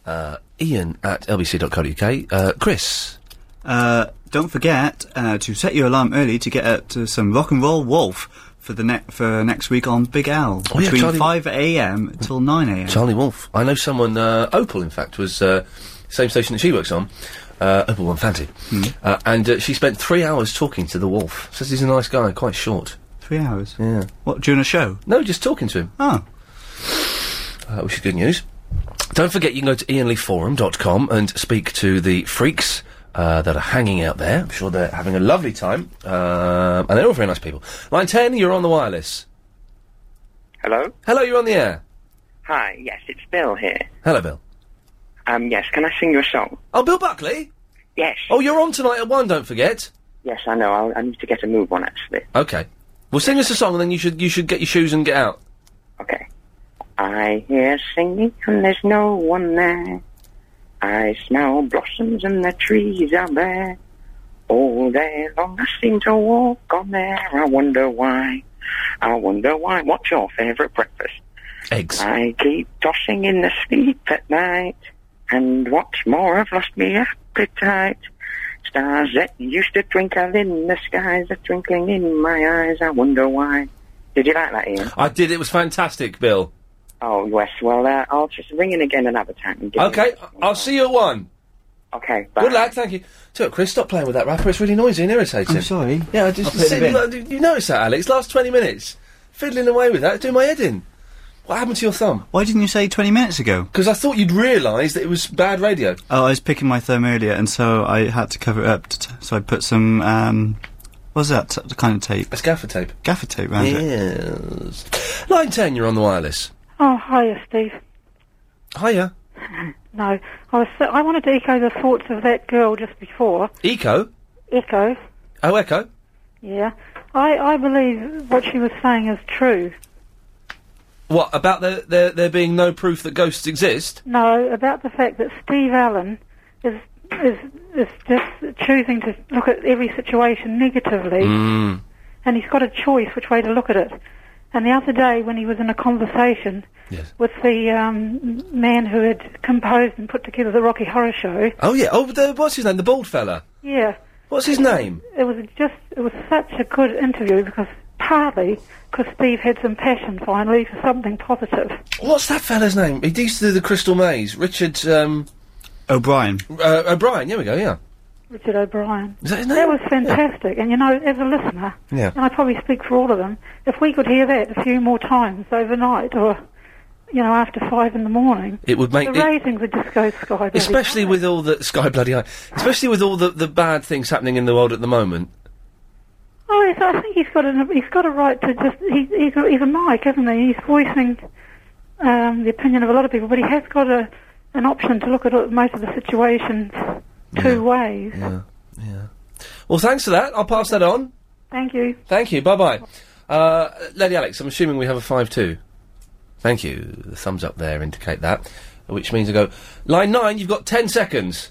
S1: bye. Uh, Ian at lbc.co.uk. Uh, Chris.
S6: Uh, don't forget uh, to set your alarm early to get up to some rock and roll wolf for the ne- for next week on Big Owl
S1: Oh, yeah,
S6: between
S1: Charlie-
S6: five a.m. till nine a.m.
S1: Charlie Wolf. I know someone, uh, Opal, in fact, was uh, same station that she works on. Uh, Opal One Fancy.
S6: Hmm.
S1: Uh, and uh, she spent three hours talking to the wolf. Says he's a nice guy, quite short.
S6: Three hours.
S1: Yeah.
S6: What during a show?
S1: No, just talking to him.
S6: Oh.
S1: Uh, which is good news. Don't forget you can go to ianleeforum.com and speak to the freaks uh, that are hanging out there. I'm sure they're having a lovely time. Um, and they're all very nice people. Line 10, you're on the wireless.
S17: Hello?
S1: Hello, you're on the air.
S17: Hi, yes, it's Bill here.
S1: Hello, Bill.
S17: Um, yes, can I sing you a song?
S1: Oh, Bill Buckley?
S17: Yes.
S1: Oh, you're on tonight at 1, don't forget.
S17: Yes, I know. I'll, I need to get a move on, actually.
S1: Okay. Well, sing us a song and then you should you should get your shoes and get out.
S17: I hear singing and there's no one there. I smell blossoms and the trees are bare. All day long I seem to walk on there. I wonder why. I wonder why. What's your favourite breakfast?
S1: Eggs.
S17: I keep tossing in the sleep at night. And what's more, I've lost my appetite. Stars that used to twinkle in the skies are twinkling in my eyes. I wonder why. Did you like that, Ian?
S1: I did. It was fantastic, Bill.
S17: Oh, yes. Well, uh, I'll just ring in again another time. And give you-
S1: Okay, I- I'll see you at 1.
S17: Okay,
S1: Good lad, thank you. Too, Chris, stop playing with that rapper. It's really noisy and irritating.
S6: I'm sorry.
S1: Yeah, I just
S6: I'll put it
S1: see,
S6: in.
S1: look, you you notice that, Alex? Last twenty minutes, fiddling away with that, it's doing my head in. What happened to your thumb?
S6: Why didn't you say twenty minutes ago?
S1: Because I thought you'd realise that it was bad radio.
S6: Oh, I was picking my thumb earlier, and so I had to cover it up. To t- so I put some um, what's that t- kind of tape?
S1: It's gaffer tape.
S6: Gaffer tape round it.
S1: Yes. Line ten, you're on the wireless.
S32: Oh, hiya, Steve.
S1: Hiya.
S32: No, I was. So, I wanted to echo the thoughts of that girl just before.
S1: Echo.
S32: Echo.
S1: Oh, Echo.
S32: Yeah. I, I believe what she was saying is true.
S1: What about there, there there being no proof that ghosts exist?
S32: No, about the fact that Steve Allen is is is just choosing to look at every situation negatively,
S1: Mm.
S32: and he's got a choice which way to look at it. And the other day, when he was in a conversation with the um, man who had composed and put together the Rocky Horror Show,
S1: Oh yeah. Oh, the, what's his name? The bald fella.
S32: yeah,
S1: What's his name?
S32: it was just it was such a good interview because partly because Steve had some passion finally for something positive.
S1: What's that fella's name? He used to do the Crystal Maze. Richard um,
S6: O'Brien.
S1: Uh, O'Brien. There we go. Yeah.
S32: Richard O'Brien.
S1: Is that his
S32: was fantastic. And you know, as a listener,
S1: Yeah.
S32: and I probably speak for all of them, if we could hear that a few more times overnight or, you know, after five in the morning,
S1: It would make
S32: the
S1: it-
S32: ratings would just go sky bloody
S1: especially with all the sky bloody high, especially with all the, the bad things happening in the world at the moment.
S32: Oh, yes, I think he's got a he's got a right to just he, he's a, he's a mic, isn't he? He's voicing um, the opinion of a lot of people, but he has got a an option to look at all- most of the situations two ways.
S1: Yeah, yeah. Well, thanks for that. I'll pass that on.
S32: Thank you.
S1: Thank you. Bye bye. Uh, Lady Alex, I'm assuming we have a 5 2. Thank you. The thumbs up there indicate that. Which means I go, line 9, you've got 10 seconds.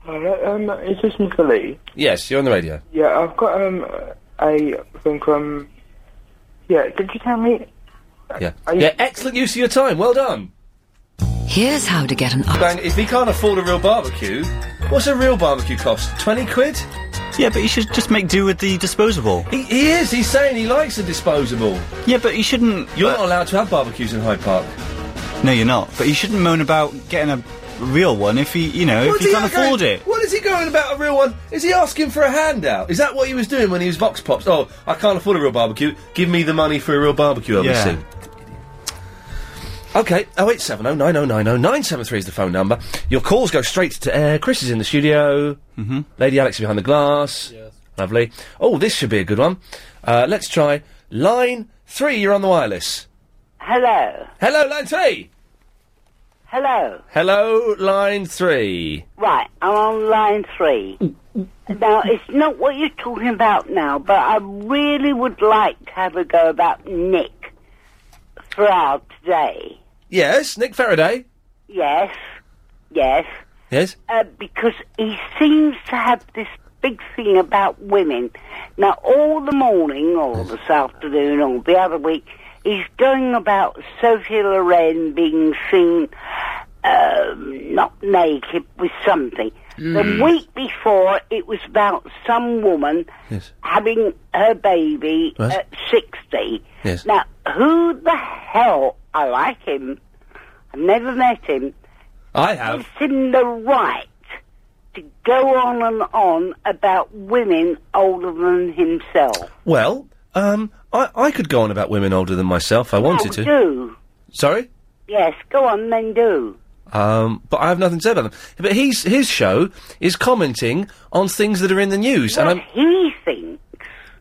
S17: Hello, um, is this Mr. Lee?
S1: Yes, you're on the radio.
S17: Yeah, I've got um a thing from. Yeah, did you tell me?
S1: Yeah. Yeah, excellent use of your time. Well done.
S33: Here's how to get an.
S1: Bang, if he can't afford a real barbecue, what's a real barbecue cost? 20 quid?
S6: Yeah, but you should just make do with the disposable.
S1: He, he is. He's saying he likes a disposable.
S6: Yeah, but you shouldn't. uh,
S1: You're not allowed to have barbecues in Hyde Park.
S6: No, you're not. But you shouldn't moan about getting a real one if he, you know, if
S1: What's
S6: he
S1: he
S6: can't
S1: going-
S6: afford it.
S1: What is he going about a real one? Is he asking for a handout? Is that what he was doing when he was Vox Pops? Oh, I can't afford a real barbecue. Give me the money for a real barbecue,
S6: Yeah.
S1: obviously. Okay, 0870 9090 973 is the phone number. Your calls go straight to air. Chris is in the studio. Mm-hmm. Lady Alex is behind the glass. Yes. Lovely. Oh, this should be a good one. Uh, let's try line three. You're on the wireless.
S2: Hello.
S1: Hello, line three.
S2: Hello.
S1: Hello, line three.
S2: Right, I'm on line three. now, it's not what you're talking about now, but I really would like to have a go about Nick for our today.
S1: Yes, Nick Faraday.
S2: Yes, yes,
S1: Yes.
S2: uh, because he seems to have this big thing about women. Now, all the morning, or this afternoon, or the other week, he's going about Sophie Loren being seen um, not naked with something. The
S7: Mm.
S2: week before, it was about some woman
S1: Yes.
S2: having her baby
S7: Right.
S2: at 60.
S7: Yes.
S2: Now, who the hell, I like him, I've never met him,
S1: I have.
S2: gives him the right to go on and on about women older than himself.
S1: Well, um, I, I could go on about women older than myself. I wanted to.
S2: Oh, Do.
S1: Sorry,
S2: Yes, go on then do.
S1: um, but I have nothing to say about them. But he's, his show is commenting on things that are in the news, and I'm
S2: He thinks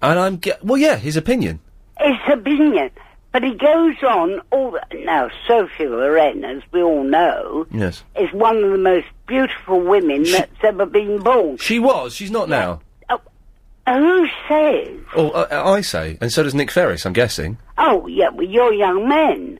S1: and I'm ge- well, yeah, his opinion.
S2: it's opinion, but he goes on all the... Now, Sophie Loren, as we all know,
S1: Yes,
S2: is one of the most beautiful women that's ever been born.
S1: she was. She's not now.
S2: Who says?
S1: Oh, I, I say, and so does Nick Ferris. I'm guessing.
S2: Oh, yeah, well, you're young men.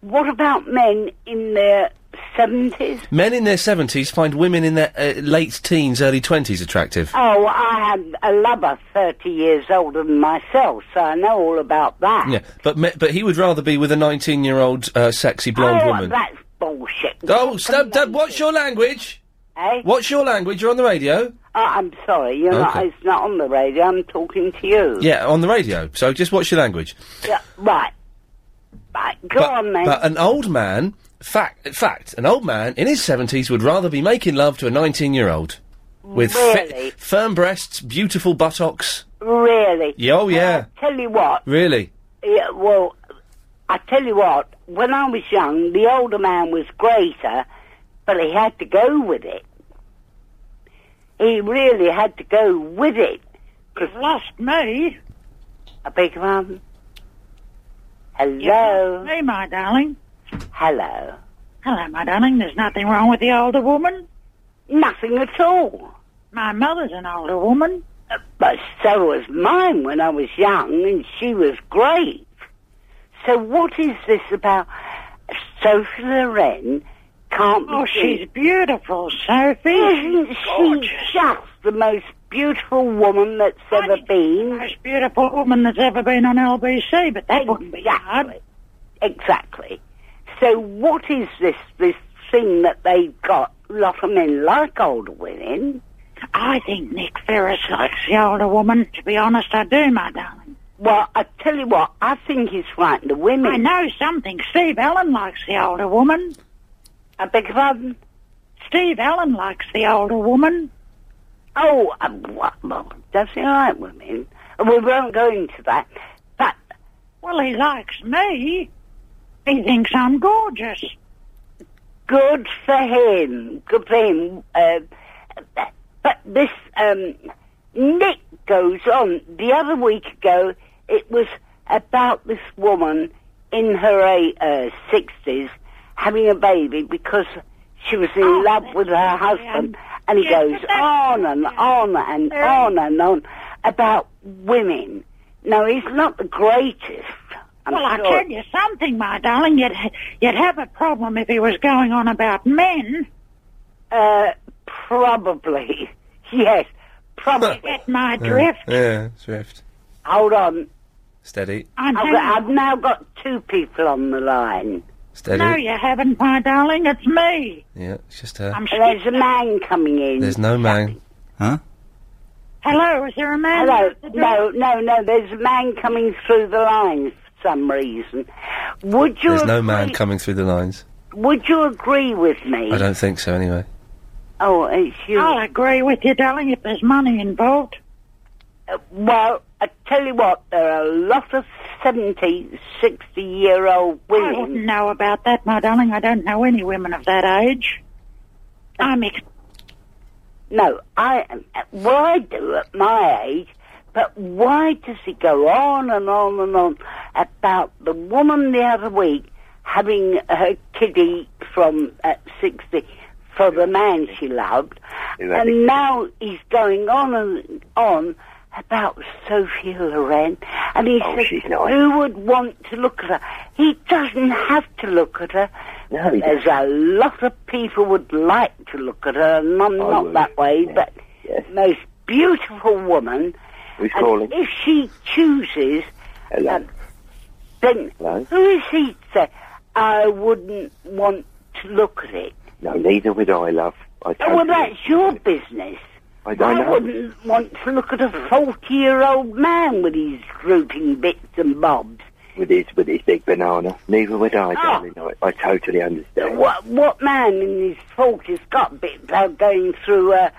S2: What about men in their 70s?
S1: Men in their seventies find women in their uh, late teens, early twenties attractive.
S2: Oh, I had a lover 30 years older than myself, so I know all about that.
S1: Yeah, but me- but he would rather be with a nineteen-year-old uh, sexy blonde
S2: oh,
S1: woman.
S2: that's bullshit.
S1: Oh, stop, Dad, what's your language?
S2: Eh?
S1: What's your language? You're on the radio.
S2: Oh, I'm sorry, you're not,
S1: Okay.
S2: it's not on the radio, I'm talking to you.
S1: Yeah, on the radio. So just watch your language.
S2: Yeah, right. Right, go on then.
S1: But uh, an old man, fact, fact, an old man in his seventies would rather be making love to a nineteen-year-old with fi-
S2: Really?
S1: firm breasts, beautiful buttocks.
S2: really?
S1: Yeah, oh yeah,
S2: Tell you what,
S1: really.
S2: Yeah, well, I tell you what, when I was young, the older man was greater, but he had to go with it. He really had to go with it. It lost me. A big one. Hello.
S18: Hey, my darling.
S2: Hello.
S18: Hello, my darling. There's nothing wrong with the older woman.
S2: Nothing at all.
S18: My mother's an older woman.
S2: But so was mine when I was young, and she was great. So what is this about Sophie Loren can't be...
S18: Oh, she's
S2: beautiful, Sophie. Isn't she just the most beautiful woman that's ever been? most beautiful woman that's ever been on LBC, but that wouldn't be hard. Exactly. So what is this, this thing that they've got? A lot of men like older women.
S18: I think Nick Ferris likes the older woman. To be honest, I do, my darling.
S2: Well, I tell you what, I think he's right, the women.
S18: I know something. Steve Allen likes the older woman.
S2: I beg your pardon?
S18: Steve Allen likes the older woman.
S2: Oh, um, well, well, does he like women? We won't go into that. But
S25: Well, he likes me. He thinks I'm gorgeous.
S2: good for him. Good for him. Uh, but this um, Nick goes on. The other week ago, it was about this woman in her uh, sixties having a baby because she was in
S25: Oh,
S2: love with her husband, and he goes on and on and on and on about women. Now he's not the greatest. I'm
S25: well,
S2: sure.
S25: I tell you something, my darling. You'd you'd have a problem if he was going on about men.
S2: Uh, probably. Yes, probably.
S25: Get my drift.
S1: Yeah, Drift.
S2: Hold on.
S1: Steady.
S2: I've,
S25: hanging.
S2: got, I've now got two people on the line.
S1: Steady.
S25: No, you haven't, my darling. It's me.
S1: Yeah, it's just her.
S25: I'm
S2: There's a man coming in.
S1: There's no man. Huh?
S25: Hello, is there a man?
S2: Hello.
S25: at the door?
S2: No, no, no. There's a man coming through the line for some reason. Would you?
S1: There's no
S2: agree-
S1: man coming through the lines.
S2: Would you agree with me?
S1: I don't think so, anyway.
S2: Oh, it's you.
S25: I'll agree with you, darling, if there's money involved.
S2: Uh, well, I tell you what. There are a lot of 70, 60 year old
S25: I
S2: women.
S25: wouldn't know about that, my darling. I don't know any women of that age. I'm ex-
S2: No, I. Well, I do at my age, but why does he go on and on and on about the woman the other week having her kiddie from at sixty for the man she loved,
S4: Exactly.
S2: and now he's going on and on about Sophie Loren, and he
S4: Oh,
S2: says,
S4: she's not.
S2: "Who would want to look at her? He doesn't have to look at her."
S4: No, he
S2: There's a lot of people would like to look at her, and I'm
S4: I
S2: not
S4: would.
S2: that way, but most beautiful woman.
S4: Who's
S2: and
S4: calling?
S2: If she chooses,
S4: Hello.
S2: um, then
S4: Hello?
S2: who is he? to say, I wouldn't want to look at it.
S4: No, neither would I, love. I
S2: Oh,
S4: totally-
S2: well, that's your business.
S4: I don't
S2: I
S4: know.
S2: wouldn't want to look at a forty-year-old man with his drooping bits and bobs.
S4: With his, with his big banana. Neither would I, darling. I, I totally understand.
S2: Ah. What what man in his forties got a bit about going through uh,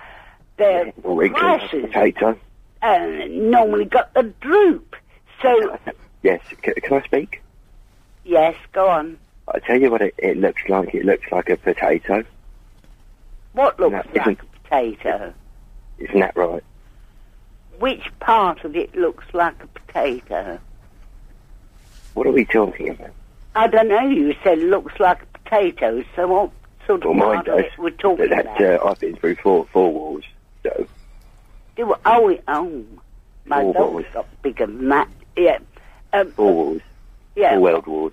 S2: their
S4: Well, we can have
S2: crisis?
S4: potato.
S2: uh, normally got the droop. So,
S4: Yes, C- can I speak?
S2: yes, go on.
S4: I tell you what it, it looks like. It looks like a potato.
S2: What looks
S4: No,
S2: like a potato?
S4: Isn't that right?
S2: Which part of it looks like a potato?
S4: What are we talking about?
S2: I don't know. You said looks like a potato. So what sort
S4: Well,
S2: of
S4: mine
S2: part of
S4: does.
S2: it we're talking
S4: But
S2: about?
S4: that's, uh, I've been through four, four walls. So,
S2: Do- oh, it- oh, my
S4: Four
S2: dog's
S4: balls.
S2: got bigger than that. Yeah, um,
S4: four walls.
S2: yeah.
S4: Four world wars.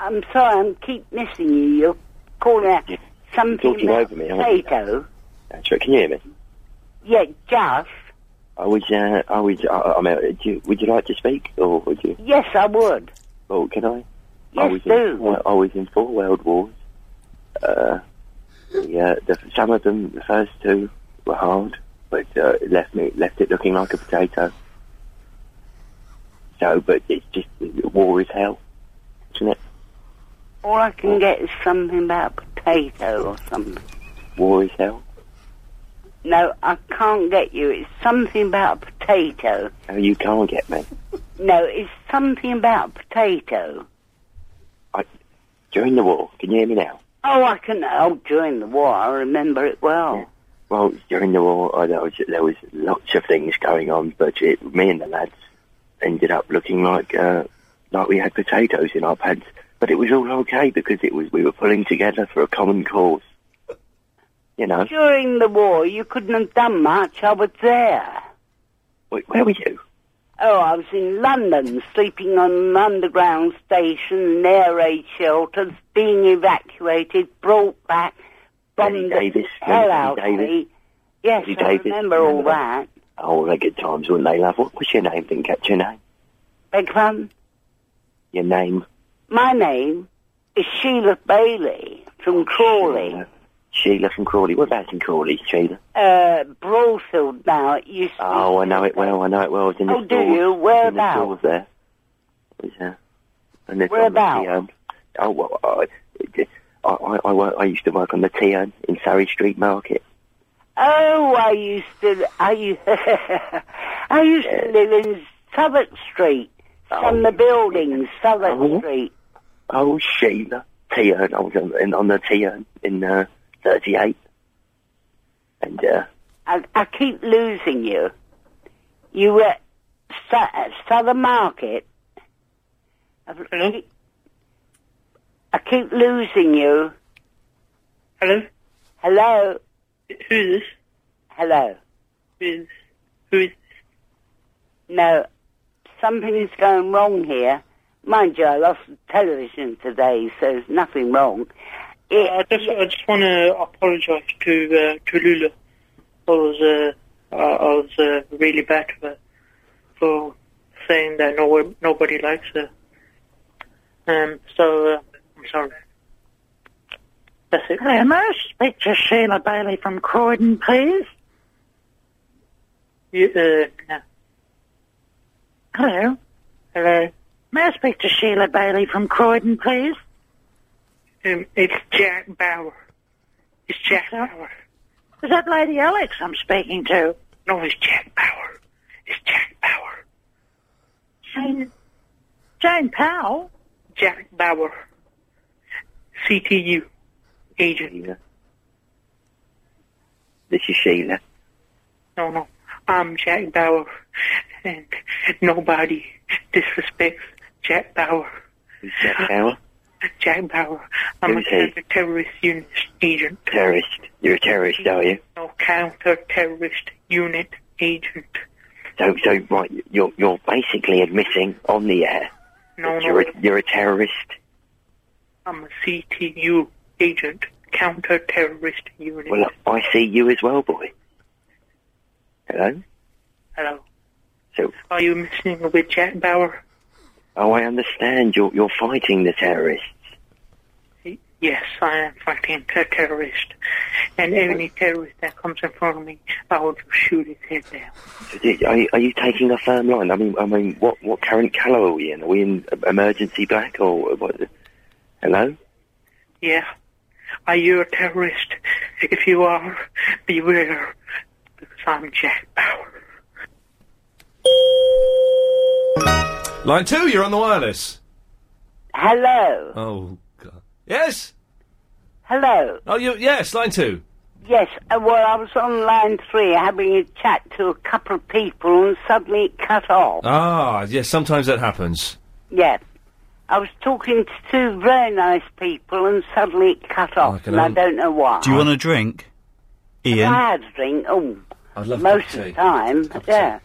S2: I'm sorry. I'm keep missing you. You're calling out something
S4: talking
S2: about
S4: over me, aren't you?
S2: potato.
S4: That's right. Can you hear me?
S2: Yeah, just
S4: I was, uh, I was, I, I'm out. Do you, would you like to speak? Or would you?
S2: yes, I would.
S4: Oh, can I? I
S2: Yes,
S4: was
S2: do.
S4: In, four- I was in four world wars. Uh, the, uh, the, some of them, the first two, were hard, but uh, it left me left it looking like a potato. So, but it's just war is hell, isn't it?
S2: All I can get is something about potato or something.
S4: War is hell.
S2: No, I can't get you. It's something about a potato.
S4: Oh, you can't get me.
S2: No, it's something about a potato.
S4: During the war, can you hear me now?
S2: Oh, I can. Oh, during the war, I remember it well.
S4: Well, during the war, I, there, was, there was lots of things going on, but it, me and the lads ended up looking like uh, like we had potatoes in our pants. But it was all okay because it was we were pulling together for a common cause. You know,
S2: During the war, you couldn't have done much. I was there.
S4: Wait, where were you?
S2: Oh, I was in London, sleeping on an underground station, in air raid shelters, being evacuated, brought back, bombed the
S4: Davis,
S2: hell
S4: Lenny
S2: out of
S4: Davis.
S2: me. Yes,
S4: Lenny
S2: I
S4: Davis,
S2: remember all
S4: remember
S2: that.
S4: that? Oh, they're good times, weren't they, love? What, what's your name? Didn't catch your name.
S2: Beg pardon?
S4: Your name,
S2: My name is Sheila Bailey from Crawley,
S4: Oh, Sheila from Crawley. What about in Crawley, Sheila?
S2: uh, Broadfield now. It used to
S4: Oh, I know it well. I know it well. I was in the
S2: Oh, do
S4: stores.
S2: you?
S4: I was in the
S2: Whereabouts?
S4: stores there. It was, uh, and the-
S2: Whereabouts?
S4: on the, um, oh, well, I, I, I, work, I used to work on the T in Surrey Street Market.
S2: Oh, I used to, I used, I used to live in Southwark Street, from the buildings, Southwark Street.
S4: Oh, Sheila. T-Earn. I was on, in, on the T-Earn in uh, 38. And, uh,
S2: I, I keep losing you. You were at Su- at Southern Market. I've- I keep losing you.
S17: Hello?
S2: Hello?
S17: Who is this?
S2: Hello?
S17: Who is, who is
S2: No, something's going wrong here. Mind you, I lost the television today, so there's nothing wrong.
S17: I just Uh, I just want to apologise to uh, to Lula. I was uh, I, I was uh, really bad to her for saying that no one- nobody likes her. Um. So uh, I'm sorry. That's it.
S18: Hello, may I speak to Sheila Bailey from Croydon, please?
S17: You, uh, no.
S18: Hello.
S17: Hello.
S18: May I speak to Sheila Bailey from Croydon, please?
S17: Um, it's Jack Bauer. It's Jack Bauer.
S18: Is that Lady Alex I'm speaking to?
S17: No, it's Jack Bauer.
S18: Jane, Jane Powell?
S17: Jack Bauer. CTU agent.
S4: this is Sheila.
S17: No, no. I'm Jack Bauer, and nobody disrespects Jack Bauer.
S4: Who's Jack Bauer?
S17: Jack Bauer. I'm a
S4: Okay.
S17: counter-terrorist unit agent.
S4: Terrorist. You're a terrorist, are you?
S17: No, counter-terrorist unit agent.
S4: So, so right, you're, you're basically admitting on the air
S17: No,
S4: you're,
S17: no.
S4: a, you're a terrorist.
S17: I'm a CTU agent, counter-terrorist unit.
S4: Well, I see you as well, boy. Hello?
S17: Hello.
S4: So-
S17: Are you missing with Jack Bauer?
S4: Oh, I understand. You're, you're fighting the terrorists.
S17: Yes, I am fighting a terrorist. And any terrorist that comes in front of me, I will just shoot his head down.
S4: So do- Are, you- are you taking a firm line? I mean, I mean, what, what current colour are we in? Are we in e-, emergency black or what? Hello?
S17: Yeah. Are you a terrorist? If you are, beware. Because I'm Jack Bauer.
S1: Line two, you're on the wireless.
S2: Hello?
S1: Oh God. Yes.
S2: Hello?
S1: Oh, you. Yes, line two.
S2: Yes, uh, well, I was on line three having a chat to a couple of people and suddenly it cut off.
S1: Ah, yes. Sometimes that happens.
S2: Yeah. I was talking to two very nice people and suddenly it cut off,
S6: can
S2: and I
S6: only-
S2: don't know why.
S6: Do you want a drink, Ian?
S2: I had a drink, oh,
S6: I'd love
S2: most of the time, yeah.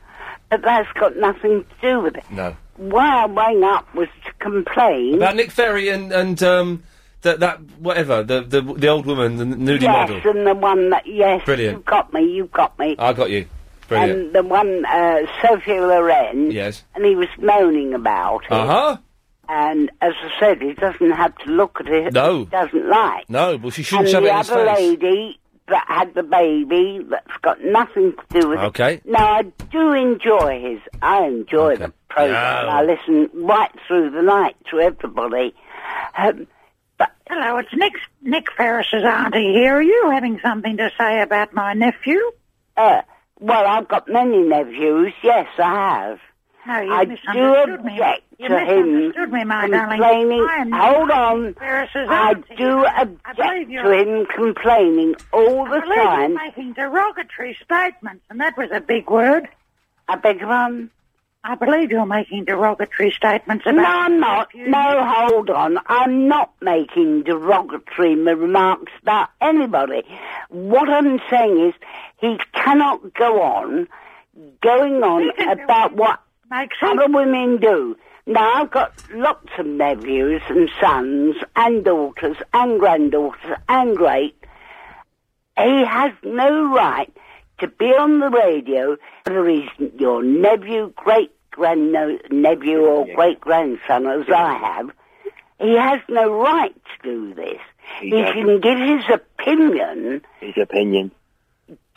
S2: But that's got nothing to do with it.
S1: No.
S2: Why I rang up was to complain.
S1: About Nick Ferry and and um that that whatever the the the old woman, the n- nudie
S2: yes,
S1: model.
S2: and the one that, yes,
S1: Brilliant.
S2: you've got me, you've got me.
S1: I got you. Brilliant.
S2: And the one, uh, Sophia Loren,
S1: yes.
S2: and he was moaning about it.
S1: Uh huh.
S2: And as I said, he doesn't have to look at it.
S1: No.
S2: He doesn't like.
S1: No, well, she
S2: and
S1: shouldn't shove it
S2: the
S1: in his
S2: other
S1: face.
S2: lady that had the baby that's got nothing to do with
S1: Okay.
S2: it. Now, I do enjoy his. I enjoy the program.
S1: No.
S2: I listen right through the night to everybody. Um,
S18: Hello, it's Nick, Nick Ferris's auntie here. Are you having something to say about my nephew?
S2: uh, well, I've got many nephews. Yes, I have.
S18: No, Oh, you
S2: I do
S18: misunderstood me.
S2: object
S18: You
S2: to him
S18: misunderstood me, my darling.
S2: complaining.
S18: I am
S2: Hold on.
S18: Ferris's
S2: I
S18: auntie.
S2: do object to him complaining all the
S18: I believe you're
S2: time.
S18: making derogatory statements, and that was a big word.
S2: I beg your pardon?
S18: I believe you're making derogatory statements about...
S2: No, I'm not. No, hold on. I'm not making derogatory m- remarks about anybody. What I'm saying is he cannot go on going on about what other women do. Now, I've got lots of nephews and sons and daughters and granddaughters and great. He has no right to be on the radio, whether he's your nephew, great grand nephew, or great grandson, as I have. He has no right to do this.
S4: He
S2: He,
S4: doesn't.
S2: can give his opinion,
S4: His opinion.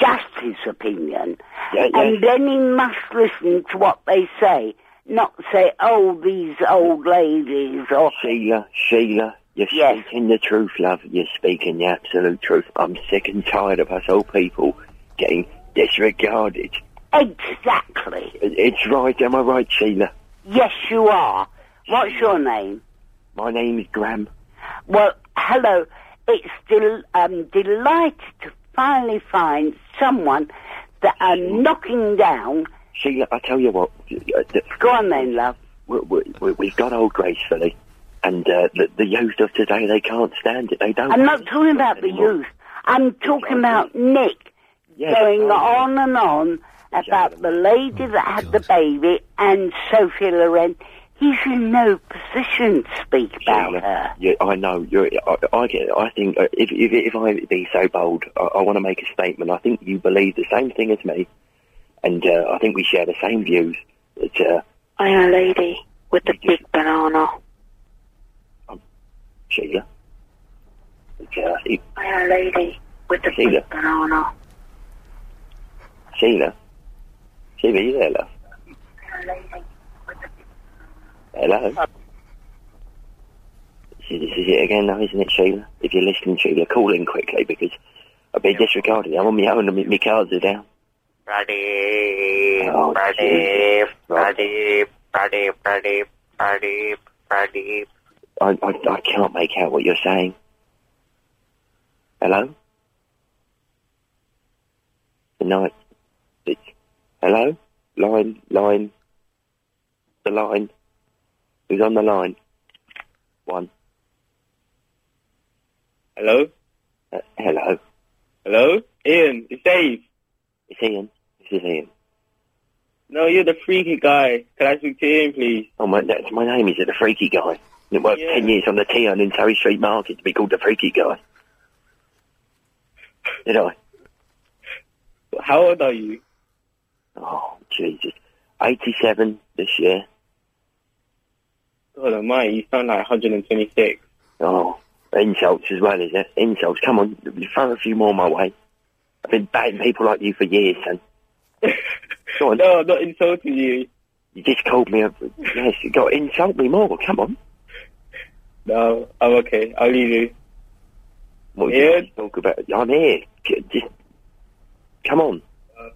S2: just his opinion,
S4: Yeah, yeah.
S2: and then he must listen to what they say, not say, "Oh, these old ladies," or
S4: Sheila, Sheila, you're speaking the truth, love. You're speaking the absolute truth. I'm sick and tired of us old people getting disregarded.
S2: Exactly.
S4: It's right, am I right, Sheila?
S2: Yes, you are. What's your name?
S4: My name is Graham.
S2: Well, hello. It's del- I'm delighted to finally find someone that I'm knocking down.
S4: Sheila, I tell you what. Go
S2: on then, love.
S4: Uh, We, we, we, we've got old gracefully, and uh, the, the youth of today, they can't stand it. They don't.
S2: I'm not talking about the youth. I'm talking about Nick going on and on about the lady that had the baby and Sophie Loren. He's in no position to speak about her.
S4: Yeah, I know. You're, I, I, get- I think uh, if, if if I be so bold, I, I want to make a statement. I think you believe the same thing as me, and uh, I think we share the same views. That uh,
S5: I'm a lady with a big banana.
S4: Sheila, that, uh, it-
S5: I'm a lady with a
S4: Sheila.
S5: big banana.
S4: Sheila, Sheila, you there, love? Hello. This is, this is it again, now, isn't it, Sheila? If you're listening, Sheila, call in quickly because I'll be disregarded. I'm on my own and my- my cards are down.
S34: Pradeep,
S4: Oh,
S34: Pradeep, Pradeep, Pradeep, Pradeep, Pradeep, Pradeep.
S4: I, I, I can't make out what you're saying. Hello? The night. It's, hello? Line, line. The line. Who's on the line? One.
S8: Hello?
S4: Uh, hello.
S8: Hello? Ian, it's Dave.
S4: It's Ian. This is Ian.
S8: No, you're the freaky guy. Can I speak to Ian, please?
S4: Oh, my, that's, my name is the Freaky Guy. It worked 10 years on the T on in Surrey Street Market to be called the Freaky Guy. Did I?
S8: How old are you?
S4: Oh, Jesus. 87 this year.
S8: God almighty, Oh, you sound like 126.
S4: Oh, insults as well, is it? Insults. Come on, throw a few more my way. I've been batting people like you for years, son. Go on.
S8: No, I'm not insulting you.
S4: You just called me a... Yes, you got to insult me more. Come on.
S8: No, I'm okay. I'll leave you.
S4: What do you talk about? I'm here. C- Just... Come on.
S8: Uh.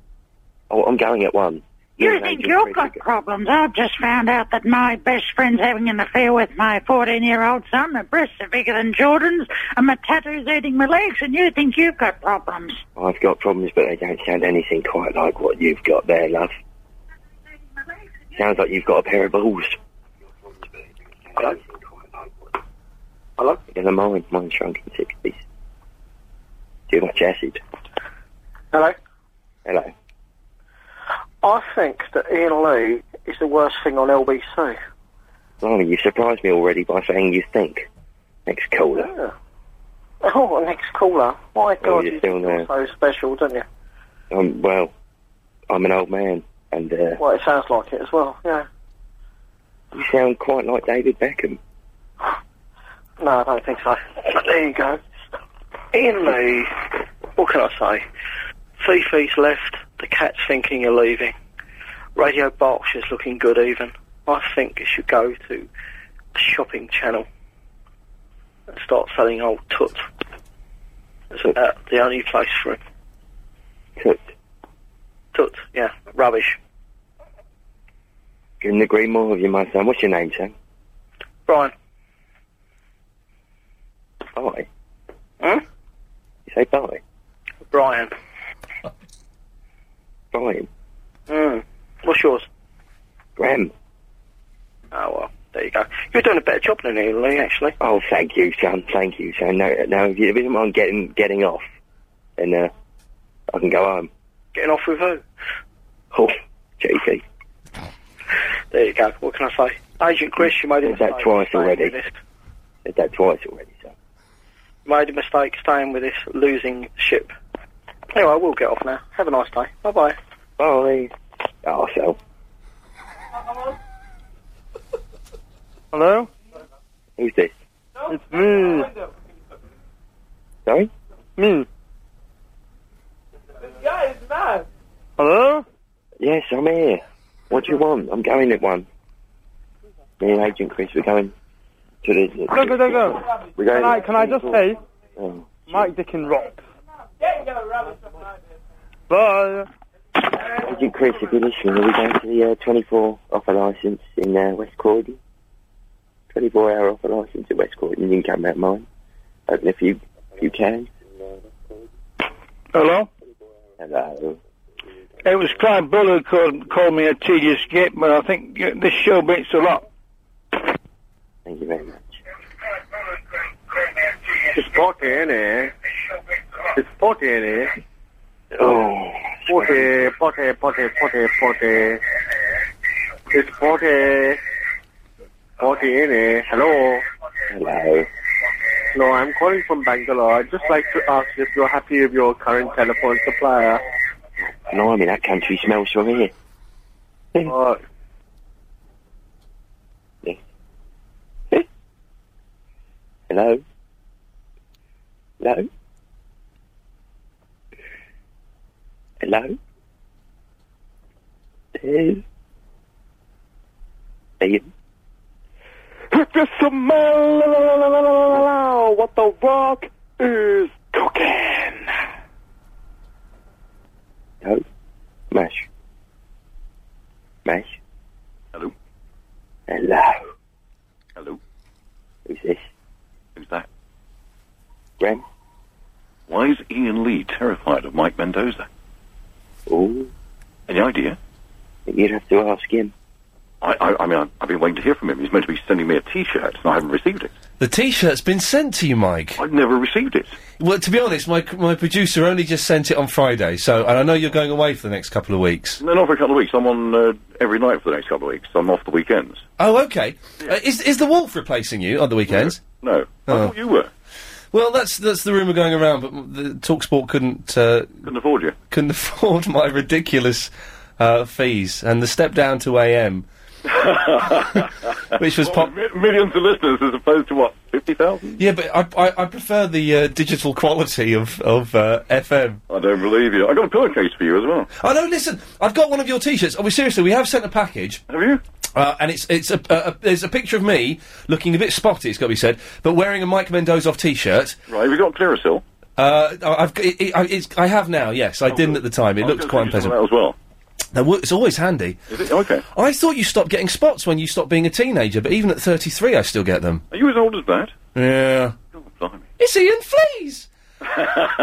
S4: Oh, I'm going at one.
S25: You
S4: You're an
S25: think
S4: angel
S25: you've
S4: freak.
S25: got problems? I've just found out that my best friend's having an affair with my 14-year-old son. My breasts are bigger than Jordan's, and my tattoo's eating my legs. And you think you've got problems?
S4: I've got problems, but they don't sound anything quite like what you've got there, love. Sounds like you've got a pair of balls. Hello? Hello? Never mind, mine's shrunk in six pieces. Too much acid.
S20: Hello.
S4: Hello.
S20: I think that Ian Lee is the worst thing on LBC.
S4: Blimey, you surprised me already by saying you think. Next caller.
S20: Yeah. Oh, next caller. My
S4: Oh,
S20: God,
S4: you're
S20: you're
S4: still there.
S20: so special, don't you?
S4: Um, well, I'm an old man, and uh,
S20: Well, it sounds like it as well. Yeah.
S4: you sound quite like David Beckham.
S20: No, I don't think so. But there you go. Ian Lee. What can I say? Fifi's left. The cat's thinking you're leaving. Radio Berkshire's looking good even. I think it should go to a shopping channel and start selling old tut. It's about the only place for him.
S4: Tut.
S20: Tut, yeah, rubbish.
S4: Couldn't agree more with you, my son. What's your name, son?
S20: Brian,
S4: Bye.
S20: Hmm?
S4: You say bye.
S20: Brian.
S4: Brian.
S20: Mm. What's yours?
S4: Graham.
S20: Oh well, there you go. You're doing a better job than Ian Lee, actually.
S4: Oh, thank you, son. Thank you, son. No, no, if you don't mind getting getting off, then uh, I can go home.
S20: Getting off with who?
S4: Oh, cheeky.
S20: There you go. What can I say? Agent Chris, you made
S4: Said
S20: a mistake.
S4: that twice
S20: staying
S4: already.
S20: with this.
S4: Said that twice already, son.
S20: You made a mistake staying with this losing ship. Anyway, I will get off now. Have a nice day. Bye bye.
S4: Bye. Oh, so
S28: Hello?
S4: who's this?
S28: It's
S17: Hmm.
S28: me.
S4: Sorry.
S28: Me.
S15: This guy is mad.
S4: Hello. Yes, I'm here. What do you want? I'm going at one. Me and Agent Chris, we're going to the.
S28: Go, go, go, go.
S4: We're going.
S28: Can I, can I just say,
S4: Oh,
S28: Mike Dickin rocks.
S7: Bye.
S4: Agent Chris, a good issue. Are we going to the uh, 24 offer licence in uh, West Croydon? 24 hour offer licence at West Croydon. You can come out mine. Open if you, if you can.
S17: Hello?
S4: Hello.
S17: It was Clive Buller who called, called me a tedious git, but I think uh, this show beats a lot.
S4: Thank you very much.
S7: It's potty, innit? It's potty, innit? Oh. Potty, potty, potty, potty, potty. It's potty. Potty, innit? Hello?
S4: Hello.
S7: No, I'm calling from Bangalore. I'd just like to ask if you're happy with your current telephone supplier.
S4: Blimey, that country smells from here.
S7: Uh,
S4: Hello? Hello? Hello? Hello? Ian?
S7: Just a man, la, la, la, la, la, la, la, la, what the rock is cooking.
S4: Hello? Mash? Mash?
S35: Hello?
S4: Hello?
S35: Hello?
S4: Who's this?
S35: Who's that?
S4: Graham?
S35: Why is Ian Lee terrified of Mike Mendoza?
S4: Oh,
S35: Any idea?
S4: you'd have to ask him.
S35: I, I, I mean, I've, I've been waiting to hear from him. He's meant to be sending me a T-shirt, and I haven't received it.
S1: The T-shirt's been sent to you, Mike.
S35: I've never received it.
S1: Well, to be honest, my my producer only just sent it on Friday, so and I know you're going away for the next couple of weeks.
S35: No, not for a couple of weeks. I'm on uh, every night for the next couple of weeks. I'm off the weekends.
S1: Oh, okay. Uh, is is the Wolf replacing you on the weekends?
S35: No, I
S1: Oh.
S35: thought you were.
S1: Well, that's that's the rumor going around, but m- the Talksport couldn't uh,
S35: couldn't afford you.
S1: Couldn't afford my ridiculous uh, fees and the step down to AM, which was
S35: Well,
S1: pop.
S35: mi- millions of listeners as opposed to what fifty thousand.
S1: Yeah, but I, I, I prefer the uh, digital quality of of uh, FM.
S35: I don't believe you. I got a pillowcase for you as well.
S1: Oh no! Listen, I've got one of your T-shirts. Oh, we seriously, we have sent a package.
S35: Have you?
S1: Uh, and it's it's a, a, a there's a picture of me looking a bit spotty. It's got to be said, but wearing a Mike Mendoza T-shirt.
S35: Right, have you got Clearasil? Oh,
S1: Uh, I- I've g- it, it, I, it's, I have now. Yes, I didn't at the time. It
S35: I was
S1: looked
S35: gonna
S1: quite
S35: send you some
S1: unpleasant
S35: of that as well.
S1: Now, wo- it's always handy.
S35: Is it okay?
S1: I thought you stopped getting spots when you stopped being a teenager, but even at 33, I still get them.
S35: Are you as old as that?
S1: Yeah. It's Ian Fleas!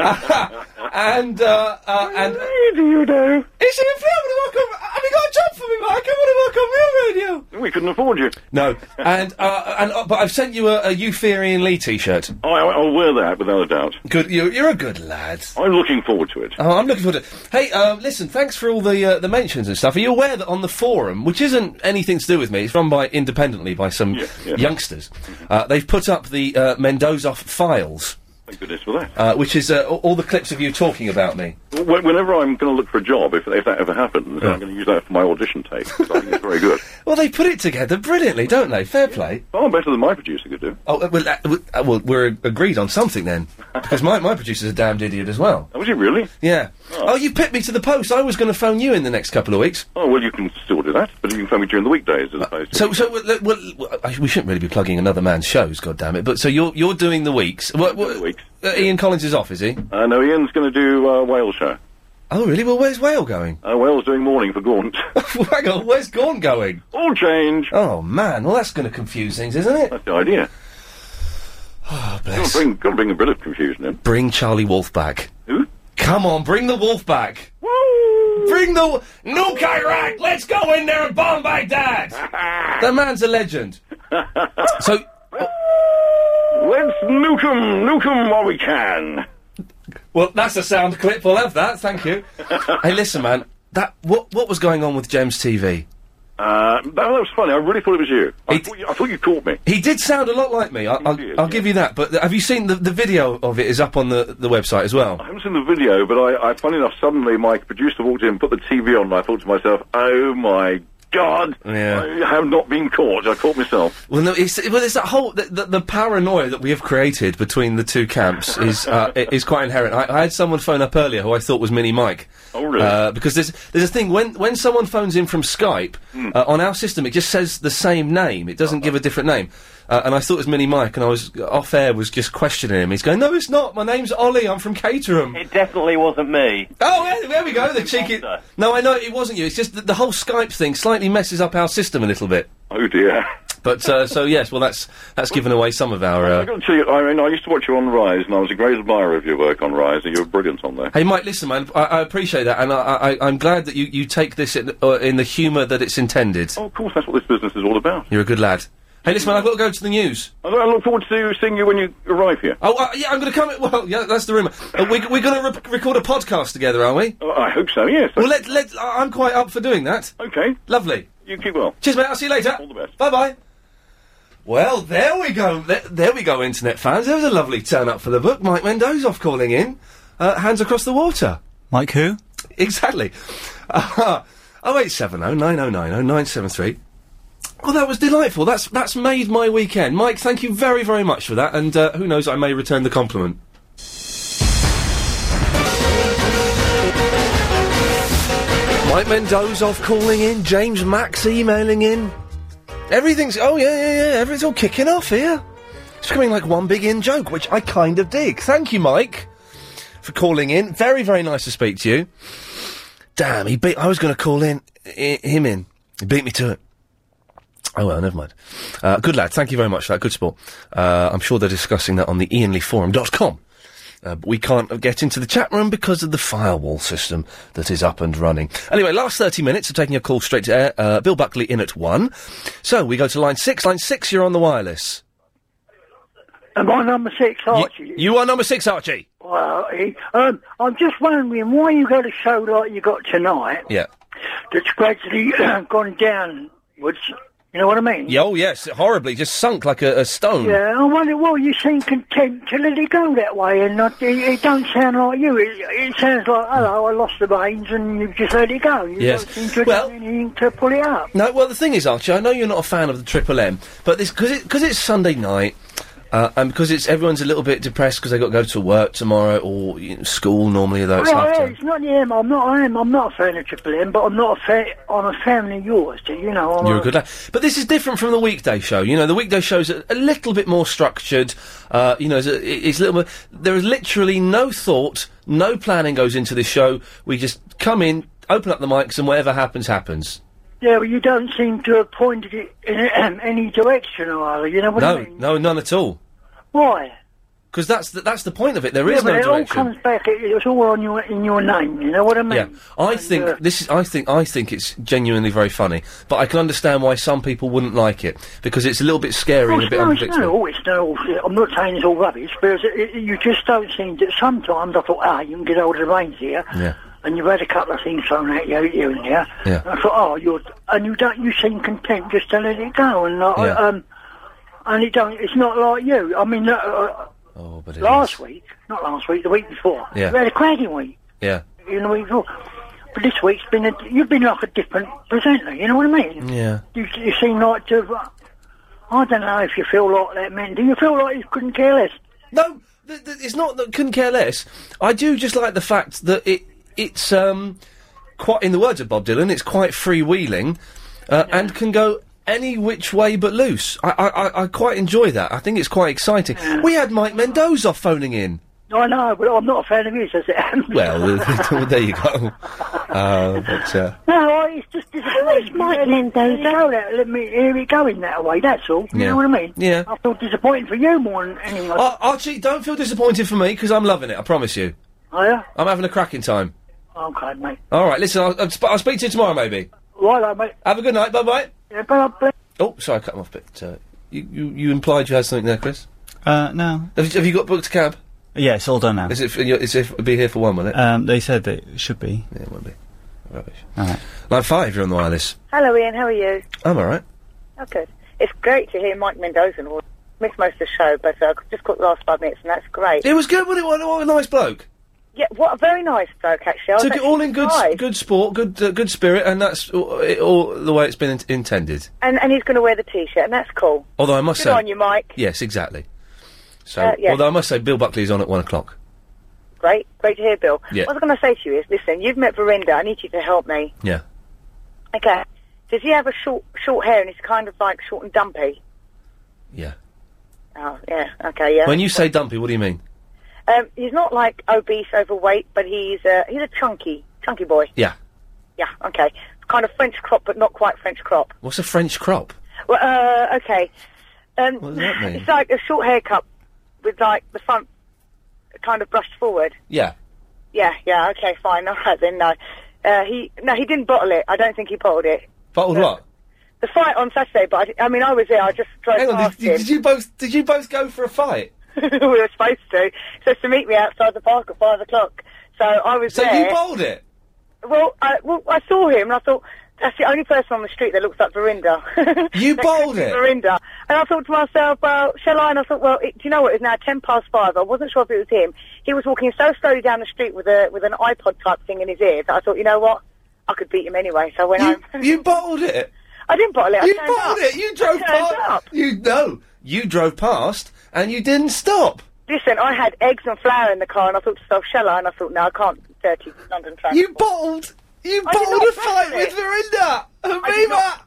S1: and, uh, uh, and.
S35: What do you do?
S1: It's Ian Fleas! I wanna work on- Have you got a job for me, Mike? I want to work on real radio!
S35: We couldn't afford you.
S1: No. and, uh, and, uh, but I've sent you a, a Euphorian Lee t shirt.
S35: Oh, I, I'll wear that without a doubt.
S1: Good, you're, you're a good lad.
S35: I'm looking forward to it.
S1: Oh, I'm looking forward to it. Hey, um, listen, thanks for all the uh, the mentions and stuff. Are you aware that on the forum, which isn't anything to do with me, it's run by independently by some
S35: yeah.
S1: youngsters, uh, they've put up the uh, Mendoza files,
S35: Thank goodness for that.
S1: uh, which is uh, all all the clips of you talking about me.
S35: Wh- Whenever I'm going to look for a job, if, if that ever happens,
S1: Yeah.
S35: I'm going to use that for my audition tape. 'cause I think it's very good.
S1: Well, they put it together brilliantly, don't they? Fair play.
S35: Far Oh, better than my producer could do.
S1: Oh, uh, well, uh, w- uh, well, we're agreed on something then, because my, my producer's a damned idiot as well.
S35: Oh, was he really?
S1: Yeah. Oh, you pipped me to the post. I was going to phone you in the next couple of weeks.
S35: Oh, well, you can still do that, but you can phone me during the weekdays as opposed to...
S1: Uh, So, so well, le- well, well, I- we shouldn't really be plugging another man's shows, God damn it! But so you're you're doing the weeks. What, what, Uh, Ian Collins is off, is he?
S35: Uh, no, Ian's going to do uh, Wales show.
S1: Oh, really? Well, where's Whale going?
S35: Uh, Wales doing morning for Gaunt.
S1: Hang on, where's Gorn going?
S35: All change.
S1: Oh man, well that's going to confuse things, isn't it?
S35: That's the idea.
S1: Oh,
S35: Got
S1: bless.
S35: to bring, gotta bring a bit of confusion in.
S1: Bring Charlie Wolf back.
S35: Who?
S1: Come on, bring the wolf back. Bring the w- nuke Iraq. Let's go in there and bomb Baghdad. the man's a legend. so
S35: Let's nuke 'em, nuke 'em while we can.
S1: Well, that's a sound clip. We'll have that. Thank you. hey, listen, man. That what what was going on with James TV?
S35: Uh, that, that was funny. I really thought it was you. I, thought you, I thought you caught me.
S1: He did sound a lot like me. I, I'll, I'll give you that. But th- have you seen the, the video of it? Is up on the, the website as well.
S35: I haven't seen the video, but I, I funny enough, suddenly my producer walked in and put the TV on, and I thought to myself, oh my god,
S1: Yeah.
S35: I have not been caught. I caught myself.
S1: Well, no, it's, well, it's that whole the, the, the paranoia that we have created between the two camps is uh, i- is quite inherent. I, I had someone phone up earlier who I thought was Mini Mike.
S35: Oh, really?
S1: Uh, because there's there's a thing when when
S13: Hmm.
S1: someone phones in from Skype uh, on our system, it just says the same name. It doesn't give a different name. Uh, and I thought it was Mini Mike, and I was off air was just questioning him. He's going, "No, it's not. My name's Ollie. I'm from Caterham."
S13: It definitely wasn't me.
S1: Oh, yeah, there we go. The cheeky. No, I know it wasn't you. It's just that the whole Skype thing slightly messes up our system a little bit.
S11: Oh dear.
S1: But uh, so yes, well that's that's given away some of our. Uh...
S11: I've got to tell you, Irene, I used to watch you on Rise, and I was a great admirer of your work on Rise, and you were brilliant on there.
S1: Hey, Mike, listen, man, I, I appreciate that, and I, I, I'm glad that you, you take this in, uh, in the humour that it's intended.
S11: Oh, of course, that's what this business is all about.
S1: You're a good lad. Hey, listen, man, I've got to go to the news.
S11: I look- I look forward to seeing you when you arrive here.
S1: Oh, uh, yeah, I'm going to come. Well, yeah, that's the rumour. Uh, we, we're going to re- record a podcast together, are we?
S11: Oh, I hope so, yes.
S1: Well, let, let, I- I'm quite up for doing that.
S11: Okay.
S1: Lovely.
S11: You keep well.
S1: Cheers, mate. I'll see you later. All the best. Bye bye. Well, there we go. There, there we go, internet fans. There was a lovely turn up for the book. Mike Mendozoff calling in. Uh, hands across the water.
S6: Mike who?
S1: Exactly. Uh, 0870 9090 973. Well, Oh, that was delightful. That's that's made my weekend. Mike, thank you very, very much for that. And uh, who knows, I may return the compliment. Mike Mendozoff calling in, James Max emailing in. Everything's oh yeah yeah yeah, everything's all kicking off here. It's becoming like one big in joke, which I kind of dig. Thank you, Mike, for calling in. Very very nice to speak to you. Damn, he beat. I was going to call in i- him in. He beat me to it. Oh well, never mind. Uh, good lad, thank you very much for that. Good sport. Uh, I'm sure they're discussing that on the IanLeeForum.com. Uh, but we can't uh, get into the chat room because of the firewall system that is up and running. Anyway, last 30 minutes of taking a call straight to air. Uh, Bill Buckley in at one. So we go to line six. Line six, you're on the wireless.
S14: Am I number six, Archie?
S1: You are number six, Archie.
S14: Well, he- um, I'm just wondering why you got a show like you got tonight
S1: Yeah.
S14: that's gradually gone downwards. You know what I mean?
S1: Yeah, oh, yes, horribly. Just sunk like a, a stone.
S14: Yeah, I wonder why you seem content to let it go that way, and not, it, it don't sound like you. It, it sounds like, hello, I lost the reins, and you've just let it go. You
S1: Yes.
S14: don't seem to have
S1: Well-
S14: done anything to pull it up.
S1: No, well, the thing is, Archie, I know you're not a fan of the Triple M, but this because it, 'cause it's Sunday night, uh, and because it's everyone's a little bit depressed because they got to go to work tomorrow or you know, school normally, though Oh, it's
S14: Well,
S1: half
S14: yeah,
S1: term.
S14: it's not the M. I'm not. I am. I'm not a fan of Triple M, but I'm not a fan. I'm a fan of yours. Do you know? I'm
S1: You're a good lad. But this is different from the weekday show. You know, the weekday show's a, a little bit more structured. Uh, you know, it's, a, it's a little bit. There is literally no thought, no planning goes into this show. We just come in, open up the mics, and whatever happens, happens.
S14: Yeah, but you don't seem to have pointed it in um, any direction or other. You know what I
S1: no,
S14: mean?
S1: no, none at all.
S14: Why?
S1: Because that's the, that's the point of it. There
S14: yeah,
S1: is
S14: but
S1: no
S14: it
S1: direction.
S14: all comes back. It, it's all on your in your name. You know what I mean?
S1: Yeah, I think this is. I think I think it's genuinely very funny, but I can understand why some people wouldn't like it because it's a little bit scary
S14: Well,
S1: and a
S14: it's
S1: bit
S14: no, it's not
S1: unpredictable.
S14: all. It's not all. I'm not saying it's all rubbish, but it's, it, you just don't seem to. Sometimes I thought, ah, you can get hold of the reins here,
S1: Yeah.
S14: and you've had a couple of things thrown at you here and there.
S1: Yeah.
S14: And I thought, oh, you're, and you don't, you seem content just to let it go, and like,
S1: Yeah.
S14: um, and it don't, it's not like you. I mean, uh, uh,
S1: Oh,
S14: last week, not last week, the week before,
S1: Yeah.
S14: we had a cracking week,
S1: Yeah,
S14: you know, the week before. But this week's been a, you've been like a different presenter, you know what I mean?
S1: yeah.
S14: You, you seem like to. have- I don't know if you feel like that, man. Do you feel like you couldn't care less?
S1: No, th- th- it's not that couldn't care less. I do just like the fact that it it's um quite in the words of Bob Dylan, it's quite freewheeling uh, and can go any which way but loose. I, I I- I quite enjoy that. I think it's quite exciting. We had Mike Mendoza phoning in.
S14: I know, but I'm not a fan of you, says it.
S1: Well, there you go. Uh, but uh,
S14: No, I- it's just disappointing. Mike Mendoza. Go that, let me hear it going that way, that's all. You
S1: Yeah.
S14: know what I mean?
S1: Yeah. Oh.
S14: I feel disappointed for you more than anything else.
S1: Ar- Uh, Archie, don't feel disappointed for me because I'm loving it. I promise you,
S14: Are you?
S1: I'm having a cracking time.
S14: Oh, Okay, mate.
S1: All right, listen, I'll, I'll, sp- I'll speak to you tomorrow, maybe.
S14: Righto, mate.
S1: Have a good night. Bye bye.
S14: Yeah, bye-bye.
S1: Oh, sorry, I cut him off. But uh, you, you you implied you had something there, Chris.
S6: Uh, no.
S1: Have, you- have you got booked a cab?
S6: Yeah, it's all done now.
S1: Is it? For, is it? It'll be here for one, will it?
S6: Um, they said that it should be.
S1: Yeah, it won't be. Rubbish.
S6: All right.
S1: Line five, you're on the wireless.
S10: Hello, Ian. How are you?
S1: I'm all right.
S10: Oh, good. It's great to hear Mike Mendoza. and all- Missed most of the show, but uh, just caught the last five minutes, and that's great.
S1: It was good, wasn't it? What, what a nice bloke.
S10: Yeah, what a very nice bloke, actually. I was
S1: Took it all
S10: actually
S1: in good
S10: surprised.
S1: good sport, good uh, good spirit, and that's all, it, all the way it's been in- intended.
S10: And, and he's going to wear the T-shirt, and that's cool.
S1: Although I must
S10: Good
S1: say,
S10: on you, Mike.
S1: Yes, exactly. So,
S10: Uh, yeah.
S1: although I must say, Bill Buckley is on at one o'clock.
S10: Great, great to hear, Bill.
S1: Yeah.
S10: What I was going to say to you is, listen, you've met Verinda. I need you to help me.
S1: Yeah.
S10: Okay. Does he have a short short hair and he's kind of like short and dumpy?
S1: Yeah.
S10: Oh, yeah. Okay, yeah.
S1: When you say dumpy, what do you mean?
S10: Um, he's not like obese, overweight, but he's uh, he's a chunky, chunky boy.
S1: Yeah.
S10: Yeah, okay. Kind of French crop, but not quite French crop.
S1: What's a French crop?
S10: Well, uh, okay. Um,
S1: What does that mean?
S10: It's like a short haircut with like the front kind of brushed forward.
S1: Yeah.
S10: Yeah, yeah. Okay, fine. All right then. No, uh, he no, he didn't bottle it. I don't think he bottled it.
S1: Bottled what?
S10: The fight on Saturday, but I, di- I mean, I was there. I just drove
S1: Hang on,
S10: past
S1: did, did,
S10: him.
S1: did you both did you both go for a fight?
S10: we were supposed to. He says to meet me outside the park at five o'clock. So I was
S1: So
S10: there.
S1: you bowled it.
S10: Well, I, well, I saw him and I thought that's the only person on the street that looks like Verinda.
S1: You
S10: That
S1: bowled
S10: could be
S1: it?
S10: Verinda. And I thought to myself, well, shall I? And I thought, well, it, do you know what? It's now ten past five. I wasn't sure if it was him. He was walking so slowly down the street with a with an iPod type thing in his ear that I thought, you know what? I could beat him anyway. So when I went home.
S1: You bottled it.
S10: I didn't bottle it.
S1: You
S10: I turned
S1: bottled
S10: up.
S1: it. You drove
S10: I turned
S1: past.
S10: up.
S1: You no. You drove past and you didn't stop.
S10: Listen, I had eggs and flour in the car, and I thought to myself, shall I? And I thought, no, I can't. Dirty London transport.
S1: You bottled. You bottled a fight with Verinda. Aviva.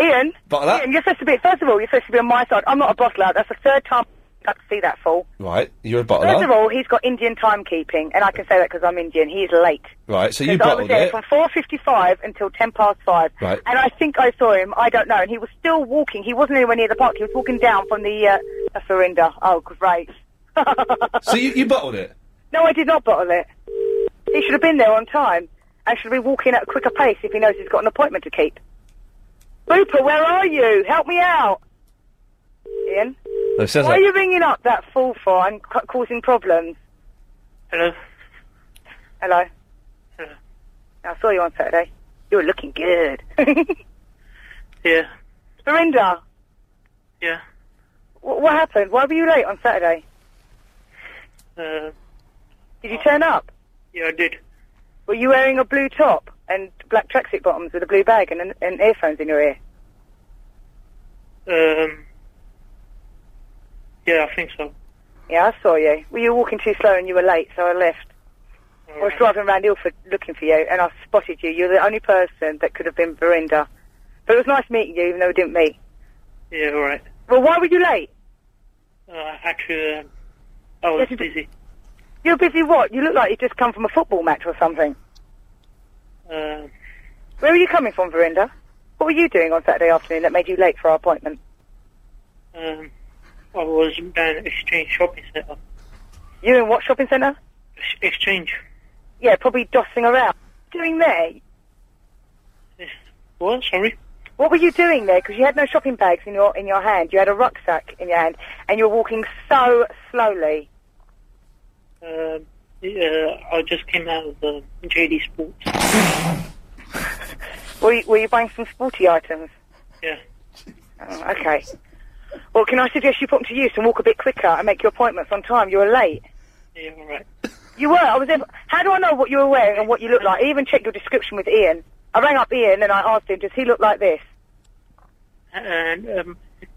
S10: Ian.
S1: Bottle up.
S10: Ian, you're supposed to be. First of all, you're supposed to be on my side. I'm not a bottler. That's the third time I can see that fall.
S1: Right. You're a bottler.
S10: First of all, he's got Indian timekeeping, and I can say that because I'm Indian. He is late.
S1: right. So you
S10: 'Cause I was
S1: bottled
S10: there
S1: it.
S10: from 4.55 until 10 past 5.
S1: Right.
S10: And I think I saw him, I don't know, and he was still walking. He wasn't anywhere near the park. He was walking down from the, uh, the Florinda. Oh, great.
S1: so you, you bottled it.
S10: No, I did not bottle it. He should have been there on time and should be walking at a quicker pace if he knows he's got an appointment to keep. Booper, where are you? Help me out. Ian?
S1: Oh, It sounds
S10: Why
S1: like
S10: are you ringing up that fool for and ca- causing problems?
S3: Hello?
S10: Hello? I saw you on Saturday. You were looking good.
S3: Yeah.
S10: Verinda?
S3: Yeah.
S10: Wh- what happened? Why were you late on Saturday?
S3: Uh,
S10: Did you turn up?
S3: yeah, I did.
S10: Were you wearing a blue top and black tracksuit bottoms with a blue bag and, an, and earphones in your ear?
S3: Um, yeah, I think so.
S10: Yeah, I saw you. Well, you were walking too slow and you were late, so I left. I was driving around Ilford looking for you, and I spotted you. You're the only person that could have been Verinda. But it was nice meeting you, even though we didn't meet.
S3: Yeah, all right.
S10: Well, why were you late?
S3: Uh, actually, um, I was busy.
S10: You're busy what? You look like you've just come from a football match or something.
S3: Uh,
S10: Where were you coming from, Verinda? What were you doing on Saturday afternoon that made you late for our appointment?
S3: um, I was down at Exchange Shopping Centre.
S10: You in what shopping centre?
S3: Ex- Exchange.
S10: Yeah, probably dossing around. Doing there?
S3: What? Eh, Sorry?
S10: What were you doing there? Because you had no shopping bags in your in your hand. You had a rucksack in your hand, and you were walking so slowly.
S3: Um, yeah, I just came out of the JD Sports.
S10: Were you, were you buying some sporty items?
S3: Yeah.
S10: Oh, okay. Well, can I suggest you put them to use and walk a bit quicker and make your appointments on time? You were late.
S3: Yeah, all right.
S10: You were. I was. In, how do I know what you were wearing and what you looked like? I even checked your description with Ian. I rang up Ian and I asked him, "Does he look like this?"
S3: And um,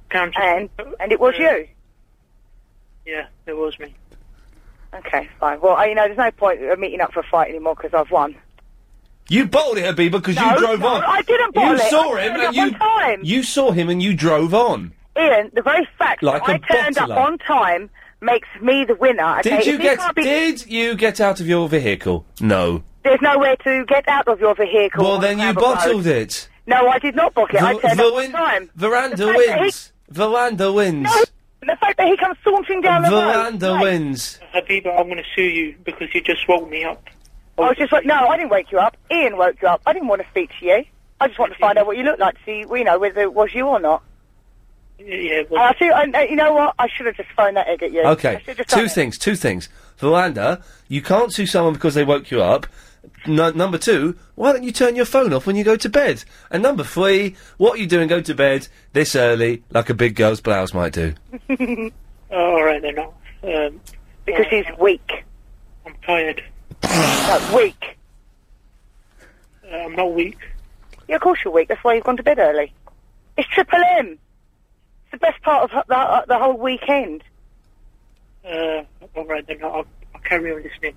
S3: can
S10: And and it was you.
S3: yeah, it was me.
S10: Okay, fine. Well, I- you know, there's no point in meeting up for a fight anymore because I've won.
S1: You bottled it, Abiba, because
S10: No,
S1: you drove
S10: no,
S1: on.
S10: I didn't bottle
S1: You
S10: it.
S1: saw
S10: I
S1: him
S10: turned
S1: and
S10: up
S1: you
S10: on time.
S1: you saw him and you drove on.
S10: Ian, the very fact
S1: Like
S10: that I
S1: a
S10: turned up
S1: bottler.
S10: on time makes me the winner. Okay?
S1: Did you
S10: If
S1: get
S10: can't be-
S1: did you get out of your vehicle? No.
S10: There's nowhere to get out of your vehicle.
S1: Well
S10: on
S1: then you
S10: Abbott
S1: bottled
S10: Road.
S1: it.
S10: No, I did not bottle it. I
S1: Ver-
S10: turned up
S1: Verwin-
S10: on time. The
S1: Veranda
S10: fact that he-
S1: wins. Veranda wins.
S10: The fact that he comes sauntering down the road.
S1: Veranda wins.
S3: Habiba, I'm going to sue you because you just woke me up.
S10: I was just like, no, I didn't wake you up. Ian woke you up. I didn't want to speak to you. I just wanted to find out what you looked like to see, you know, whether it was you or not.
S3: Yeah,
S10: And I see, and, uh, you know what? I should have just thrown that egg at you. I
S1: Okay.
S10: should have done
S1: Two
S10: it.
S1: things, two things. Veranda, you can't sue someone because they woke you up. No, number two, why don't you turn your phone off when you go to bed? And number three, what are you doing go to bed this early like a big girl's blouse might do?
S3: Oh, all right, then. I'll- Um,
S10: because he's weak.
S3: I'm tired.
S10: No, weak.
S3: Uh, I'm not weak.
S10: Yeah, of course you're weak. That's why you've gone to bed early. It's Triple M. It's the best part of h- the, uh, the whole weekend.
S3: Uh, all right, then. I'll, I'll carry on listening.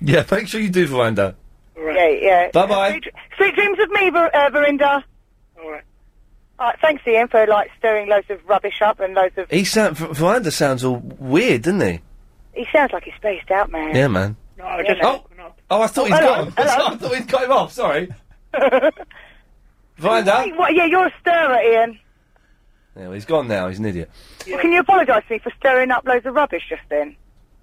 S1: Yeah, make sure you do, Veranda.
S3: All right.
S10: Yeah, yeah.
S1: Bye bye.
S10: Sweet dreams of me, Ver- uh, Verinda.
S3: All right.
S10: All right, thanks, Ian, for like stirring loads of rubbish up and loads of.
S1: He sound, V- Viander sounds all weird, doesn't he?
S10: He sounds like he's spaced out, man.
S1: Yeah, man.
S10: No,
S3: I
S1: just- Oh, I thought he's
S10: hello,
S1: got him. I thought he'd cut him off, sorry. Viander?
S10: What, yeah, you're a stirrer, Ian.
S1: Yeah, well, he's gone now, he's an idiot.
S10: Well, can you apologise to me for stirring up loads of rubbish just then?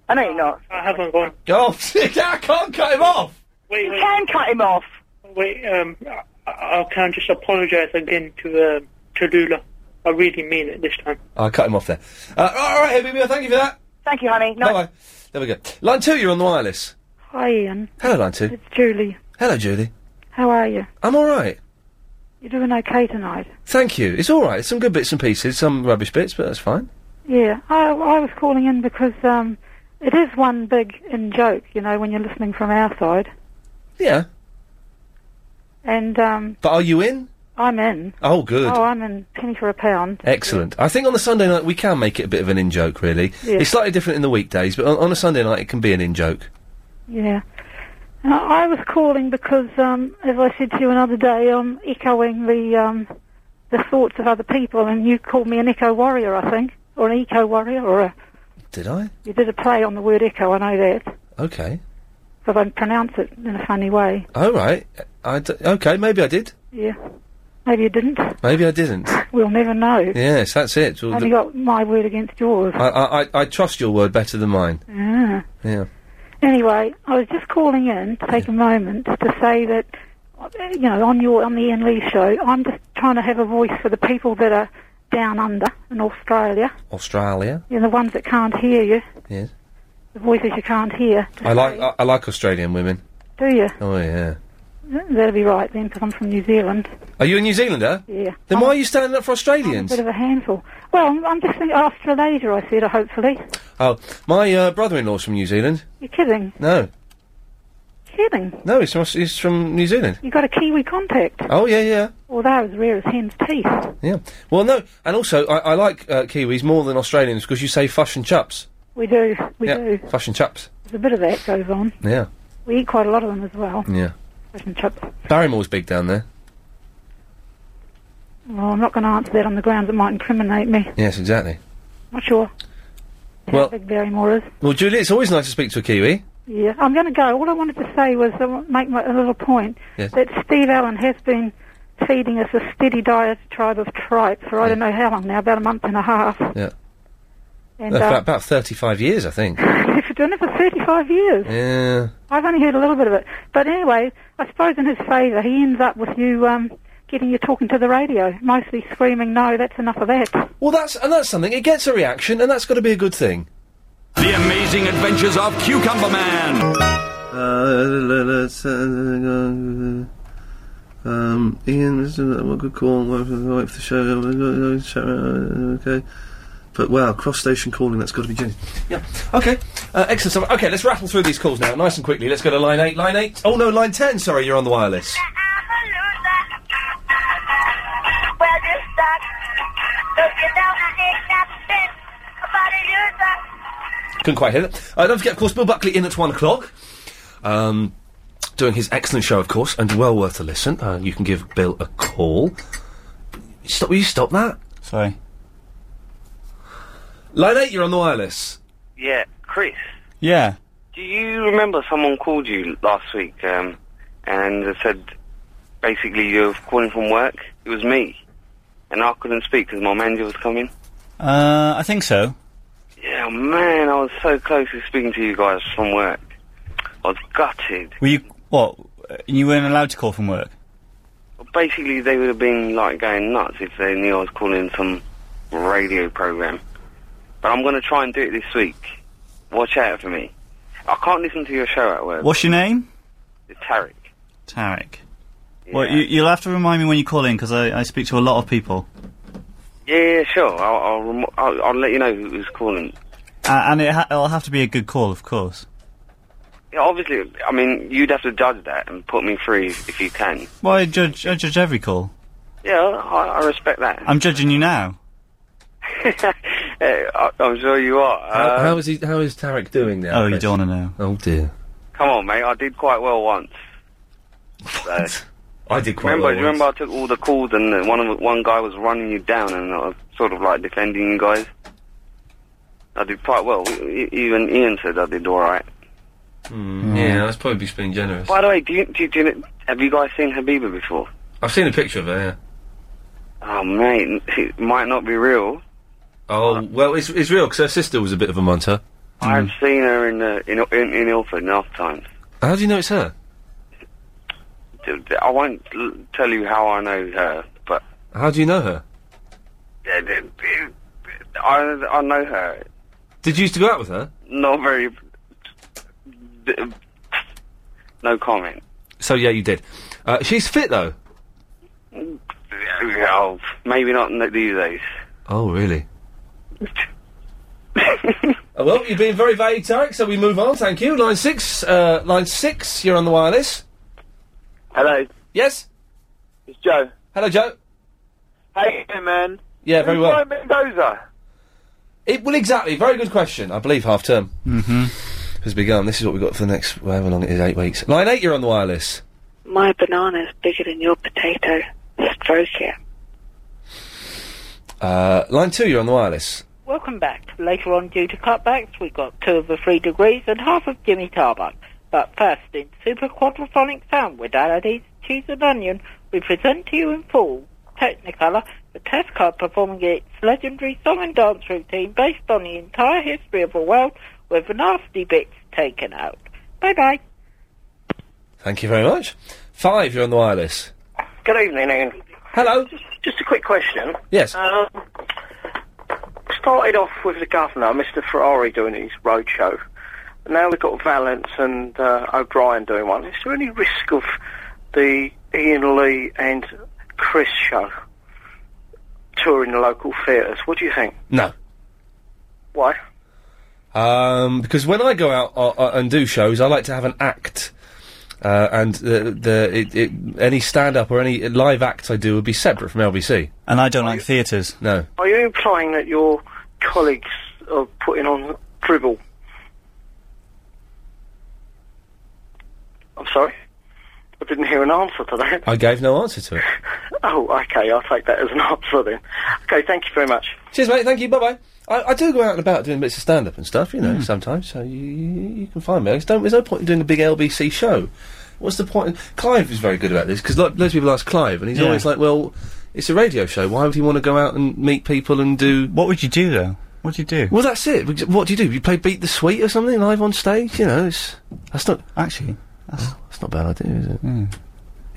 S10: I know you're not.
S3: I haven't gone.
S1: Oh, I can't cut him off.
S3: Wait, wait.
S10: You can cut him off.
S3: Wait, um, I, I can just apologise again to um, to Lula. I really mean it this time.
S1: Oh, I cut him off there. Uh, all right, Heavy Meal, thank you for that.
S10: Thank you, honey.
S1: Bye bye. There we go. Line two, you're on the wireless.
S32: Hi, Ian.
S1: Hello, line two.
S32: It's Julie.
S1: Hello, Julie.
S32: How are you?
S1: I'm all right.
S32: You're doing okay tonight?
S1: Thank you. It's all right. Some good bits and pieces, some rubbish bits, but that's fine.
S32: Yeah, I, I was calling in because um, it is one big in joke, you know, when you're listening from our side.
S1: Yeah.
S32: And um,
S1: But are you in?
S32: I'm in.
S1: Oh, good.
S32: Oh, I'm in penny for a pound.
S1: Excellent. I think on the Sunday night we can make it a bit of an in joke, really.
S32: Yeah.
S1: It's slightly different in the weekdays, but on, on a Sunday night it can be an in joke.
S32: Yeah. And I, I was calling because, um, as I said to you another day, I'm echoing the um, the thoughts of other people, and you called me an echo warrior, I think, or an eco warrior, or a,
S1: Did I?
S32: you did a play on the word echo. I know that,
S1: Okay.
S32: but I pronounce it in a funny way.
S1: All right. I d- okay, maybe I did.
S32: Yeah. Maybe you didn't.
S1: Maybe I didn't.
S32: We'll never know.
S1: yes, that's it. Well,
S32: Only
S1: the-
S32: got my word against yours.
S1: I, I, I- I trust your word better than mine.
S32: Ah.
S1: Yeah.
S32: Anyway, I was just calling in to take a moment to say that, uh, you know, on your on the Ian Lee show, I'm just trying to have a voice for the people that are down under in Australia,
S1: Australia.
S32: you know, the ones that can't hear you,
S1: Yes.
S32: the voices you can't hear.
S1: I like I, I like Australian women.
S32: Do you?
S1: Oh yeah.
S32: That'll be right then, because I'm from New Zealand.
S1: Are you a New Zealander?
S32: Yeah.
S1: Then why are you standing up for
S32: A
S1: Australians?
S32: bit of a handful. Well, I'm, I'm just thinking Australasia. I said, uh, hopefully.
S1: Oh, my uh, brother-in-law's from New Zealand.
S32: You're kidding?
S1: No,
S32: Kidding?
S1: no, he's from, Aus- he's from New Zealand.
S32: You got a Kiwi contact?
S1: Oh yeah, yeah,
S32: Well, they're as rare as hen's teeth.
S1: yeah. Well, no, and also I, I like uh, Kiwis more than Australians because you say fush and chups.
S32: We do. We
S1: yeah,
S32: do.
S1: fush and chups.
S32: There's a bit of that goes on.
S1: Yeah,
S32: We eat quite a lot of them as well.
S1: yeah.
S32: Fish and chips.
S1: Barrymore's big down there.
S32: Well, I'm not going to answer that on the grounds it might incriminate me.
S1: Yes, exactly.
S32: Not sure how
S1: Well,
S32: big Barrymore is.
S1: well, Julie, it's always nice to speak to a Kiwi.
S32: Yeah, I'm going to go. All I wanted to say was uh, make my, a little point
S1: Yes.
S32: that Steve Allen has been feeding us a steady diatribe of tripe for I don't know how long now, about a month and a half.
S1: Yeah,
S32: And
S1: about,
S32: uh,
S1: about thirty-five years, I think.
S32: he's been doing it for 35 years.
S1: yeah.
S32: I've only heard a little bit of it. But anyway, I suppose in his favour, he ends up with you um, getting you talking to the radio, mostly screaming, no, that's enough of that.
S1: Well, that's and that's something. It gets a reaction, and that's got to be a good thing.
S9: The amazing adventures of Cucumber Man.
S13: Uh, Um, Ian, this is a good call. Wait for, wait for the show. Okay. But wow, cross station calling, that's got to be Jenny.
S1: Yeah. Okay. Uh, excellent stuff. Okay, let's rattle through these calls now, nice and quickly. Let's go to line eight. Line eight. Oh no, line ten. Sorry, you're on the wireless.
S17: Well, you suck. Don't you know I ain't got shit about a loser?
S1: Couldn't quite hear that. Uh, don't forget, of course, Bill Buckley in at one o'clock. Um, doing his excellent show, of course, and well worth a listen. Uh, you can give Bill a call. Stop. Will you stop that?
S6: Sorry.
S1: Line eight. You're on the wireless.
S22: Yeah, Chris,
S6: Yeah.
S22: do you remember someone called you last week um, and said basically you're calling from work? It was me, and I couldn't speak because my manager was coming.
S6: Uh, I think so.
S22: Yeah, man, I was so close to speaking to you guys from work. I was gutted.
S6: Were you what? uh, You weren't allowed to call from work.
S22: Basically, they would have been like going nuts if they knew I was calling some radio program. But I'm going to try and do it this week. Watch out for me. I can't listen to your show at work.
S6: What's your name?
S22: It's Tarek.
S6: Tarek. Well, you, you'll have to remind me when you call in because I, I speak to a lot of people,
S22: Yeah, yeah, sure. I'll I'll, rem- I'll I'll let you know who was calling.
S6: uh, and it ha- it'll have to be a good call, of course.
S22: Yeah, obviously, I mean, you'd have to judge that and put me through if, if you can.
S6: Well, I judge I judge every call.
S22: Yeah, I, I respect that.
S6: I'm judging you now.
S22: Eh, I, I'm sure you are.
S1: How,
S22: Uh,
S1: how is he? How is Tarek doing now?
S6: Oh, you
S1: Chris?
S6: don't want to know.
S1: Oh dear.
S22: Come on, mate. I did quite well once. So,
S1: I did quite
S22: remember,
S1: well
S22: do you remember I
S1: once.
S22: took all the calls and uh, one of, one guy was running you down and I was sort of like defending you guys. I did quite well. E- Even Ian said I did all right. Hmm.
S1: Mm, yeah, that's probably being generous.
S22: By the way, do you, do, you, do you, have you guys seen Habiba before?
S1: I've seen a picture of her. Yeah.
S22: Oh mate, it might not be real. Uh,
S1: Oh well, it's it's real because her sister Hmm. was a bit of a munter.
S22: I've seen her in uh, in in, in Ilford enough times.
S1: How do you know it's her?
S22: Dude, I won't l- tell you how I know her, but
S1: How do you know her?
S22: uh, d- d- I I know her.
S1: Did you used to go out with her?
S22: Not very. d- No comment.
S1: So yeah, you did. Uh, she's fit though.
S22: Oh, maybe not n- these days.
S1: Oh really? Uh, well, you've been very vague, Tarek. So we move on. Thank you. Line six. Uh, line six. You're on the wireless.
S20: Hello.
S1: Yes.
S20: It's Joe.
S1: Hello, Joe.
S20: Hey, hey, man.
S1: Yeah, very
S20: Who's
S1: well.
S20: Brian Mendoza.
S1: It well, exactly. Very good question. I believe half term
S6: Mm-hmm.
S1: has begun. This is what we've got for the next however long it is, eight weeks. Line eight. You're on the wireless.
S36: My banana's bigger than your potato. Stroke it.
S1: Uh, line two. You're on the wireless.
S17: Welcome back. Later on, due to cutbacks, we got two of the three degrees and half of Jimmy Tarbuck. But first, in super quadraphonic sound modalities, cheese and onion, we present to you in full Technicolor, the test card performing its legendary song and dance routine based on the entire history of the world, with the nasty bits taken out. Bye bye.
S1: Thank you very much. Five. You're on the wireless.
S20: Good evening, Ian.
S1: Hello.
S20: Just, just a quick question.
S1: Yes.
S20: Um, started off with the governor, Mr. Ferrari, doing his roadshow. Now we've got Valence and uh, O'Brien doing one. Is there any risk of the Ian Lee and Chris show touring the local theatres? What do you think?
S1: No.
S20: Why?
S1: Um, because when I go out uh, uh, and do shows, I like to have an act, uh, and the the it, it, any stand up or any live act I do would be separate from LBC.
S6: And I don't like theatres.
S1: No.
S20: Are you implying that your colleagues are putting on dribble? I'm sorry? I didn't hear an answer to that.
S1: I gave no answer to it.
S20: Oh, okay, I'll take that as an answer then. Okay, thank you very much.
S1: Cheers, mate. Thank you. Bye bye. I, I do go out and about doing bits of stand up and stuff, you
S6: Hmm.
S1: know, sometimes. So you, you you can find me. I just don't, there's no point in doing a big LBC show. What's the point? in- Clive is very good about this because loads of people ask Clive, and he's
S6: Yeah.
S1: always like, "Well, it's a radio show. Why would you want to go out and meet people and do?"
S6: What would you do though? What do you do?
S1: Well, that's it. Ex- What do you do? You play Beat the Sweet or something live on stage? You know, it's that's not
S6: actually that's,
S1: that's not a bad idea, is it?
S6: Hmm.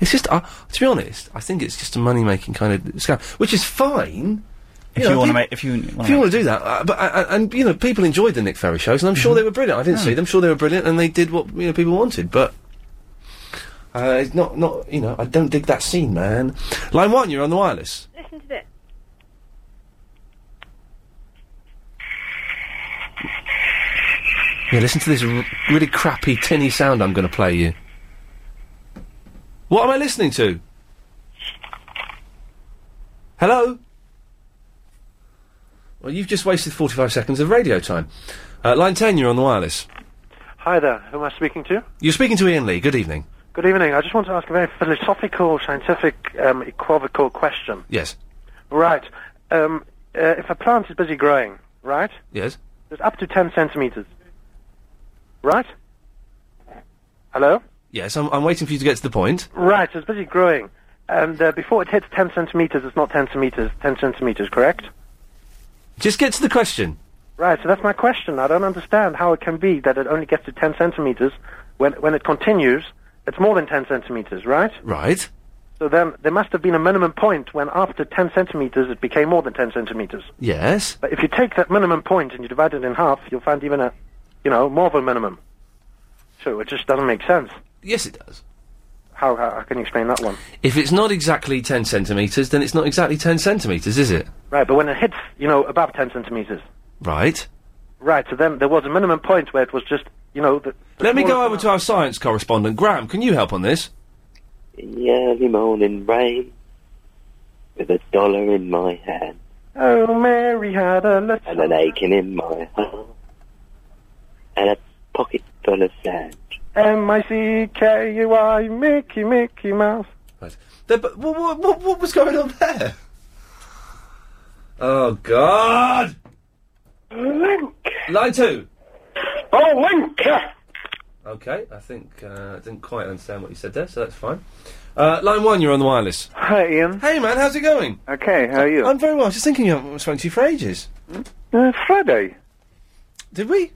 S1: It's just uh, to be honest, I think it's just a money making kind of scam, which is fine.
S6: If you wanna
S1: peop-
S6: make- if you wanna
S1: if you
S6: make-
S1: want to do that, uh, but uh, and you know, people enjoyed the Nick Ferry shows, and I'm sure they were brilliant. I didn't
S6: Yeah.
S1: see them; I'm sure they were brilliant, and they did what you know people wanted. But uh, it's not not you know, I don't dig that scene, man. Line one, you're on the wireless.
S37: Listen to this.
S1: Yeah, listen to this r- really crappy tinny sound I'm going to play you. What am I listening to? Hello? Well, you've just wasted 45 seconds of radio time. Uh, line 10, you're on the wireless.
S34: Hi there. Who am I speaking to?
S1: You're speaking to Ian Lee. Good evening.
S34: Good evening. I just want to ask a very philosophical, scientific, um, equivocal question.
S1: Yes.
S34: Right. Um, uh, if a plant is busy growing, right,
S1: Yes.
S34: there's up to 10 centimeters. Right? Hello?
S1: Yes, I'm, I'm waiting for you to get to the point.
S34: Right, so it's busy growing. And uh, before it hits 10 centimeters, it's not 10 centimeters, 10 centimeters, correct?
S1: Just get to the question.
S34: Right, so that's my question. I don't understand how it can be that it only gets to 10 centimeters. When, when it continues, it's more than 10 centimeters, right?
S1: Right.
S34: So then there must have been a minimum point when after 10 centimeters it became more than 10 centimeters.
S1: Yes.
S34: But if you take that minimum point and you divide it in half, you'll find even a, you know, more of a minimum. So it just doesn't make sense.
S1: Yes, it does.
S34: How, how, how can you explain that one?
S1: If it's not exactly 10 centimetres, then it's not exactly 10 centimetres, is it?
S34: Right, but when it hits, you know, above 10 centimeters.
S1: Right.
S34: Right, so then there was a minimum point where it was just, you know, the, the
S1: Let me
S34: smallest
S1: go over to our science correspondent. Graham, can you help on this?
S4: In the early morning rain, with a dollar in my hand
S34: Oh, Mary had a little.
S4: and an aching in my heart, and a pocket full of sand.
S34: M I C K U I Mickey Mickey Mouse.
S1: Right. There, but what, what, what, what was going on there? Oh, God!
S25: Link.
S1: Line two.
S25: Oh, Link.
S1: Okay, I think uh, I didn't quite understand what you said there, so that's fine. Uh, line one, you're on the wireless.
S7: Hi, Ian.
S1: Hey, man, how's it going?
S7: Okay, how are you?
S1: I'm very well. I was just thinking you haven't spoken to you for ages.
S7: Uh, Friday.
S1: Did we?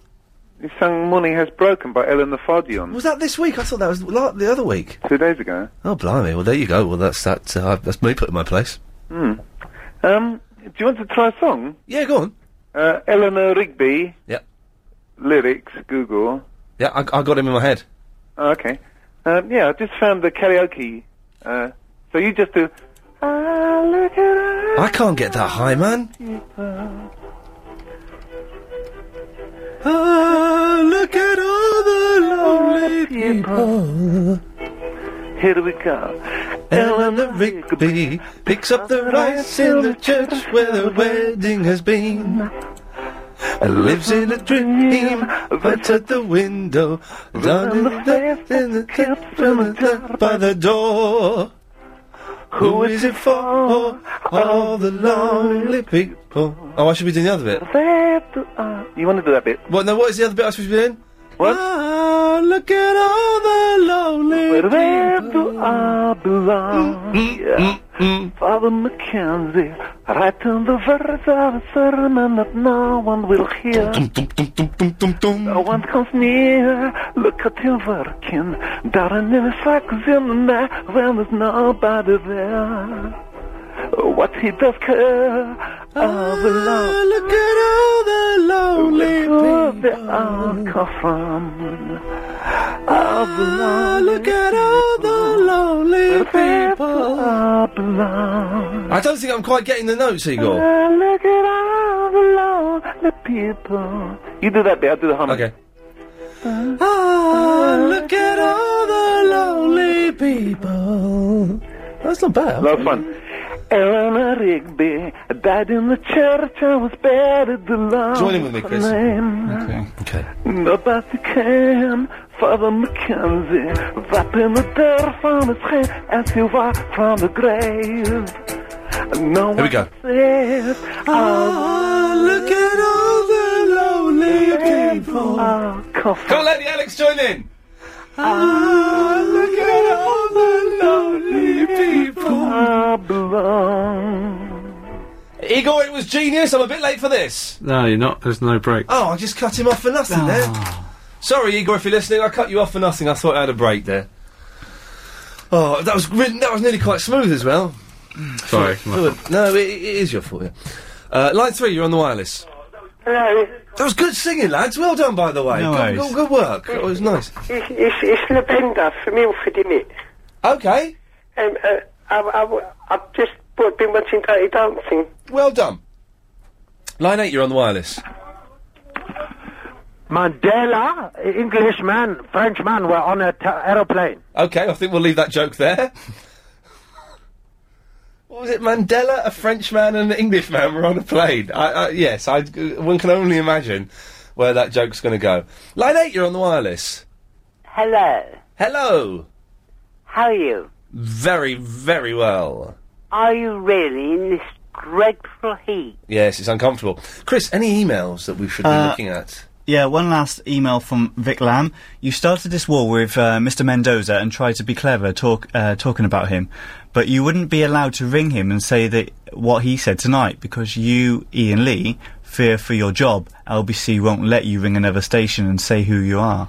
S7: You sang Money Has Broken by Ellen the Fardion.
S1: Was that this week? I thought that was la- the other week.
S7: Two days ago.
S1: Oh, blimey. Well, there you go. Well, that's that. Uh, that's me put in my place.
S7: Hmm. Um, do you want to try a song?
S1: Yeah, go on.
S7: Uh, Eleanor Rigby.
S1: Yep.
S7: Lyrics, Google.
S1: Yeah, I, I got him in my head.
S7: Oh, okay. Um, yeah, I just found the karaoke. Uh, so you just do. I look at
S1: I can't get that high, man.
S7: people.
S1: Oh, look at all the lonely people.
S7: Here we go.
S1: Eleanor Rigby picks up the rice in the church where the wedding has been. And lives in a dream, but at the window, down in the, in the, kept from the top by the door. Who is it for? All the lonely people. Oh, I should be doing the other bit.
S7: You want to do that bit?
S1: What? Now, what is the other bit I was supposed to be doing?
S7: What?
S1: Ah, look at all the lonely
S7: Where
S1: people. Mm,
S7: do I belong? Yeah. Father Mackenzie, right on the verse of a sermon that no one will hear. No one comes near. Look at him working, down in his socks in the night when there's nobody there. What he does care, I belong.
S1: Ah, Look at all the lonely
S7: people. I come from. I belong.
S1: Ah, Look at all the lonely people.
S7: I belong.
S1: I don't think I'm quite getting the notes, Igor.
S7: I look at all the lonely people. You do that bit, I'll do the humming.
S1: Okay. Ah, look at all the lonely people. That's not bad.
S7: That was fun. Eleanor Rigby died in the church I was buried alone.
S1: Join in with me, Chris.
S7: Name.
S1: Okay. Okay.
S7: Nobody came. Father Mackenzie wiping the dirt from his hand as he walked from the grave. No
S1: Here we go.
S7: one says,
S1: Ah, look at all the lonely people.
S7: ah." Oh.
S1: Come on, Lady Alex, join in. Ah, look at all the lonely people.
S7: I belong.
S1: Igor, it was genius. I'm a bit late for this.
S12: No, you're not. There's no break. Ah.
S1: Oh, I just cut him off for nothing there. Sorry, Igor, if you're listening, I cut you off for nothing. I thought I had a break there. Oh, that was re- that was nearly quite smooth as well.
S12: Sorry, my
S1: Good. No, it, it is your fault. Yeah. Uh, line three, you're on the wireless.
S7: Hello.
S1: That was good singing, lads. Well done, by the way.
S12: No
S1: good,
S12: worries.
S1: good, good work. It was nice.
S7: It's, it's, it's Labenda from Ilford, isn't it?
S1: Okay.
S7: Um, uh, I, I, I've just w- been watching Dirty Dancing.
S1: Well done. Line eight, you're on the wireless.
S34: Mandela, Englishman, Frenchman were on a t- aeroplane.
S1: Okay, I think we'll leave that joke there. what was it? Mandela, a Frenchman, and an Englishman were on a plane. I, I, yes, I, one can only imagine where that joke's going to go. Line 8, you're on the wireless.
S2: Hello.
S1: Hello.
S2: How are you?
S1: Very, very well.
S2: Are you really in this dreadful heat?
S1: Yes, it's uncomfortable. Chris, any emails that we should be
S6: Uh,
S1: looking at?
S6: Yeah, one last email from Vic Lamb. You started this war with uh, Mr. Mendoza and tried to be clever talk, uh, talking about him, but you wouldn't be allowed to ring him and say that what he said tonight because you, Ian Lee, fear for your job. LBC won't let you ring another station and say who you are.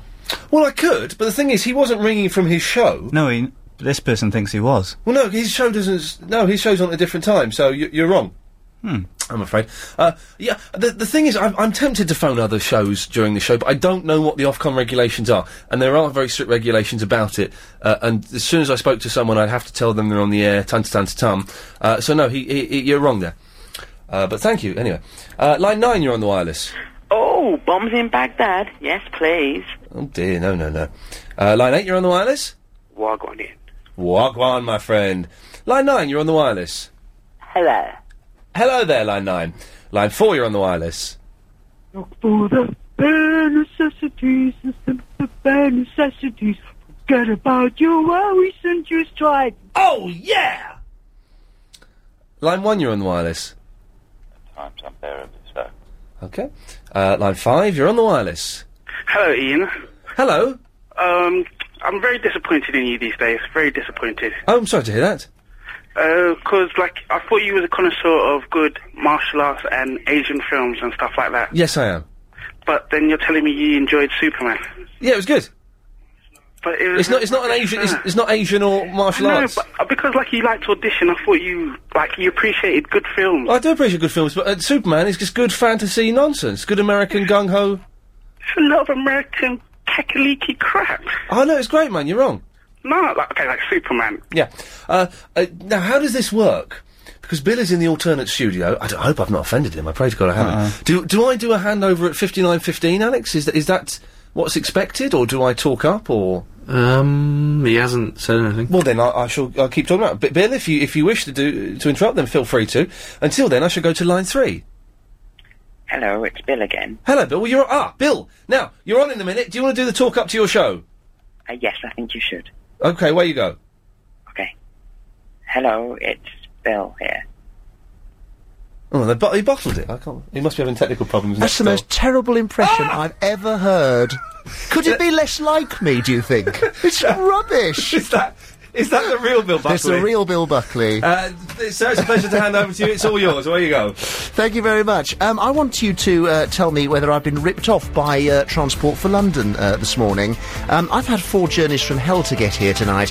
S1: Well, I could, but the thing is, he wasn't ringing from his show.
S6: No, he, this person thinks he was.
S1: Well, no, his show doesn't. s- No, his show's on at a different time, so you, you're wrong.
S6: Hmm.
S1: I'm afraid. Uh, yeah, the, the thing is, I'm, I'm tempted to phone other shows during the show, but I don't know what the Ofcom regulations are, and there are very strict regulations about it. Uh, and as soon as I spoke to someone, I'd have to tell them they're on the air, tum to tum to tum. Uh, so no, he, he, he- you're wrong there. Uh, but thank you anyway. Uh, line nine, you're on the wireless.
S2: Oh, bombs in Baghdad. Yes, please.
S1: Oh dear, no, no, no. Uh, line eight, you're on the wireless.
S2: Wagwan in.
S1: Wagwan, my friend. Line nine, you're on the wireless.
S2: Hello.
S1: Hello there, line nine. Line four, you're on the wireless.
S25: For the bare necessities, the bare necessities, forget about you. Well, we sent you strike.
S1: Oh, yeah! Line one, you're on the wireless.
S7: Time's unbearably slow.
S1: Okay. Uh, line five, you're on the wireless.
S7: Hello, Ian.
S1: Hello.
S7: Um, I'm very disappointed in you these days. Very disappointed.
S1: Oh, I'm sorry to hear that.
S7: Because, like, I thought you was a connoisseur of good martial arts and Asian films and stuff like that.
S1: Yes, I am.
S7: But then you're telling me you enjoyed Superman.
S1: Yeah, it was good.
S7: But it was
S1: It's not. It's not an Asian. It's, it's not Asian or martial
S7: no,
S1: arts.
S7: but uh, because like you liked audition, I thought you like you appreciated good films.
S1: I do appreciate good films, but uh, Superman is just good fantasy nonsense. Good American gung ho.
S7: It's a lot of American cackaleaky crap.
S1: Oh no, it's great, man. You're wrong.
S7: No, like, okay, like Superman.
S1: Yeah. Uh, uh, now, how does this work? Because Bill is in the alternate studio. I, d- I hope I've not offended him. I pray to God I haven't. Do do I do a handover at fifty nine fifteen, Alex? Is that is that what's expected, or do I talk up, or?
S38: Um, he hasn't said anything.
S1: Well, then I, I shall. I'll keep talking about. it. But Bill, if you if you wish to do to interrupt, then feel free to. Until then, I shall go to line three.
S17: Hello, it's Bill again.
S1: Hello, Bill. Well, you're ah, Bill. Now you're on in a minute. Do you want to do the talk up to your show?
S17: Uh, yes, I think you should.
S1: Okay, where you go?
S17: Hello, it's Bill here.
S1: Oh, they, bo- he bottled it. I can't. He must be having technical problems.
S34: That's the most terrible impression
S1: Ah!
S34: I've ever heard. Could it be less like me, do you think? It's rubbish!
S1: Is that, is that the real Bill
S34: It's the
S1: Buckley?
S34: real Bill Buckley.
S1: Uh, th- sir, it's a pleasure to hand over to you. It's all yours. Away you go.
S34: Thank you very much. Um, I want you to uh, tell me whether I've been ripped off by uh, Transport for London uh, this morning. Um, I've had four journeys from hell to get here tonight.